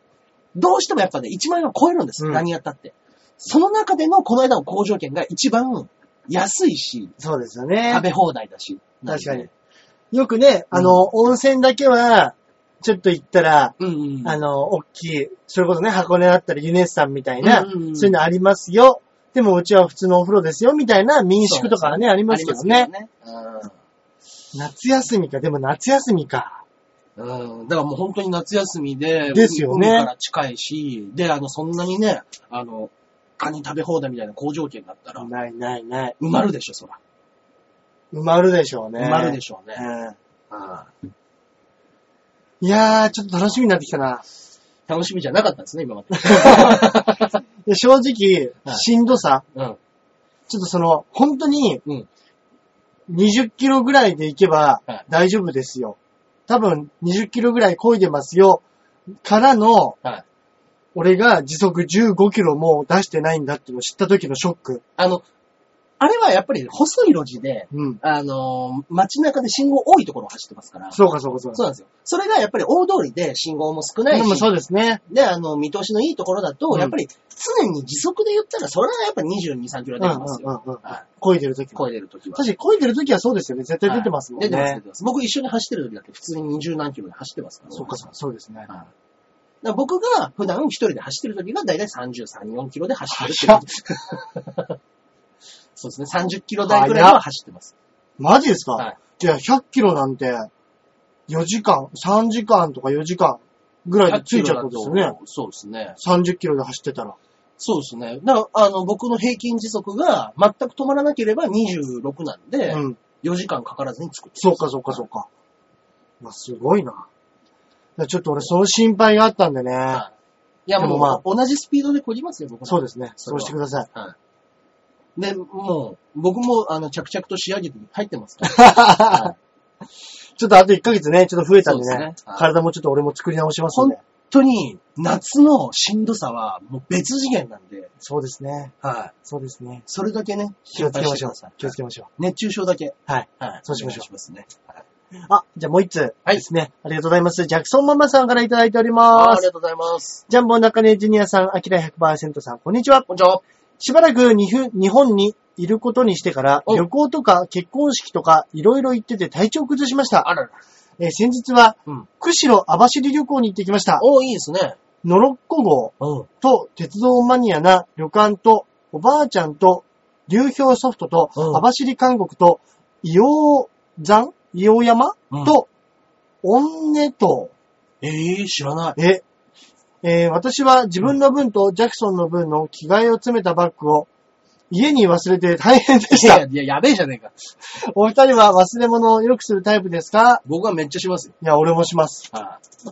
[SPEAKER 2] どうしてもやっぱね、1万円を超えるんです。
[SPEAKER 1] うん
[SPEAKER 2] 何やったって。その中でのこの間の工場券が一番安いし、
[SPEAKER 1] そうですよ
[SPEAKER 2] 食
[SPEAKER 1] ね。
[SPEAKER 2] べ放題だし。
[SPEAKER 1] 確かに
[SPEAKER 2] なんで。
[SPEAKER 1] よくね、あの、温泉だけは、ちょっと行ったら、
[SPEAKER 2] うんうんうん。
[SPEAKER 1] あの、大きい、それこそね、箱根だったりユネッサンみたいな、
[SPEAKER 2] うんうんうん
[SPEAKER 1] そういうのありますよ。でもうちは普通のお風呂ですよ、みたいな民宿とかはね、ありますけど
[SPEAKER 2] あ
[SPEAKER 1] ね
[SPEAKER 2] り。ますけ
[SPEAKER 1] 夏休みか、でも夏休みか。
[SPEAKER 2] どね。うん。うん。だからもう本当に夏休みで、
[SPEAKER 1] ですよね
[SPEAKER 2] 海から近いし、で、あの、そんなにね、あの、カニ食べ放題みたいな工場券だったら、
[SPEAKER 1] ないないない。
[SPEAKER 2] 埋まるでしょ、そら。
[SPEAKER 1] 埋まるでしょうね。
[SPEAKER 2] 埋まるで
[SPEAKER 1] し
[SPEAKER 2] しょう
[SPEAKER 1] ょ
[SPEAKER 2] ね。うん
[SPEAKER 1] いやー、ちょっと楽しみになってきたな。
[SPEAKER 2] 楽しみじゃなかったんですね、
[SPEAKER 1] [LAUGHS]
[SPEAKER 2] 今まで。
[SPEAKER 1] いや正直、
[SPEAKER 2] はい
[SPEAKER 1] しんどさ、
[SPEAKER 2] うん。
[SPEAKER 1] ちょっとその、本当に
[SPEAKER 2] うん。
[SPEAKER 1] 20キロぐらいで行けば
[SPEAKER 2] はい
[SPEAKER 1] 大丈夫ですよ。多分20キロぐらい漕いでますよ。からの、
[SPEAKER 2] はい。
[SPEAKER 1] 俺が時速15キロも出してないんだっていうのを知った時のショック。
[SPEAKER 2] あの、あれはやっぱり細い路地で、
[SPEAKER 1] うん。
[SPEAKER 2] あのー街中で信号多いところを走ってますから。
[SPEAKER 1] そうかそうかそ
[SPEAKER 2] そう
[SPEAKER 1] うか。
[SPEAKER 2] なんですよ。それがやっぱり大通りで信号も少ない
[SPEAKER 1] でも
[SPEAKER 2] し、
[SPEAKER 1] そうですね。
[SPEAKER 2] で、あの、見通しのいいところだと、
[SPEAKER 1] うん
[SPEAKER 2] やっぱり常に時速で言ったら、それがやっぱ22、3キロ
[SPEAKER 1] う
[SPEAKER 2] は
[SPEAKER 1] ん
[SPEAKER 2] 出
[SPEAKER 1] うん
[SPEAKER 2] てます
[SPEAKER 1] う
[SPEAKER 2] よ。
[SPEAKER 1] んうん。
[SPEAKER 2] はい。
[SPEAKER 1] 漕いでる時は。
[SPEAKER 2] 声出るときは。
[SPEAKER 1] 確かに漕いでる時はそうですよね。絶対出てますもんね。
[SPEAKER 2] はい出てます、出てます。僕一緒に走ってる時だって普通に20何キロで走ってますから。
[SPEAKER 1] そうかそうか、そうですね。
[SPEAKER 2] はい。だから僕が普段一人で走ってる時がだいたい33、4キロで走って
[SPEAKER 1] 早
[SPEAKER 2] る
[SPEAKER 1] っ
[SPEAKER 2] っていう。 [LAUGHS] そうですね。30キロ台ぐらいでは走ってます。
[SPEAKER 1] マジですか、
[SPEAKER 2] はい
[SPEAKER 1] じゃあ100キロなんて、4時間、3時間とか4時間ぐらいでついちゃったんですよね。
[SPEAKER 2] そうですね。
[SPEAKER 1] 30キロで走ってたら。
[SPEAKER 2] そうですね。だから、あの、僕の平均時速が全く止まらなければ26なんで、
[SPEAKER 1] うん。
[SPEAKER 2] 4時間かからずに着く。
[SPEAKER 1] そうか、そうか、そうか。まあ、すごいな。だからちょっと俺、その心配があったんでね。
[SPEAKER 2] いや、も
[SPEAKER 1] で
[SPEAKER 2] う、
[SPEAKER 1] もまあ
[SPEAKER 2] 同じスピードで漕ぎますよ、僕
[SPEAKER 1] そう
[SPEAKER 2] で
[SPEAKER 1] ですね。
[SPEAKER 2] そ
[SPEAKER 1] そ
[SPEAKER 2] れ
[SPEAKER 1] う
[SPEAKER 2] は
[SPEAKER 1] してください。
[SPEAKER 2] す。はい。で、もう、僕も、あの、着々と仕上げて入ってますから。は
[SPEAKER 1] ちょっとあと1ヶ月ね、ちょっと増えたんで
[SPEAKER 2] そ
[SPEAKER 1] ね。
[SPEAKER 2] うですねはい
[SPEAKER 1] 体もちょっと俺も作り直しますんで。
[SPEAKER 2] 本当に、夏のしんどさは、もう別次元なんで、
[SPEAKER 1] そうですね。
[SPEAKER 2] はい。
[SPEAKER 1] そうですね。
[SPEAKER 2] それだけね、
[SPEAKER 1] 気をつけましょ
[SPEAKER 2] 心配てくだ
[SPEAKER 1] う
[SPEAKER 2] さい。
[SPEAKER 1] 気をつけましょ
[SPEAKER 2] 熱中症だけ。
[SPEAKER 1] う。はい。
[SPEAKER 2] はい。
[SPEAKER 1] そうしまし
[SPEAKER 2] お
[SPEAKER 1] ょう
[SPEAKER 2] 願いますね。はい
[SPEAKER 1] あ、じゃあもう一つ
[SPEAKER 2] はい
[SPEAKER 1] ですね、ありがとうございます。ジャクソンママさんからいただいており
[SPEAKER 2] あー
[SPEAKER 1] ま
[SPEAKER 2] あり
[SPEAKER 1] す
[SPEAKER 2] が。とうございます。
[SPEAKER 1] ジャンボ中根ジュニアさん、アキラ100%さん、こんにちは。
[SPEAKER 2] こんにちは。
[SPEAKER 1] しばらく日本日本にいることにしてから、
[SPEAKER 2] お
[SPEAKER 1] 旅行とか結婚式とかいろいろ行ってて体調崩しました。
[SPEAKER 2] らら。
[SPEAKER 1] えー先日は、
[SPEAKER 2] うん。
[SPEAKER 1] 釧路網走旅行に行ってきました。
[SPEAKER 2] おーいいですね。
[SPEAKER 1] ノロッコ号
[SPEAKER 2] うん。
[SPEAKER 1] と鉄道マニアな旅館とおばあちゃんと流氷ソフトと
[SPEAKER 2] うん
[SPEAKER 1] 網走韓国と硫黄山硫黄山、
[SPEAKER 2] うん
[SPEAKER 1] とオンネト
[SPEAKER 2] ええー、知らない。
[SPEAKER 1] え、えー私は自分の分とジャクソンの分の着替えを詰めたバッグを家に忘れて大変でし
[SPEAKER 2] いや
[SPEAKER 1] た。
[SPEAKER 2] いや、やべえじゃねえか。
[SPEAKER 1] お二人は忘れ物をよくするタイプですか
[SPEAKER 2] 僕はめっちゃしますよ。
[SPEAKER 1] いや、俺もします。
[SPEAKER 2] はい。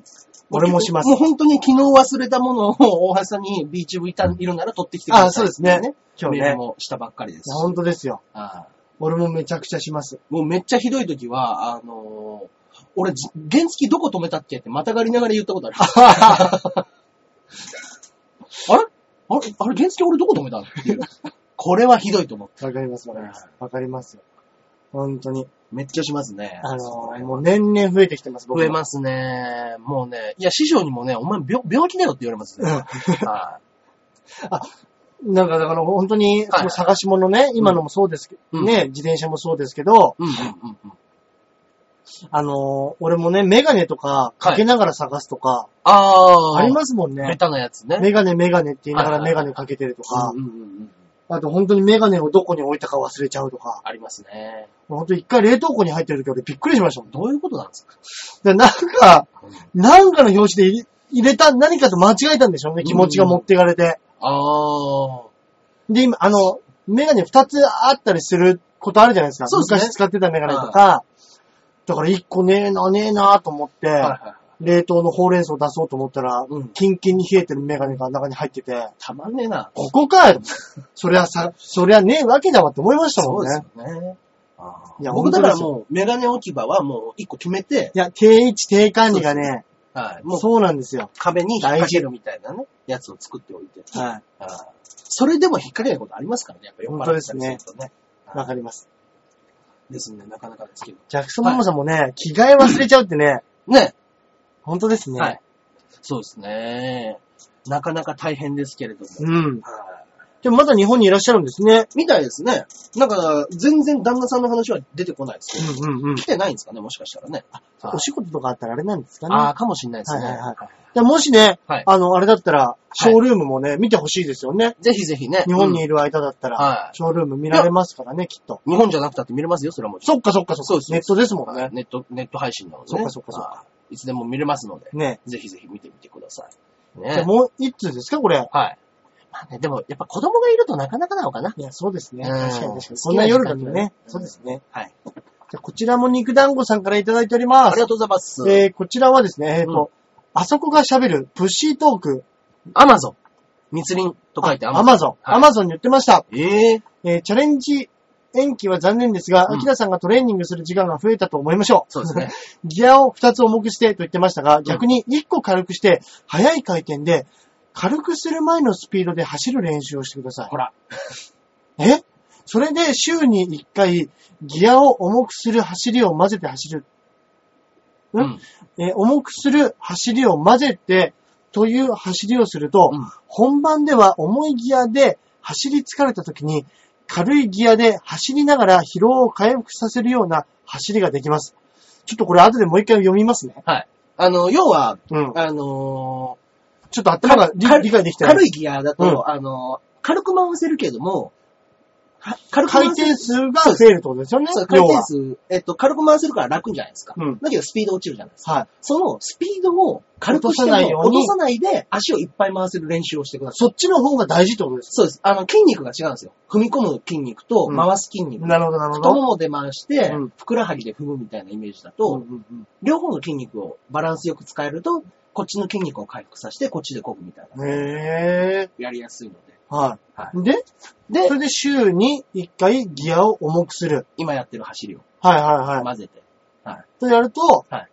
[SPEAKER 1] 俺もします
[SPEAKER 2] もう本当に昨日忘れたものを大橋さんにビーチ部いた、いるなら取ってきてください。
[SPEAKER 1] あ、そうですね。今日
[SPEAKER 2] メー
[SPEAKER 1] ね
[SPEAKER 2] ル。もしたばっかりですし
[SPEAKER 1] いや、本当ですよ。
[SPEAKER 2] はい
[SPEAKER 1] 俺もめちゃくちゃします。
[SPEAKER 2] もうめっちゃひどい時は、あのー俺、じ原付どこ止めたっけってまたがりながら言ったことあ
[SPEAKER 1] [LAUGHS]
[SPEAKER 2] る。あれあれあれ原付俺どこ止めたのっていう。これはひどいと思う。
[SPEAKER 1] わかります、わかります。わかりますよ。本当に。
[SPEAKER 2] めっちゃしますね。
[SPEAKER 1] あ
[SPEAKER 2] そこら辺
[SPEAKER 1] の、もう年々増えてきてます、僕
[SPEAKER 2] 増
[SPEAKER 1] は
[SPEAKER 2] えますね。もうね、いや、師匠にもね、お前病病気だよって言われますね。は
[SPEAKER 1] なんかだから本当に、
[SPEAKER 2] はい
[SPEAKER 1] その探し物ね、今のもそうですけど、
[SPEAKER 2] うん
[SPEAKER 1] ね、自転車もそうですけど、
[SPEAKER 2] い。うんうんうんうん。
[SPEAKER 1] あのー俺もね、メガネとかかけながら探すとか、
[SPEAKER 2] あー。
[SPEAKER 1] ありますもん
[SPEAKER 2] ベ
[SPEAKER 1] ね。
[SPEAKER 2] タなやつね。
[SPEAKER 1] メガネメガネって言いなが
[SPEAKER 2] は
[SPEAKER 1] ら
[SPEAKER 2] いはい
[SPEAKER 1] メ
[SPEAKER 2] はい
[SPEAKER 1] ガネかけてるとか
[SPEAKER 2] うん、うんうんうん。
[SPEAKER 1] あと本当にメガネをどこに置いたか忘れちゃうとか、
[SPEAKER 2] ありますね。
[SPEAKER 1] 本当一回冷凍庫に入ってる時俺びっくりしましたもん。
[SPEAKER 2] どういうことなんですか
[SPEAKER 1] でなんか、なんかの表紙で入れ入れた、何かと間違えたんでしょうね、気持ちが持っていかれて。
[SPEAKER 2] あー。
[SPEAKER 1] で、今、あの、メガネ二つあったりすることあるじゃないですか。
[SPEAKER 2] そうですね
[SPEAKER 1] 昔使ってたメガネとか。だから一個ねえな、ねえなと思って、
[SPEAKER 2] はいはいはい。
[SPEAKER 1] 冷凍のほうれん草を出そうと思ったら、
[SPEAKER 2] うん
[SPEAKER 1] キンキンに冷えてるメガネが中に入ってて、
[SPEAKER 2] たまんねえな。
[SPEAKER 1] ここかよ [LAUGHS] そりゃさ、そりゃねえわけだわって思いましたもんね。
[SPEAKER 2] そうですよね。あー
[SPEAKER 1] いや
[SPEAKER 2] 僕
[SPEAKER 1] 本当
[SPEAKER 2] だから
[SPEAKER 1] ですよ
[SPEAKER 2] もう、メガネ置き場はもう一個決めて、
[SPEAKER 1] いや、定位置、定管理がね、
[SPEAKER 2] はい、もう
[SPEAKER 1] そうなんですよ。
[SPEAKER 2] 壁に引っ掛けるみたいなね、やつを作っておいて。
[SPEAKER 1] は
[SPEAKER 2] あーそれでも引っ掛けないことありますからね、やっぱ酔っ払ったりするとね。
[SPEAKER 1] い。わかります。
[SPEAKER 2] ですんで、なかなかですけど。
[SPEAKER 1] ジャクソン・モモさんもね、着替え忘れちゃうってね、
[SPEAKER 2] ね。
[SPEAKER 1] 本当ですね。
[SPEAKER 2] はい。そうですね。なかなか大変ですけれども。
[SPEAKER 1] うん。
[SPEAKER 2] はい
[SPEAKER 1] でもまだ日本にいらっしゃるんですね。
[SPEAKER 2] みたいですね。なんか、全然旦那さんの話は出てこないですけど。
[SPEAKER 1] うんうんうん
[SPEAKER 2] 来。てないんですかね、もしかしたらね。
[SPEAKER 1] お仕事とかあったらあれなんですかね。
[SPEAKER 2] ああ、かもしれないですね。
[SPEAKER 1] はいはいでもしね、
[SPEAKER 2] はい
[SPEAKER 1] あの、あれだったら、ショールームもね、見てほしいですよね。
[SPEAKER 2] ぜひぜひね。
[SPEAKER 1] 日本にいる間だったら、
[SPEAKER 2] はい
[SPEAKER 1] ショールーム見られますからね、きっと。
[SPEAKER 2] 日本じゃなくたって見れますよ、それはもちろん。
[SPEAKER 1] そっかそっかそ
[SPEAKER 2] そう
[SPEAKER 1] っ
[SPEAKER 2] で
[SPEAKER 1] か。
[SPEAKER 2] す
[SPEAKER 1] ネットですもんね。
[SPEAKER 2] ネット、ネット配信なので、ね。
[SPEAKER 1] そっかそっかそっか
[SPEAKER 2] はいいつでも見れますので、
[SPEAKER 1] ね。
[SPEAKER 2] ぜひぜひ見てみてください。
[SPEAKER 1] じゃあ
[SPEAKER 2] ね。
[SPEAKER 1] もう一通ですか、これ。
[SPEAKER 2] はい。まあね、でも、やっぱ子供がいるとなかなかなのかな。
[SPEAKER 1] いや、そうですね。
[SPEAKER 2] うん
[SPEAKER 1] 確かに確かに。そんな夜だとね。
[SPEAKER 2] うん
[SPEAKER 1] そうですね。
[SPEAKER 2] はい。
[SPEAKER 1] じゃあこちらも肉団子さんからいただいており
[SPEAKER 2] あ
[SPEAKER 1] ま
[SPEAKER 2] り
[SPEAKER 1] す
[SPEAKER 2] が。とうございます。
[SPEAKER 1] えー、こちらはですね、えっ、と、あそこが喋る、プッシートーク。
[SPEAKER 2] アマゾン。密林と書いて
[SPEAKER 1] アマゾン。
[SPEAKER 2] はい
[SPEAKER 1] アマゾンに売ってました。
[SPEAKER 2] ええ
[SPEAKER 1] えーチャレンジ延期は残念ですが、
[SPEAKER 2] うん
[SPEAKER 1] アキラさんがトレーニングする時間が増えたと思いましょう。
[SPEAKER 2] そうですね。
[SPEAKER 1] ギアを2つ重くしてと言ってましたが、逆に1個軽くして、速い回転で、軽くする前のスピードで走る練習をしてくださ
[SPEAKER 2] ほら。
[SPEAKER 1] い。えそれで週に1回、ギアを重くする走りを混ぜて走る。ん
[SPEAKER 2] うん。
[SPEAKER 1] えー重くする走りを混ぜてという走りをすると、
[SPEAKER 2] うん
[SPEAKER 1] 本番では重いギアで走り疲れた時に、軽いギアで走りながら疲労を回復させるような走りができます。ちょっとこれ後でもう一回読みますね。
[SPEAKER 2] はい。あの、要は、
[SPEAKER 1] うん。
[SPEAKER 2] あの
[SPEAKER 1] ちょっと頭が理
[SPEAKER 2] 軽い
[SPEAKER 1] 理解でき
[SPEAKER 2] ー
[SPEAKER 1] てない。
[SPEAKER 2] 軽いギアだと、
[SPEAKER 1] うん
[SPEAKER 2] あのー軽く回せるけども、は軽く
[SPEAKER 1] 回
[SPEAKER 2] 回せ
[SPEAKER 1] 転
[SPEAKER 2] る。
[SPEAKER 1] 数が増えるってことですよね。
[SPEAKER 2] そう、回
[SPEAKER 1] 要
[SPEAKER 2] 転
[SPEAKER 1] は。
[SPEAKER 2] 数、えっと、軽く回せるから楽じゃないですか。
[SPEAKER 1] うん
[SPEAKER 2] だけどスピード落ちるじゃないですか。
[SPEAKER 1] はい。
[SPEAKER 2] そのスピードを軽くして
[SPEAKER 1] 落とさないよ
[SPEAKER 2] も
[SPEAKER 1] うに
[SPEAKER 2] 落とさないで足をいっぱい回せる練習をしてください。
[SPEAKER 1] そっちの方が大事ってことです。
[SPEAKER 2] そうです。あの、筋肉が違うんですよ。踏み込む筋肉と
[SPEAKER 1] うん
[SPEAKER 2] 回す筋肉。
[SPEAKER 1] なるほど、なるほ
[SPEAKER 2] 太も
[SPEAKER 1] ど。
[SPEAKER 2] もで回して、
[SPEAKER 1] うん
[SPEAKER 2] ふくらはぎで踏むみたいなイメージだと、
[SPEAKER 1] うんうんうん
[SPEAKER 2] 両方の筋肉をバランスよく使えると、こっちの筋肉を回復させて、こっちで漕ぐみたいな。
[SPEAKER 1] へー。
[SPEAKER 2] やりやすいので。
[SPEAKER 1] は。
[SPEAKER 2] はい
[SPEAKER 1] で、
[SPEAKER 2] で
[SPEAKER 1] そ、れで週に1回ギアを重くする。
[SPEAKER 2] 今やってる走りを
[SPEAKER 1] はいはいはい。
[SPEAKER 2] 混ぜて。
[SPEAKER 1] とやると、
[SPEAKER 2] はい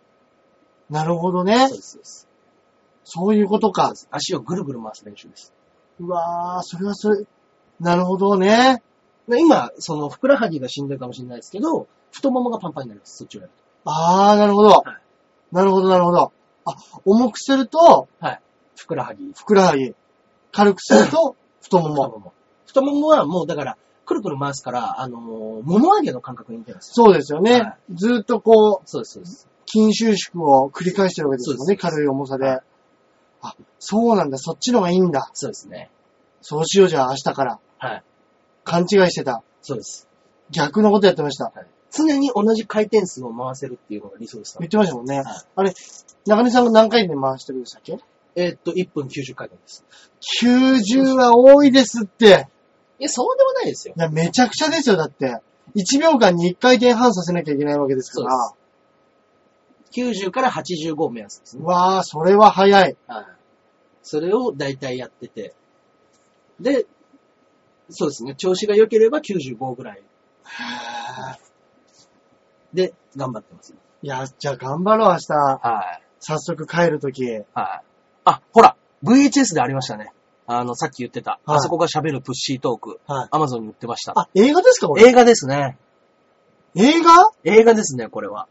[SPEAKER 1] なるほどね
[SPEAKER 2] そう。です、そうです。
[SPEAKER 1] そういうこと
[SPEAKER 2] そう
[SPEAKER 1] か
[SPEAKER 2] で。す足をぐるぐる回す練習です。
[SPEAKER 1] うわー、それはそれ、なるほどね。
[SPEAKER 2] で今、その、ふくらはぎがしんどいかもしれないですけど、太ももがパンパンになります。そっちをやると。
[SPEAKER 1] あー、なるほど。
[SPEAKER 2] い
[SPEAKER 1] なるほど、なるほど。あ、重くすると、
[SPEAKER 2] はい。ふくらはぎ、
[SPEAKER 1] ふくらはぎ。軽くすると、太も
[SPEAKER 2] 太
[SPEAKER 1] も。
[SPEAKER 2] もも。太ももはもうだから、くるくる回すから、あのー、もも上げの感覚に似てます。
[SPEAKER 1] そうですよね。
[SPEAKER 2] は
[SPEAKER 1] ずーっとこう、
[SPEAKER 2] そうです、そうです。
[SPEAKER 1] 筋収縮を繰り返してるわけですもん
[SPEAKER 2] そう
[SPEAKER 1] ね、
[SPEAKER 2] です
[SPEAKER 1] 軽い重さで。あ、そうなんだ、そっちのがいいんだ。
[SPEAKER 2] そうですね。
[SPEAKER 1] そうしようじゃあ明日から。
[SPEAKER 2] はい。
[SPEAKER 1] 勘違いしてた。
[SPEAKER 2] そうです。
[SPEAKER 1] 逆のことやってました。
[SPEAKER 2] はい常に同じ回転数を回せるっていうのが理想ですから
[SPEAKER 1] 言ってましたもんね。
[SPEAKER 2] い
[SPEAKER 1] あれ、中根さんが何回で回してるんでしたっけ
[SPEAKER 2] えーっと、1分90回転です。
[SPEAKER 1] ?90 は多いですって。
[SPEAKER 2] いや、そうでもないですよ。
[SPEAKER 1] いや、めちゃくちゃですよ、だって。1秒間に1回転半させなきゃいけないわけですから。
[SPEAKER 2] そ90から85を目安ですね。
[SPEAKER 1] わー、それは早い。
[SPEAKER 2] はい。それを大体やってて。で、そうですね。調子が良ければ95ぐらいで頑張ってます。
[SPEAKER 1] いや、じゃあ頑張ろう、明日。
[SPEAKER 2] はい。
[SPEAKER 1] 早速帰るとき。
[SPEAKER 2] はい。あ、ほら !VHS でありましたね。あの、さっき言ってた。
[SPEAKER 1] はい
[SPEAKER 2] あそこが喋るプッシートーク。
[SPEAKER 1] はい。
[SPEAKER 2] Amazon に売ってました。
[SPEAKER 1] あ、映画ですか、これ。
[SPEAKER 2] 映画ですね。
[SPEAKER 1] 映画
[SPEAKER 2] 映画ですね、これは。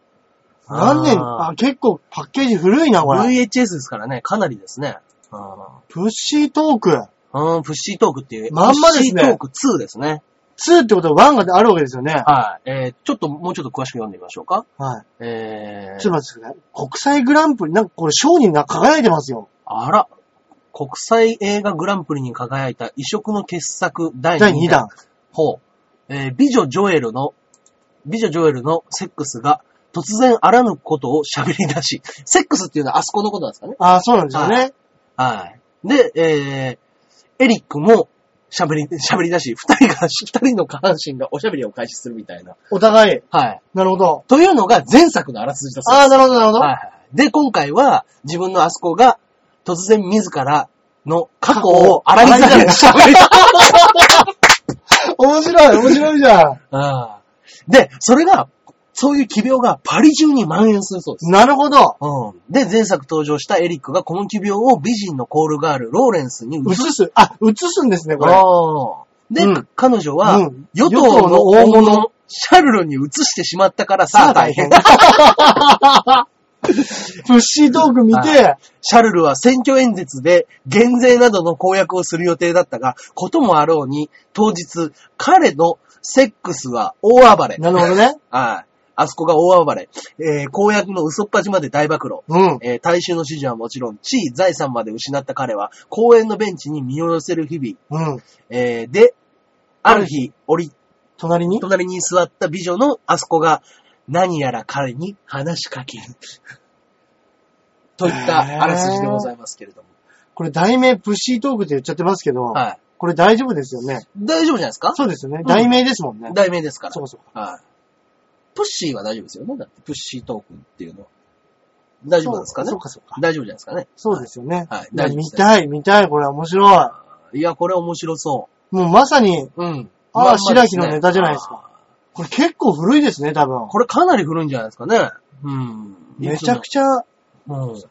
[SPEAKER 1] 何年
[SPEAKER 2] あ
[SPEAKER 1] あ、結構パッケージ古いな、これ。
[SPEAKER 2] VHS ですからね、かなりですね。あ
[SPEAKER 1] プッシートーク。
[SPEAKER 2] ーうん、プッシートークっていう。
[SPEAKER 1] まんまで
[SPEAKER 2] プッ
[SPEAKER 1] すね
[SPEAKER 2] シートーク2ですね。
[SPEAKER 1] 2ってことは1があるわけですよね。
[SPEAKER 2] はい。えー、ちょっと、もうちょっと詳しく読んでみましょうか。
[SPEAKER 1] は
[SPEAKER 2] え
[SPEAKER 1] い。ち
[SPEAKER 2] ー
[SPEAKER 1] ょっ、と待ってください。国際グランプリ、なんかこれ賞にな輝いてますよ。
[SPEAKER 2] あら、国際映画グランプリに輝いた異色の傑作第2
[SPEAKER 1] 第
[SPEAKER 2] 弾。
[SPEAKER 1] 2弾。
[SPEAKER 2] ほう。えー美女ジョエルの、美女ジョエルのセックスが突然あらぬことを喋り出し、セックスっていうのはあそこのことなんですかね。
[SPEAKER 1] あ、そうなんですよね。
[SPEAKER 2] はい。で、えーエリックも喋り、喋り出し、二人が、二人の下半身がおしゃべりを開始するみたいな。
[SPEAKER 1] お互い。
[SPEAKER 2] はい。
[SPEAKER 1] なるほど。
[SPEAKER 2] というのが前作のあらすじだそうです
[SPEAKER 1] あー、なるほど、なるほど。
[SPEAKER 2] はいはい。で、今回は、自分のあそこが、突然自らの過去を洗いざらいに喋る。
[SPEAKER 1] 面白い、面白いじ
[SPEAKER 2] [LAUGHS]
[SPEAKER 1] ゃん。
[SPEAKER 2] ああで、それが、そういう奇病がパリ中に蔓延するそうです。
[SPEAKER 1] なるほど。
[SPEAKER 2] うん。で、前作登場したエリックがこの奇病を美人のコールガール、ローレンスに
[SPEAKER 1] 映
[SPEAKER 2] 移す。
[SPEAKER 1] す。あ、映すんですね、これ。
[SPEAKER 2] ああで、
[SPEAKER 1] うん
[SPEAKER 2] 彼女は、
[SPEAKER 1] うん
[SPEAKER 2] 与党の大
[SPEAKER 1] 与党の大
[SPEAKER 2] 物、シャルルに移してしまったからさあ大変。
[SPEAKER 1] [LAUGHS] プッシートーク見て、
[SPEAKER 2] [LAUGHS] シャルルは選挙演説で減税などの公約をする予定だったが、こともあろうに、当日、彼のセックスは大暴れ。
[SPEAKER 1] なるほどね。
[SPEAKER 2] はい。あそこが大暴れ。えー公約の嘘っぱちまで大暴露。
[SPEAKER 1] うん。
[SPEAKER 2] えー大衆の支持はもちろん、地位、財産まで失った彼は、公園のベンチに身を寄せる日々。
[SPEAKER 1] うん。
[SPEAKER 2] えーで、ある日、折
[SPEAKER 1] 隣
[SPEAKER 2] り、
[SPEAKER 1] に
[SPEAKER 2] 隣に座った美女のあそこが、何やら彼に話しかける。 [LAUGHS] といったあらすじでございますけれども。
[SPEAKER 1] これ題名プッシートークって言っちゃってますけど、
[SPEAKER 2] はい。
[SPEAKER 1] これ大丈夫ですよね。
[SPEAKER 2] 大丈夫じゃないですか
[SPEAKER 1] そうですよね
[SPEAKER 2] ん。
[SPEAKER 1] 題名ですもんね。
[SPEAKER 2] 題名ですから。
[SPEAKER 1] そうそう。
[SPEAKER 2] はい。プッシーは大丈夫ですよね。だってプッシートークっていうのは。大丈夫なんですかね
[SPEAKER 1] そうかそうか。
[SPEAKER 2] 大丈夫じゃないですかね。
[SPEAKER 1] そうですよね。
[SPEAKER 2] はい
[SPEAKER 1] いや
[SPEAKER 2] 大丈夫で
[SPEAKER 1] 見
[SPEAKER 2] す
[SPEAKER 1] たい、見たい、これ面白
[SPEAKER 2] いや、これ面白そ
[SPEAKER 1] い。もうまさに、
[SPEAKER 2] う。うん。
[SPEAKER 1] あー
[SPEAKER 2] まんまですね
[SPEAKER 1] 白木のネタじゃないですか。
[SPEAKER 2] あー
[SPEAKER 1] これ結構古いですね、多分。
[SPEAKER 2] これかなり古いんじゃないですかね。うん。
[SPEAKER 1] めちゃく
[SPEAKER 2] ち
[SPEAKER 1] ちゃ、
[SPEAKER 2] ゃ。うん。はいはい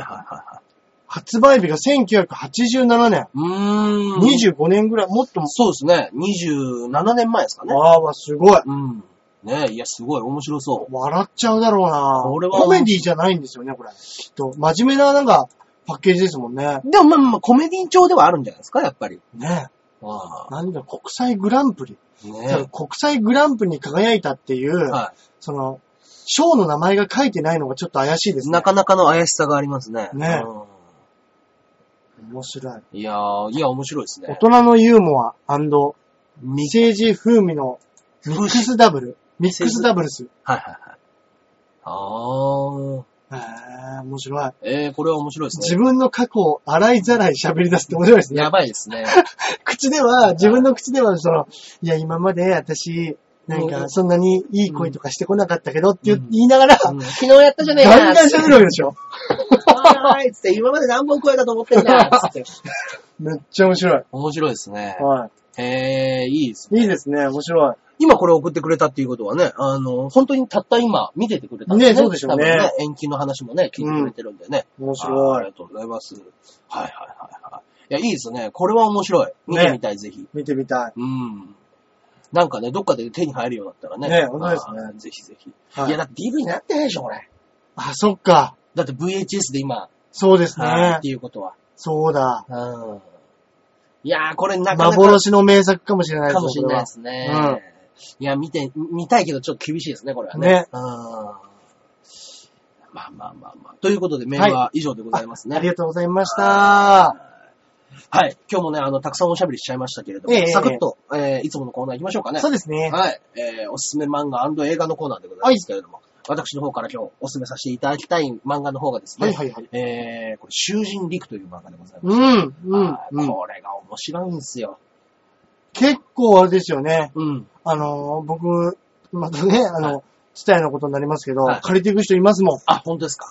[SPEAKER 2] はいはい。
[SPEAKER 1] 発売日が1987年。
[SPEAKER 2] うーん。
[SPEAKER 1] 25年ぐらい、もっとも。
[SPEAKER 2] そうですね。27年前ですかね。
[SPEAKER 1] わあわ、すごい。
[SPEAKER 2] うん。ねいや、すごい面白そ
[SPEAKER 1] 笑っちゃうだろうな
[SPEAKER 2] これは
[SPEAKER 1] コメディじゃないんですよね、これ。きっと。真面目な、なんか、パッケージですもんね。
[SPEAKER 2] う。でもまあまあ、コメディ調ではあるんじゃないですか、やっぱり。
[SPEAKER 1] ね
[SPEAKER 2] ああ。
[SPEAKER 1] なんだ、国際グランプリ。多分
[SPEAKER 2] ね
[SPEAKER 1] 国際グランプリに輝いたっていう、
[SPEAKER 2] は
[SPEAKER 1] その、賞の名前が書いてないのがちょっと怪しいです
[SPEAKER 2] い。
[SPEAKER 1] ね。
[SPEAKER 2] なかなかの怪しさがありますね。
[SPEAKER 1] ね
[SPEAKER 2] うん
[SPEAKER 1] 面白い。
[SPEAKER 2] いやー、いや、面白いです
[SPEAKER 1] 大
[SPEAKER 2] ね。
[SPEAKER 1] 人のユーモア未
[SPEAKER 2] み
[SPEAKER 1] 成児風味のミックスダブル。ミックスダブルス。
[SPEAKER 2] はいはいはい。あー。
[SPEAKER 1] へー、面白い。
[SPEAKER 2] えー、これは面白いですね。
[SPEAKER 1] 自分の過去を洗いざらい喋り出すって面白いですね
[SPEAKER 2] や。ばいです
[SPEAKER 1] [LAUGHS]
[SPEAKER 2] ね。
[SPEAKER 1] 口では、自分の口では、その、いや、今まで私、なん
[SPEAKER 2] う
[SPEAKER 1] か、
[SPEAKER 2] ん
[SPEAKER 1] そんなにいい声とかしてこなかったけどって言う
[SPEAKER 2] うん
[SPEAKER 1] 言いながら、
[SPEAKER 2] [LAUGHS] 昨日やったじゃねえか。
[SPEAKER 1] ガンガン喋るわけでしょ。
[SPEAKER 2] はい、つって、今まで何本超えたと思ってんだ、つって。
[SPEAKER 1] めっちゃ面白い。
[SPEAKER 2] 面白いですね。
[SPEAKER 1] は
[SPEAKER 2] へえ、いいです
[SPEAKER 1] い。いい
[SPEAKER 2] ね。
[SPEAKER 1] ですね、面白い。
[SPEAKER 2] 今これ送ってくれたっていうことはね、あの、本当にたった今見ててくれたんです
[SPEAKER 1] ねそうでしょうね
[SPEAKER 2] 多分延期の話もね、聞いてくれてるんでね。
[SPEAKER 1] 面
[SPEAKER 2] あーあ
[SPEAKER 1] 白
[SPEAKER 2] り
[SPEAKER 1] い。
[SPEAKER 2] がとうございます。はいはいはいはい。いや、いいですね。これは面白い。見てみたい、ぜひ。
[SPEAKER 1] 見てみたい。
[SPEAKER 2] うん。なんかね、どっかで手に入るようだったらね。
[SPEAKER 1] ね本当ですね
[SPEAKER 2] あーぜひぜひ。
[SPEAKER 1] はい
[SPEAKER 2] い、や、だって DV になってないでしょ、これ。
[SPEAKER 1] あ、そっか。
[SPEAKER 2] だって VHS で今、
[SPEAKER 1] そうです
[SPEAKER 2] はい
[SPEAKER 1] ね
[SPEAKER 2] って。いうことは。
[SPEAKER 1] そうだ。
[SPEAKER 2] うん。いやー、これなかなか、
[SPEAKER 1] 幻の名作かもしれないです
[SPEAKER 2] か
[SPEAKER 1] ね
[SPEAKER 2] もしれないですね。
[SPEAKER 1] うん
[SPEAKER 2] いや、見て、見たいけどちょっと厳しいですね、これはね。
[SPEAKER 1] ね
[SPEAKER 2] うん。まあまあまあまあ。ということで、メールは以上でございます
[SPEAKER 1] これ
[SPEAKER 2] ね。
[SPEAKER 1] はありがとうございました。
[SPEAKER 2] はい。今日もね、あの、たくさんおしゃべりしちゃいましたけれども、
[SPEAKER 1] ええ
[SPEAKER 2] サクッと、えーいつものコーナー行きましょうかね。
[SPEAKER 1] そうですね。
[SPEAKER 2] はい。えーおすすめ漫画映画のコーナーでございますけれども、私の方から今日おすすめさせていただきたい漫画の方がですね、
[SPEAKER 1] はいはいはい。
[SPEAKER 2] えーこれ、囚人陸という漫画でございます。
[SPEAKER 1] うん、うん
[SPEAKER 2] はい、
[SPEAKER 1] うん。
[SPEAKER 2] これが面白いんですよ。
[SPEAKER 1] 結構あれですよね。
[SPEAKER 2] うん。
[SPEAKER 1] あのー、僕、またね、あの、スタイなことになりますけど、
[SPEAKER 2] はい
[SPEAKER 1] 借りていく人いますもん。
[SPEAKER 2] あ、本当ですか。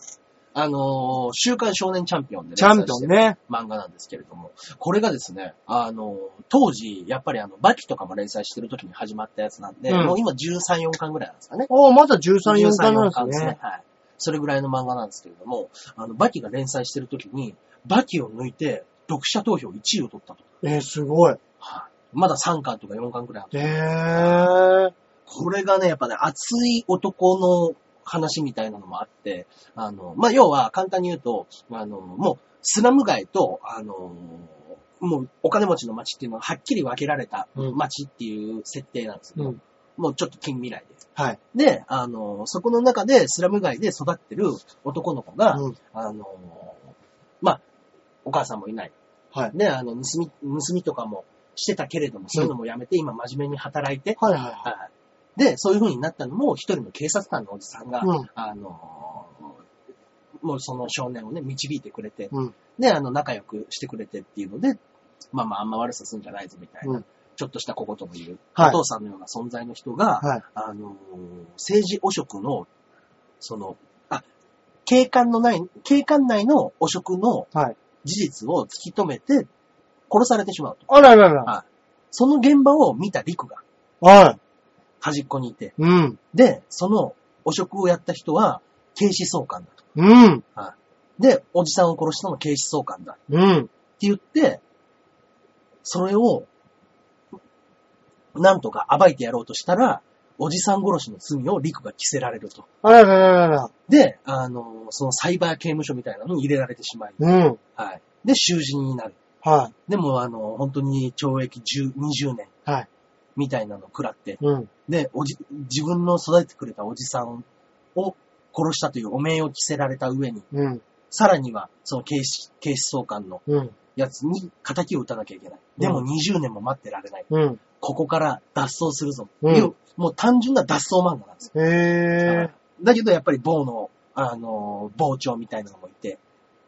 [SPEAKER 2] あのー週刊少年チャンピオンでね
[SPEAKER 1] チャンピオン。ね。
[SPEAKER 2] 漫画なんですけれども、これがですね、あの、当時、やっぱりあの、バキとかも連載してる時に始まったやつなんで、
[SPEAKER 1] うん
[SPEAKER 2] もう今13、4巻ぐらいなんですかね。
[SPEAKER 1] おーまだ13、4回なん
[SPEAKER 2] 13
[SPEAKER 1] ですね。。
[SPEAKER 2] はい。それぐらいの漫画なんですけれども、あの、バキが連載してる時に、バキを抜いて、読者投票1位を取ったと。
[SPEAKER 1] えー、すごい。
[SPEAKER 2] はい。まだ3巻とか4巻ぐらいあって
[SPEAKER 1] えー、
[SPEAKER 2] これがね、やっぱね、熱い男の話みたいなのもあって、あの、まあ、要は簡単に言うと、あの、もう、スラム街と、あの、もう、お金持ちの街っていうのははっきり分けられた
[SPEAKER 1] うん
[SPEAKER 2] 街っていう設定なんですけ
[SPEAKER 1] う
[SPEAKER 2] ど、
[SPEAKER 1] ん。
[SPEAKER 2] もうちょっと近未来で。
[SPEAKER 1] はい。
[SPEAKER 2] で、あの、そこの中で、スラム街で育ってる男の子が、
[SPEAKER 1] うん。
[SPEAKER 2] あの、まあ、お母さんもいない。
[SPEAKER 1] はい。
[SPEAKER 2] ね、あの、盗み、盗みとかもしてたけれども、そういうのもやめて、今真面目に働いて、
[SPEAKER 1] はいはいは
[SPEAKER 2] はい。で、そういう風になったのも、一人の警察官のおじさんが、
[SPEAKER 1] い。うん。
[SPEAKER 2] あのーもうその少年をね、導いてくれて、
[SPEAKER 1] うん
[SPEAKER 2] で、あの、仲良くしてくれてっていうので、まあまあ、あんま悪さすんじゃないぞみたいな、
[SPEAKER 1] うん
[SPEAKER 2] ちょっとした小言も言う、
[SPEAKER 1] はい
[SPEAKER 2] お父さんのような存在の人が、
[SPEAKER 1] はい。
[SPEAKER 2] あのー政治汚職の、その、あ、警官のない、警官内の汚職の
[SPEAKER 1] はい。
[SPEAKER 2] 事実を突き止めて、殺されてしまうと。
[SPEAKER 1] あらららら。
[SPEAKER 2] はいその現場を見た陸が
[SPEAKER 1] はい。
[SPEAKER 2] 端っこにいて、
[SPEAKER 1] うん。
[SPEAKER 2] で、その汚職をやった人は、警視総監だと。
[SPEAKER 1] うん。
[SPEAKER 2] で、おじさんを殺したのも警視総監だ。って
[SPEAKER 1] うん。
[SPEAKER 2] 言って、それを、なんとか暴いてやろうとしたら、おじさん殺しの罪をリクが着せられると。
[SPEAKER 1] あららららら。
[SPEAKER 2] で、あの、そのサイバー刑務所みたいなのに入れられてしまい、
[SPEAKER 1] うん。
[SPEAKER 2] はい。で、囚人になる。
[SPEAKER 1] は
[SPEAKER 2] でも、あの、本当に懲役10、20年
[SPEAKER 1] い。はい。
[SPEAKER 2] みたいなのを食らって、
[SPEAKER 1] うん。
[SPEAKER 2] で、おじ、自分の育ててくれたおじさんを殺したという汚名を着せられた上に、
[SPEAKER 1] うん。
[SPEAKER 2] さらには、その警視、警視総監の
[SPEAKER 1] うん。
[SPEAKER 2] やつに仇を打たなきゃいけない。で
[SPEAKER 1] う
[SPEAKER 2] も
[SPEAKER 1] ん
[SPEAKER 2] 20年も待ってられない。
[SPEAKER 1] うん。
[SPEAKER 2] ここから脱走するぞ。
[SPEAKER 1] うん
[SPEAKER 2] いうもう単純な脱走漫画なんですよ。
[SPEAKER 1] えー。
[SPEAKER 2] だけどやっぱり某の、あの、傍聴みたいなのもいて、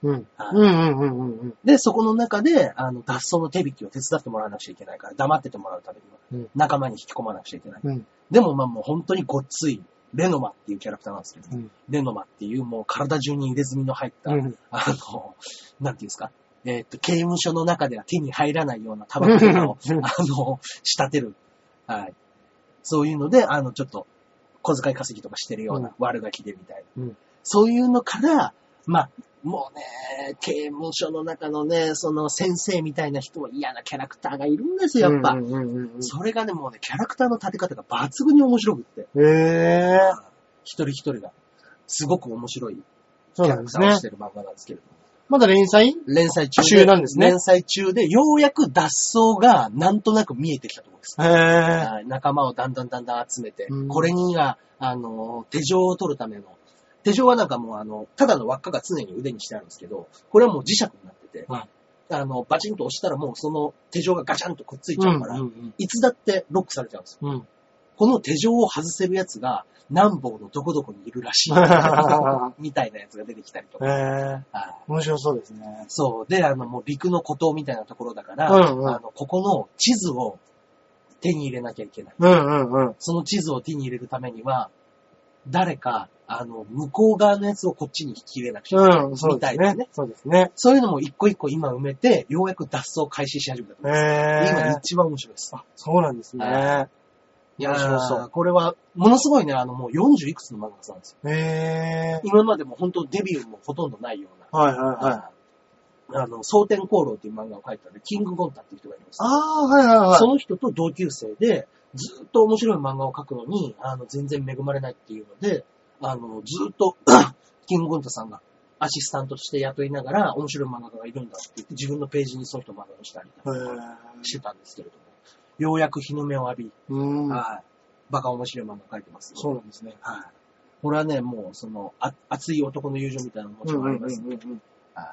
[SPEAKER 1] うん。
[SPEAKER 2] はい
[SPEAKER 1] うん。うん。うん。うん。
[SPEAKER 2] で、そこの中で、あの、脱走の手引きを手伝ってもらわなくちゃいけないから、黙っててもらうため
[SPEAKER 1] う
[SPEAKER 2] には
[SPEAKER 1] ん、
[SPEAKER 2] 仲間に引き込まなくちゃいけない。
[SPEAKER 1] うん。
[SPEAKER 2] でもまあもう本当にごっつい、レノマっていうキャラクターなんですけど、
[SPEAKER 1] うん
[SPEAKER 2] レノマっていうもう体中に入れ墨の入った、
[SPEAKER 1] うん。
[SPEAKER 2] あの、なんていうんですか、えーっと、刑務所の中では手に入らないようなタバコとかを、あの、仕立てる。はい。そういうので、あの、ちょっと、小遣い稼ぎとかしてるよう
[SPEAKER 1] う
[SPEAKER 2] な悪ガキでみたいな。
[SPEAKER 1] うん
[SPEAKER 2] そういうのから、まあ、もうね、刑務所の中のね、その先生みたいな人は嫌なキャラクターがいるんですよ、やっぱ。
[SPEAKER 1] うん。うん。うん。
[SPEAKER 2] それがね、もうね、キャラクターの立て方が抜群に面白くって。
[SPEAKER 1] うん。えー。
[SPEAKER 2] 一人一人が、すごく面白い
[SPEAKER 1] そ
[SPEAKER 2] キ
[SPEAKER 1] う
[SPEAKER 2] ャ
[SPEAKER 1] な
[SPEAKER 2] ラ
[SPEAKER 1] んで
[SPEAKER 2] ク
[SPEAKER 1] す
[SPEAKER 2] ターを
[SPEAKER 1] ね
[SPEAKER 2] し。てる漫画なんですけれども。
[SPEAKER 1] まだ連載
[SPEAKER 2] 連載中
[SPEAKER 1] 中なんですね
[SPEAKER 2] 連載中で、ようやく脱走がなんとなく見えてきたところです。
[SPEAKER 1] へえ。
[SPEAKER 2] はい仲間をだんだんだんだん集めて
[SPEAKER 1] うん、
[SPEAKER 2] これには、あの、手錠を取るための、手錠はなんかもうあの、ただの輪っかが常に腕にしてあるんですけど、これはもう磁石になってて、
[SPEAKER 1] はい
[SPEAKER 2] あの、バチンと押したらもうその手錠がガチャンとくっついち
[SPEAKER 1] う
[SPEAKER 2] ゃ
[SPEAKER 1] ん。う
[SPEAKER 2] うから、
[SPEAKER 1] ん。
[SPEAKER 2] いつだってロックされちゃうんですよ。
[SPEAKER 1] うん。
[SPEAKER 2] この手錠を外せるやつが、南方のどこどこにいるら
[SPEAKER 1] [LAUGHS]
[SPEAKER 2] しい。みたいなやつが出てきたりとか。
[SPEAKER 1] えー。
[SPEAKER 2] はい
[SPEAKER 1] 面白そうですね。
[SPEAKER 2] そう。で、あの、もう陸の孤島みたいなところだから、
[SPEAKER 1] うんうん
[SPEAKER 2] あの、ここの地図を手に入れなきゃいけない。
[SPEAKER 1] うんうんうん。
[SPEAKER 2] その地図を手に入れるためには、誰か、あの、向こう側のやつをこっちに引き入れなくちゃいけない。
[SPEAKER 1] うん、そうです
[SPEAKER 2] みたいな
[SPEAKER 1] ね
[SPEAKER 2] ね。
[SPEAKER 1] そうですね。
[SPEAKER 2] そういうのも一個一個今埋めて、ようやく脱走を開始し始めたと思
[SPEAKER 1] え
[SPEAKER 2] います。今
[SPEAKER 1] ー、
[SPEAKER 2] 一番面白いです。
[SPEAKER 1] そうなんですね。
[SPEAKER 2] いや
[SPEAKER 1] 面白そ
[SPEAKER 2] ー、これは、ものすごいね、あの、もう40いくつの漫画さんですよ。
[SPEAKER 1] えー、
[SPEAKER 2] 今までも本当デビューもほとんどないような。
[SPEAKER 1] はいはいはい。
[SPEAKER 2] あの、蒼天功労っていう漫画を描いたので、キングゴンタっていう人がいます。
[SPEAKER 1] あー、はいはいはい。
[SPEAKER 2] その人と同級生で、ずっと面白い漫画を描くのに、あの、全然恵まれないっていうので、あの、ずっと、 [CLEARS THROAT] キングゴンタさんがアシスタントとして雇いながら、面白い漫画家がいるんだって言って、自分のページにそういう人を漫画をしたりとか
[SPEAKER 1] え
[SPEAKER 2] してたんですけれども、ようやく日の目を浴び、
[SPEAKER 1] ー、うん。
[SPEAKER 2] はい。バカ面白い漫画描いてます。
[SPEAKER 1] そうなんですね。
[SPEAKER 2] はい。これはね、もう、その、あ熱い男の友情みたいなのももちろんありますね。
[SPEAKER 1] ん。
[SPEAKER 2] はい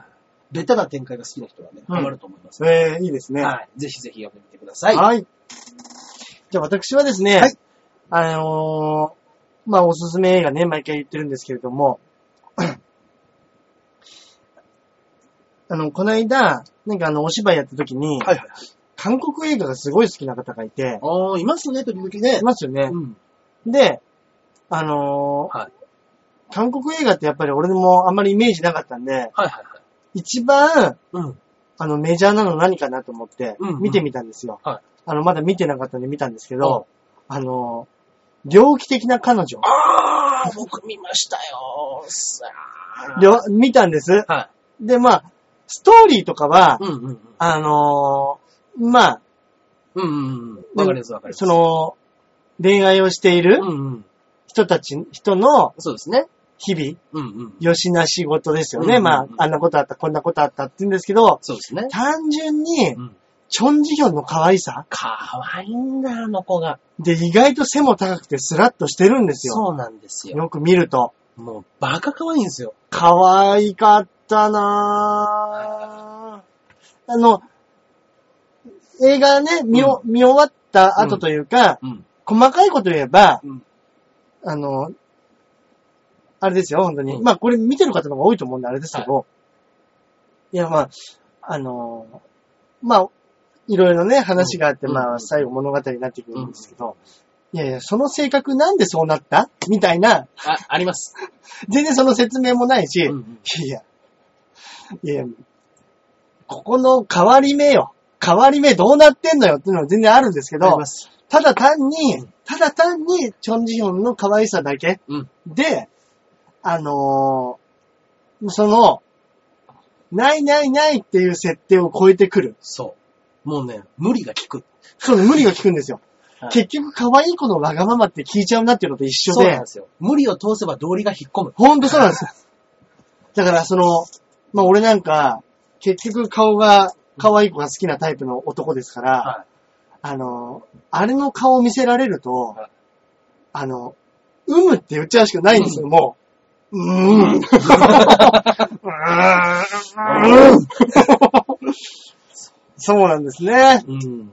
[SPEAKER 2] ベタな展開が好きな人はね、
[SPEAKER 1] うん
[SPEAKER 2] ハマると思います。
[SPEAKER 1] えー、いいですね。
[SPEAKER 2] はい。ぜひぜひ読んでみてください。
[SPEAKER 1] はい。じゃあ私はですね、
[SPEAKER 2] はい
[SPEAKER 1] あのーまあおすすめ映画ね、毎回言ってるんですけれども、 [COUGHS] あの、この間、なんかあの、お芝居やった時に、
[SPEAKER 2] はいはい。
[SPEAKER 1] 韓国映画がすごい好きな方がいて、
[SPEAKER 2] ああ、いますね、時々ね
[SPEAKER 1] い。ますよね
[SPEAKER 2] う。ん。
[SPEAKER 1] で、あのー
[SPEAKER 2] はい
[SPEAKER 1] 韓国映画ってやっぱり俺もあんまりイメージなかったんで、
[SPEAKER 2] はいはいはい。
[SPEAKER 1] 一番、
[SPEAKER 2] うん。
[SPEAKER 1] あの、メジャーなの何かなと思って
[SPEAKER 2] うんう、ん
[SPEAKER 1] 見てみたんですよ。
[SPEAKER 2] はい
[SPEAKER 1] あの、まだ見てなかったんで見たんですけど、あの、猟奇的な彼女。
[SPEAKER 2] ああ、僕見ましたよ。さあ。
[SPEAKER 1] で、わ見たんです。
[SPEAKER 2] は
[SPEAKER 1] で、まあ、ストーリーとかは、
[SPEAKER 2] い。うんうんうん。
[SPEAKER 1] あのーまあ、
[SPEAKER 2] うんうんうん。わかりますわかります。
[SPEAKER 1] その、恋愛をしている
[SPEAKER 2] うんうん。
[SPEAKER 1] 人たち、人の
[SPEAKER 2] そうですね。
[SPEAKER 1] 日々、
[SPEAKER 2] うんうん。
[SPEAKER 1] よしな仕事ですよね。
[SPEAKER 2] うん
[SPEAKER 1] まあ
[SPEAKER 2] う、ん
[SPEAKER 1] あんなことあった、こんなことあったって言うんですけど、
[SPEAKER 2] そうですね。
[SPEAKER 1] 単純に
[SPEAKER 2] う、ん。
[SPEAKER 1] チョンジヒョンの可愛さ
[SPEAKER 2] かわいいんだ、あの子が。
[SPEAKER 1] で、意外と背も高くてスラッとしてるんですよ。
[SPEAKER 2] そうなんですよ。
[SPEAKER 1] よく見ると。
[SPEAKER 2] もう、バカかわいいんですよ。
[SPEAKER 1] 可愛かったなぁ。あの、映画ね、見,、見終わった後というか、
[SPEAKER 2] うん。
[SPEAKER 1] 細かいこと言えば、
[SPEAKER 2] うん
[SPEAKER 1] あの、あれですよ、本当に。
[SPEAKER 2] うん
[SPEAKER 1] まあ、これ見てる方の方が多いと思うんであれですけど、い、や、まあ、あの、まあ、いろいろね、話があって、
[SPEAKER 2] うん
[SPEAKER 1] ま
[SPEAKER 2] う
[SPEAKER 1] あ、
[SPEAKER 2] ん
[SPEAKER 1] 最後物語になってくるんですけど、いやいや、その性格なんでそうなったみたいな、
[SPEAKER 2] あ、あります。
[SPEAKER 1] 全然その説明もないし、
[SPEAKER 2] うんうん
[SPEAKER 1] いや、いや、ここの変わり目よ。変わり目どうなってんのよっていうのは全然あるんですけ
[SPEAKER 2] あり
[SPEAKER 1] ど
[SPEAKER 2] ま、す。
[SPEAKER 1] ただ単に、ただ単に、チョンジヒョンの可愛さだけ
[SPEAKER 2] うん。
[SPEAKER 1] で、あのーその、ないないないっていう設定を超えてくる。
[SPEAKER 2] そう。もうね、無理が効く。
[SPEAKER 1] その無理が効くんですよ
[SPEAKER 2] は。い
[SPEAKER 1] 結局、可愛い子のわがままって聞いちゃうなっていうのと一緒
[SPEAKER 2] そう
[SPEAKER 1] で
[SPEAKER 2] なん、ですよ。無理を通せば道理が引っ込む。
[SPEAKER 1] ほんとそうなんですよ。だから、その、まあ、俺なんか、結局顔が、可愛い子が好きなタイプの男ですから、
[SPEAKER 2] は
[SPEAKER 1] あの、あれの顔を見せられると、
[SPEAKER 2] はい
[SPEAKER 1] あの、うむって言っちゃうしかないんですよ、もう。うーん。うーん。うーん [LAUGHS] そうなんですね。
[SPEAKER 2] うん。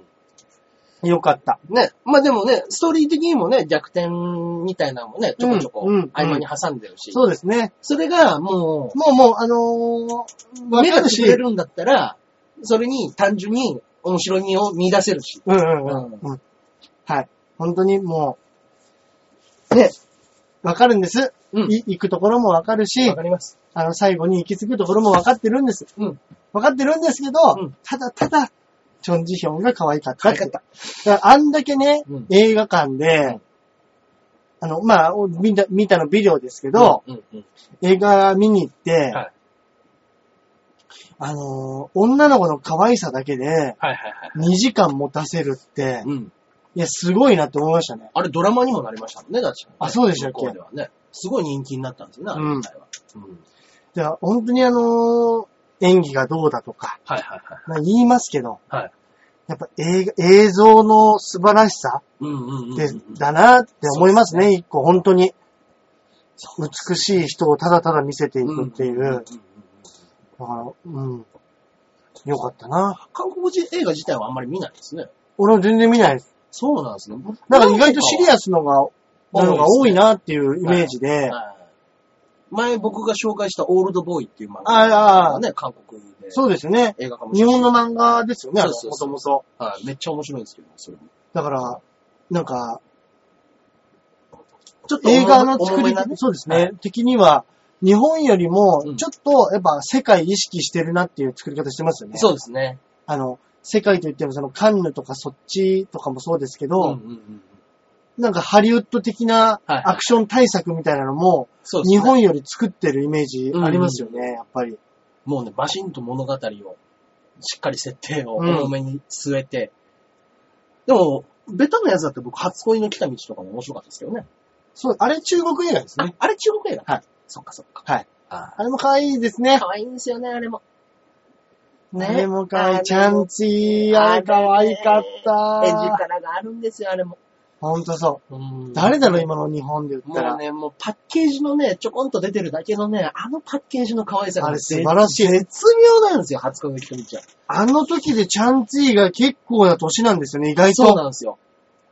[SPEAKER 1] よかった。
[SPEAKER 2] ね。まあでもね、ストーリー的にもね、逆転みたいなのもね、ちょこちょこ
[SPEAKER 1] うんうん
[SPEAKER 2] 合間に挟んでるし。
[SPEAKER 1] そうですね。
[SPEAKER 2] それがも
[SPEAKER 1] もうもう、あのー、
[SPEAKER 2] う、
[SPEAKER 1] わ
[SPEAKER 2] 目
[SPEAKER 1] か
[SPEAKER 2] が
[SPEAKER 1] る
[SPEAKER 2] つ
[SPEAKER 1] し。
[SPEAKER 2] ぶれるんだったら、それに単純に面白みを見出せるし。
[SPEAKER 1] うんうんうん。うん、はい。本当にもう、ね、わかるんです。
[SPEAKER 2] うん
[SPEAKER 1] い行くところもわかるし
[SPEAKER 2] わ、かります。
[SPEAKER 1] あの、最後に行き着くところもわかってるんです。
[SPEAKER 2] うん。
[SPEAKER 1] わかってるんですけど、
[SPEAKER 2] うん
[SPEAKER 1] ただただ、チョンジヒョンが可愛かった。
[SPEAKER 2] 可愛かった
[SPEAKER 1] だからあんだけね、
[SPEAKER 2] うん
[SPEAKER 1] 映画館で、あの、まあ、お見た、見たのビデオですけど、
[SPEAKER 2] うんうん。
[SPEAKER 1] 映画見に行って、
[SPEAKER 2] はい
[SPEAKER 1] あのー女の子の可愛さだけで、
[SPEAKER 2] はいはいはい。
[SPEAKER 1] 2時間持たせるって、
[SPEAKER 2] うん。
[SPEAKER 1] いや、すごいなって思いましたね。
[SPEAKER 2] あれドラマにもなりましたもんね、だって。
[SPEAKER 1] あそうでしたっけ
[SPEAKER 2] 向こうではね。すごい人気になったんですよね、あれ自体は。うん。
[SPEAKER 1] じゃあ、本当にあのー演技がどうだとか、
[SPEAKER 2] はいはいはい。
[SPEAKER 1] まあ、言いますけど、
[SPEAKER 2] はい。
[SPEAKER 1] やっぱ映画映像の素晴らしさ
[SPEAKER 2] うんうんうんうん。
[SPEAKER 1] で、だなって思いますね、一個、本当に。
[SPEAKER 2] そ
[SPEAKER 1] 美しい人をただただ見せてい
[SPEAKER 2] うん
[SPEAKER 1] くっていう。
[SPEAKER 2] んんん
[SPEAKER 1] だから、うん。よかったな。
[SPEAKER 2] 韓国人映画自体はあんまり見ないですね。
[SPEAKER 1] 俺は全然見ないです。
[SPEAKER 2] そうなんですね。僕
[SPEAKER 1] なんか意外とシリアスのが、
[SPEAKER 2] 多いですね
[SPEAKER 1] なのが多いなっていうイメージで。
[SPEAKER 2] はい前僕が紹介したオールドボーイっていう漫画
[SPEAKER 1] ああ
[SPEAKER 2] ね、韓国で
[SPEAKER 1] そうですよね。
[SPEAKER 2] 映画化もし
[SPEAKER 1] 日
[SPEAKER 2] て
[SPEAKER 1] 本の漫画ですよね、も
[SPEAKER 2] そうそ
[SPEAKER 1] と
[SPEAKER 2] うそう
[SPEAKER 1] もと。
[SPEAKER 2] はいめっちゃ面白いんですけど、それも。
[SPEAKER 1] だから、なんか、
[SPEAKER 2] ちょっ
[SPEAKER 1] 映画の作
[SPEAKER 2] 重め
[SPEAKER 1] り
[SPEAKER 2] なね、
[SPEAKER 1] そうです
[SPEAKER 2] は
[SPEAKER 1] ね
[SPEAKER 2] い。
[SPEAKER 1] 的には、日本よりも
[SPEAKER 2] う、ん
[SPEAKER 1] ちょっと、やっぱ世界意識してるなっていう作り方してますよね。
[SPEAKER 2] そうですね。
[SPEAKER 1] あの、世界といっても、その、カンヌとかそっちとかもそうですけ
[SPEAKER 2] うんうん
[SPEAKER 1] ど、
[SPEAKER 2] うん。
[SPEAKER 1] なんかハリウッド的な
[SPEAKER 2] はい
[SPEAKER 1] アクション対策みたいなのも、
[SPEAKER 2] そうですね。
[SPEAKER 1] 日本より作ってるイメージありますよね、やっぱり。
[SPEAKER 2] もうね、バシンと物語を、しっかり設定を
[SPEAKER 1] うん
[SPEAKER 2] 重めに据えて。でも、ベタなやつだって僕、初恋の来た道とかも面白かったですけどね。
[SPEAKER 1] そう、あれ中国映画ですね。
[SPEAKER 2] ああれ中国映画
[SPEAKER 1] はい。
[SPEAKER 2] そっかそっか。
[SPEAKER 1] はい。
[SPEAKER 2] あ
[SPEAKER 1] あれも可愛いですね
[SPEAKER 2] あ。。可愛いんですよね、あれも。ね
[SPEAKER 1] あれも可
[SPEAKER 2] あ
[SPEAKER 1] 愛
[SPEAKER 2] れ
[SPEAKER 1] い。ちゃんちー、あれ可愛かった。
[SPEAKER 2] らがあるんですよ、あれも。
[SPEAKER 1] ほんとそうう。
[SPEAKER 2] ん
[SPEAKER 1] 誰だろ、今の日本で言った
[SPEAKER 2] もう
[SPEAKER 1] ら。
[SPEAKER 2] ね、もうパッケージのね、ちょこんと出てるだけのね、あのパッケージの可愛さが
[SPEAKER 1] あ
[SPEAKER 2] ね
[SPEAKER 1] れ素晴らしい。
[SPEAKER 2] 絶妙なんですよ、初恋の人みちゃん。
[SPEAKER 1] あの時でチャンツィーが結構な年なんですよね、意外
[SPEAKER 2] そう
[SPEAKER 1] と。
[SPEAKER 2] なんですよ。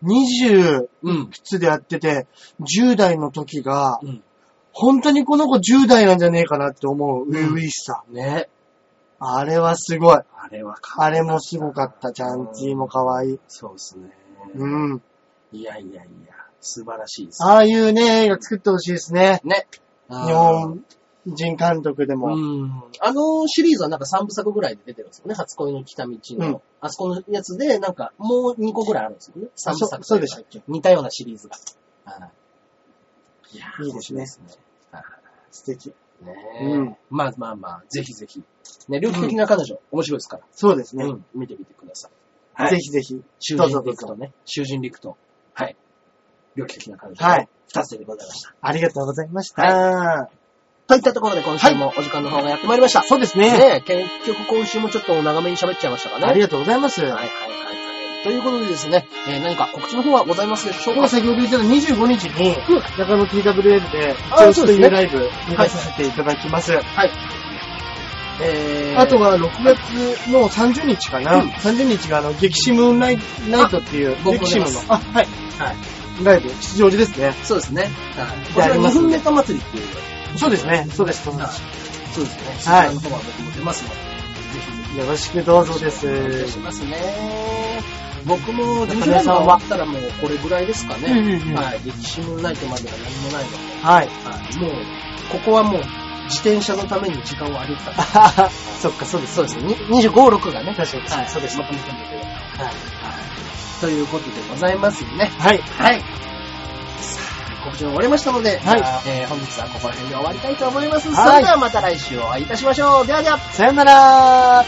[SPEAKER 1] 20
[SPEAKER 2] うん。
[SPEAKER 1] つでやってて、10代の時が、
[SPEAKER 2] うん。
[SPEAKER 1] 本当にこの子10代なんじゃねえかなって思う、初々しさ。
[SPEAKER 2] ね。
[SPEAKER 1] あれはすごい。
[SPEAKER 2] あれはか
[SPEAKER 1] あれもすごかった。チャンツィーも可愛い。
[SPEAKER 2] そうですね。
[SPEAKER 1] うん。
[SPEAKER 2] いやいやいや、素晴らしいです。
[SPEAKER 1] ああいうね、映画作ってほしいですね。
[SPEAKER 2] ね。
[SPEAKER 1] 日本人監督で
[SPEAKER 2] う
[SPEAKER 1] も。
[SPEAKER 2] ん。あのシリーズはなんか3部作ぐらいで出てるんですよね。初恋の来た道の。
[SPEAKER 1] うん
[SPEAKER 2] あそこのやつで、なんかもう2個ぐらいあるんですよね。3部作といか
[SPEAKER 1] そそうでしたっけ
[SPEAKER 2] 似たようなシリーズが。はい。いや
[SPEAKER 1] いいですね
[SPEAKER 2] 面白い
[SPEAKER 1] 素敵。
[SPEAKER 2] ね
[SPEAKER 1] う
[SPEAKER 2] え
[SPEAKER 1] ん。
[SPEAKER 2] まあまあまあ、ぜひぜひ。ね、猟奇的な彼女、面白いですから。
[SPEAKER 1] そうですね。
[SPEAKER 2] うん。見てみてください。はい
[SPEAKER 1] ぜひぜひ。
[SPEAKER 2] 囚
[SPEAKER 1] どうぞ
[SPEAKER 2] 人
[SPEAKER 1] どう
[SPEAKER 2] 陸と
[SPEAKER 1] ぞ。
[SPEAKER 2] ね。囚人陸と。はい。猟奇的な彼女。
[SPEAKER 1] はい。
[SPEAKER 2] 二つでございました。
[SPEAKER 1] ありがとうございました。
[SPEAKER 2] といったところで今週もお時間の方がやってまいりました。
[SPEAKER 1] そうですね
[SPEAKER 2] ねえ結局今週もちょっと長めに喋っちゃいましたかね。
[SPEAKER 1] ありがとうございます。
[SPEAKER 2] はいはいはいはい。ということでですね、えー何か告知の方はございますでしょうか
[SPEAKER 1] 僕は先ほど言った25日に、
[SPEAKER 2] うん
[SPEAKER 1] 中野 TWL で、
[SPEAKER 2] あ
[SPEAKER 1] 調子と
[SPEAKER 2] そうです
[SPEAKER 1] い
[SPEAKER 2] ね
[SPEAKER 1] うライブに出させていただきます。
[SPEAKER 2] えー
[SPEAKER 1] あと、は6月の30日かな。
[SPEAKER 2] うん
[SPEAKER 1] 30日があの、激死ムーンライナイトっていう、
[SPEAKER 2] 僕も
[SPEAKER 1] 激死ムーンの、あ、はい、
[SPEAKER 2] はい。
[SPEAKER 1] ライブ、吉祥寺ですね。
[SPEAKER 2] そうですね。はい。こ
[SPEAKER 1] で
[SPEAKER 2] ち
[SPEAKER 1] あ
[SPEAKER 2] ら日
[SPEAKER 1] ります
[SPEAKER 2] 本
[SPEAKER 1] ん
[SPEAKER 2] ネ
[SPEAKER 1] で
[SPEAKER 2] タ祭りっていう。
[SPEAKER 1] そうですね、そうです、そうで
[SPEAKER 2] はい
[SPEAKER 1] す。
[SPEAKER 2] そうですね。そち
[SPEAKER 1] はい
[SPEAKER 2] らの方は僕も出ますので、ぜひぜひ。
[SPEAKER 1] よろしくどうぞ
[SPEAKER 2] お
[SPEAKER 1] で
[SPEAKER 2] 願いし
[SPEAKER 1] す。
[SPEAKER 2] ますね。僕も、
[SPEAKER 1] 中
[SPEAKER 2] ジュジュライ
[SPEAKER 1] 根
[SPEAKER 2] ブが
[SPEAKER 1] さん
[SPEAKER 2] 終わ
[SPEAKER 1] は
[SPEAKER 2] ったらもうこれぐらいですかね。
[SPEAKER 1] うんうんうん
[SPEAKER 2] はい。歴史もないとまでは何もないので、
[SPEAKER 1] はい。 [LAUGHS]
[SPEAKER 2] はい。もう、ここはもう、自転車のために時間をあげた。
[SPEAKER 1] そっか、そうです。
[SPEAKER 2] そうですね。に25、6がね。
[SPEAKER 1] 確かに
[SPEAKER 2] はい、
[SPEAKER 1] そうです
[SPEAKER 2] まとめてみてください
[SPEAKER 1] はい。
[SPEAKER 2] はい。ということでございますね。
[SPEAKER 1] はい。
[SPEAKER 2] はい。さあ、告知が終わりましたので、
[SPEAKER 1] はい
[SPEAKER 2] じゃあえー本日はここら辺で終わりたいと思います。
[SPEAKER 1] はい
[SPEAKER 2] それではまた来週お会いいたしましょう。ではでは。
[SPEAKER 1] さよなら